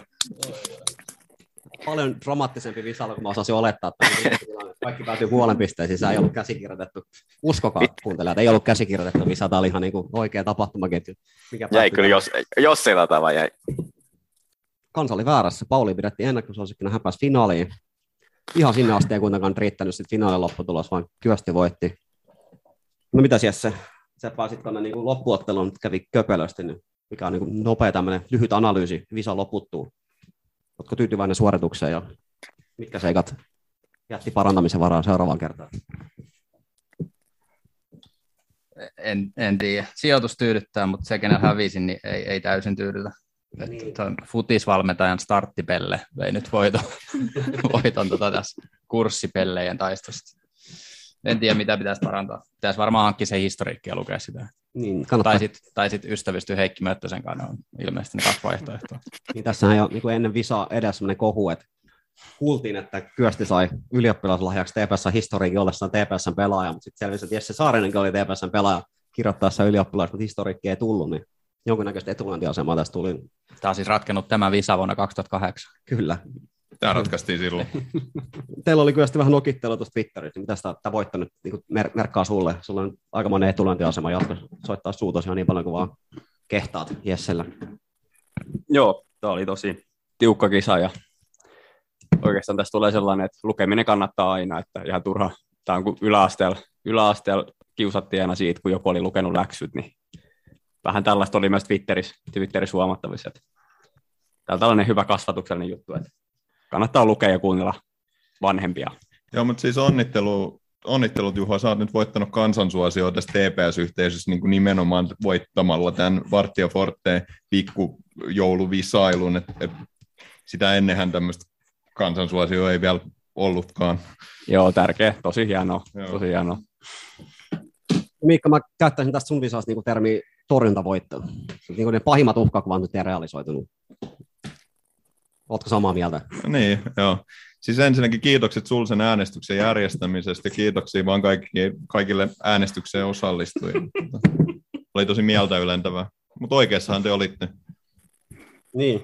Paljon dramaattisempi visailu, kun mä osasin olettaa. Että kaikki päätyy puolen pisteen sisään, ei ollut käsikirjoitettu. Uskokaa kuuntelijat, ei ollut käsikirjoitettu visa. Tämä oli ihan niin kuin oikea tapahtumaketju. Mikä Jäi päättyi kyllä, tähän. jos, jos sillä tavalla jäi. Kansa oli väärässä. Pauli pidettiin ennakkosuosikkina, hän pääsi finaaliin. Ihan sinne asti ei kuitenkaan riittänyt sitten finaalin lopputulos, vaan kyösti voitti. No mitä Jesse? Sä pääsit tuonne niin loppuotteluun, nyt kävi köpelösti, niin mikä on niin nopea tämmöinen lyhyt analyysi, visa loputtuu. Oletko tyytyväinen suoritukseen ja mitkä seikat jätti parantamisen varaa seuraavaan kertaan? en, en tiedä. Sijoitus tyydyttää, mutta se, kenellä hävisin, niin ei, ei täysin tyydytä. Niin. Toi futisvalmentajan starttipelle vei nyt (laughs) voiton, voiton tota tässä kurssipellejen taistosta. En tiedä, mitä pitäisi parantaa. Pitäisi varmaan hankkia se historiikki ja lukea sitä. Niin, Tai kannattaa. sitten tai sit ystävystyy Heikki Möttösen kanssa. Ne on ilmeisesti ne kaksi vaihtoehtoa. Niin, tässähän jo niin kuin ennen visaa edes sellainen kohu, että kuultiin, että Kyösti sai ylioppilaslahjaksi TPSn historiikin ollessaan TPSn pelaaja, mutta sitten selvisi, että Jesse Saarinenkin oli TPSn pelaaja kirjoittaessa ylioppilas, mutta historiikki ei tullut, niin jonkinnäköistä etulantiasemaa tässä tuli. Tämä on siis ratkennut tämä visa vuonna 2008. Kyllä. Tämä Mm. ratkaistiin silloin. Teillä oli kyllä sitten vähän nokittelua tuossa Twitterissä, mitä sitä tämä voitto nyt niin kuin mer- merkkaa sulle? Sulla on aikamoinen etulantiasema jatkossa soittaa suutos ihan niin paljon kuin vaan kehtaat Jessellä. Joo, tämä oli tosi tiukka kisa ja oikeastaan tässä tulee sellainen, että lukeminen kannattaa aina, että ihan turha, tämä on kuin yläasteella, yläasteella kiusattiin aina siitä, kun joku oli lukenut läksyt, niin vähän tällaista oli myös Twitterissä, Twitterissä huomattavissa, että tämä on tällainen hyvä kasvatuksellinen juttu, että kannattaa lukea ja kuunnella vanhempia. Joo, mutta siis onnittelu, onnittelut Juha, sä oot nyt voittanut kansansuosioon tässä TPS-yhteisössä niin kuin nimenomaan voittamalla tämän Vartija Forteen pikkujouluvisailun, että et sitä ennenhän tämmöistä kansansuosioa ei vielä ollutkaan. Joo, tärkeä, tosi hienoa, Joo. tosi hienoa. Miikka, mä käyttäisin tästä sun visaasta niin termiä torjuntavoitto. Niin kuin ne pahimmat uhkakuvat nyt ei realisoitunut. Oletko samaa mieltä? Niin, joo. Siis ensinnäkin kiitokset sul sen äänestyksen järjestämisestä. Kiitoksia vaan kaikki, kaikille äänestykseen osallistujille. Oli tosi mieltä ylentävää. Mutta oikeassahan te olitte. Niin,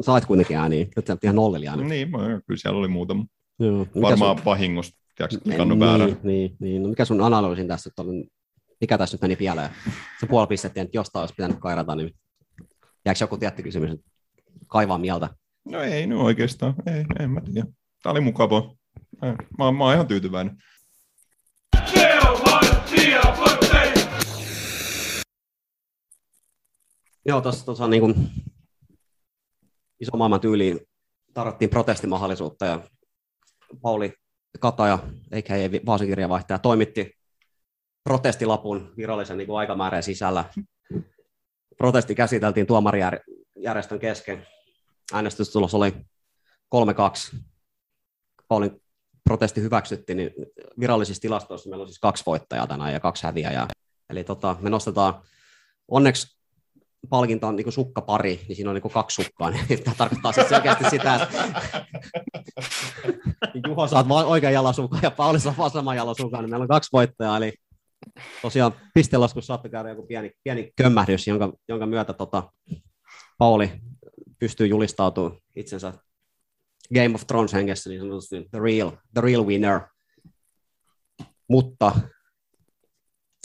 sait kuitenkin ääniä. Nyt sä ihan nollilla ääniä. Niin, mä- kyllä siellä oli muutama. Joo. Mikä Varmaan sun- vahingossa, tiedätkö, niin, kannut väärän. niin, niin. No, mikä sun analyysi tässä nyt oli? Mikä tässä nyt meni pieleen? Se puoli pistettä nyt jostain olisi pitänyt kairata, niin jääkö joku tietty kysymys nyt kaivaa mieltä? No ei no oikeastaan, ei, en mä tiedä. Tää oli mukava. Mä, oon- mä oon ihan tyytyväinen. Joo, tuossa tuossa niin kuin iso maailman tyyliin tarvittiin protestimahdollisuutta ja Pauli Kataja, eikä ei vaasikirjavaihtaja, toimitti protestilapun virallisen niin kuin aikamäärän sisällä. Protesti käsiteltiin tuomarijärjestön kesken. Äänestystulos oli 3-2. Paulin protesti hyväksyttiin, niin virallisissa tilastoissa meillä on siis kaksi voittajaa tänään ja kaksi häviäjää. Eli tota, me nostetaan, onneksi palkinta on niin sukkapari, niin siinä on niin kaksi sukkaa. Niin (laughs) tämä tarkoittaa siis selkeästi sitä, että (laughs) Juho saat vaan oikean jalan sukan ja Pauli saa vasemman jalan sukan, niin meillä on kaksi voittajaa. Eli tosiaan pistelaskussa saattoi käydä joku pieni, pieni kömmähdys, jonka, jonka myötä tota, Pauli pystyy julistautumaan itsensä Game of Thrones hengessä niin sanotusti the real, the real winner. Mutta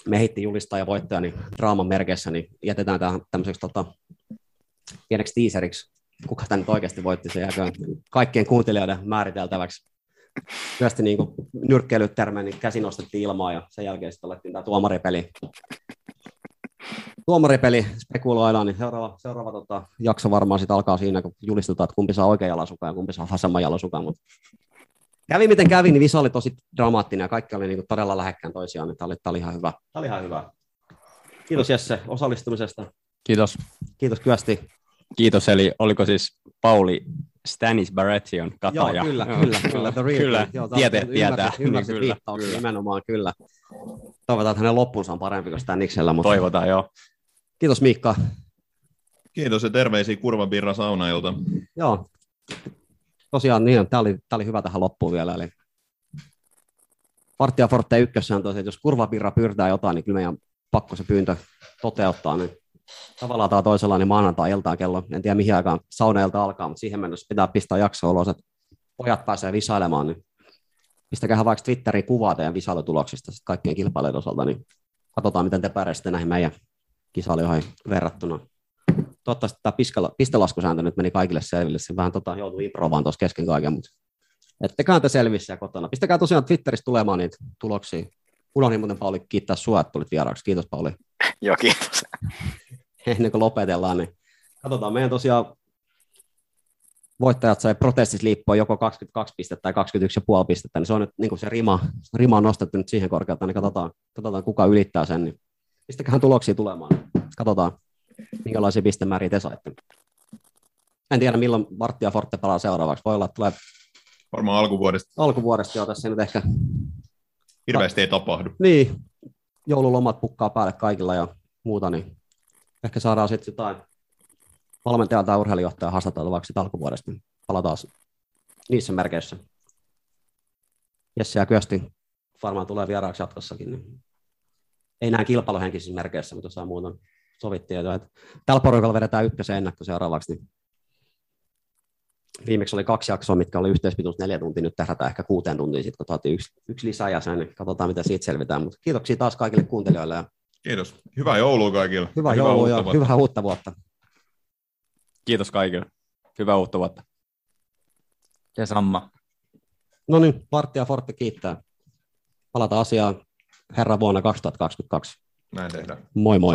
me heitti julistaa ja voittaja niin draaman merkeissä, niin jätetään tähän tämmöiseksi tota, pieneksi tiiseriksi. Kuka tämä nyt oikeasti voitti, se jääköön kaikkien kuuntelijoiden määriteltäväksi. Myösti niin nyrkkeilytermeen niin käsi nostettiin ilmaa ja sen jälkeen sitten alettiin tämä tuomaripeli. Tuomaripeli spekuloidaan, niin seuraava, seuraava tota, jakso varmaan sitten alkaa siinä, kun julistetaan, että kumpi saa oikean jalasukan ja kumpi saa vasemman jalasukan. Mutta kävi miten kävi, niin visa oli tosi dramaattinen ja kaikki oli niinku todella lähekkään toisiaan. Niin tämä, oli, tämä oli ihan hyvä. Tämä oli ihan hyvä. Kiitos Jesse osallistumisesta. Kiitos. Kiitos Kyösti. Kiitos, eli oliko siis Pauli Stanis Barretion Joo, kataja? kyllä, kyllä, kyllä. The real Kyllä, thing. Joo, tämä- tiete ymmärsit- tietää. Ymmärsit Kyllä, viittauksen nimenomaan, kyllä. Toivotaan, että hänen loppunsa on parempi kuin Staniksella, mutta Toivotaan, joo. kiitos Miikka. Kiitos ja terveisiä Kurvabirra saunailta. Joo. Tosiaan niin, tämä oli, tää oli hyvä tähän loppuun vielä. Eli Vartija Forte ykkössä on tosiaan, että jos kurvapirra pyytää jotain, niin kyllä meidän pakko se pyyntö toteuttaa. Niin tavallaan tai toisella niin maanantai-iltaan kello, en tiedä mihin aikaan sauneilta alkaa, mutta siihen mennessä pitää pistää jakso ulos, että pojat pääsee visailemaan, niin pistäkää vaikka Twitteriin kuvaa teidän visailutuloksista sit kaikkien kilpailijoiden osalta, niin katsotaan, miten te pärjäätte näihin meidän kisailijoihin verrattuna toivottavasti tämä piskala, pistelaskusääntö nyt meni kaikille selville. Se vähän tota, joutui improvaan tuossa kesken kaiken, mutta etteikö te selvissä kotona. Pistäkää tosiaan Twitterissä tulemaan niitä tuloksia. Unohdin muuten Pauli kiittää sua, että tulit vieraaksi. Kiitos Pauli. Joo, kiitos. (laughs) Ennen kuin lopetellaan, niin katsotaan. Meidän tosiaan voittajat sai protestissa liippua joko 22 pistettä tai 21,5 pistettä, niin se on nyt niin kuin se rima, rima on nostettu nyt siihen korkealta, niin katsotaan, katsotaan kuka ylittää sen, niin pistäköhän tuloksia tulemaan. Katsotaan, minkälaisia pistemääriä te saitte. En tiedä, milloin Martti ja Forte palaa seuraavaksi. Voi olla, että tulee Varmaan alkuvuodesta alkuvuodesta jo tässä nyt ehkä. hirveästi ei tapahdu. Niin, joululomat pukkaa päälle kaikilla ja muuta, niin ehkä saadaan sitten jotain valmentaja tai urheilijohtaja haastateltavaksi sit alkuvuodesta. niin Palataan niissä merkeissä. Jesse ja Kyösti varmaan tulee vieraaksi jatkossakin. Niin. Ei näin kilpailuhenkisissä merkeissä, mutta saa muuten sovittiin. jo, Että tällä porukalla vedetään ykkösen ennakko seuraavaksi. Niin viimeksi oli kaksi jaksoa, mitkä oli yhteispituus neljä tuntia, nyt tähdätään ehkä kuuteen tuntiin, sitten otettiin yksi, yksi lisää ja sen, niin katsotaan mitä siitä selvitään. Mutta kiitoksia taas kaikille kuuntelijoille ja Kiitos. Hyvää joulua kaikille. hyvää joulua ja uutta vuotta. hyvää uutta vuotta. Kiitos kaikille. Hyvää uutta vuotta. Ja samma. No niin, Martti ja Fortti kiittää. Palata asiaan herra vuonna 2022. Näin tehdään. Moi moi.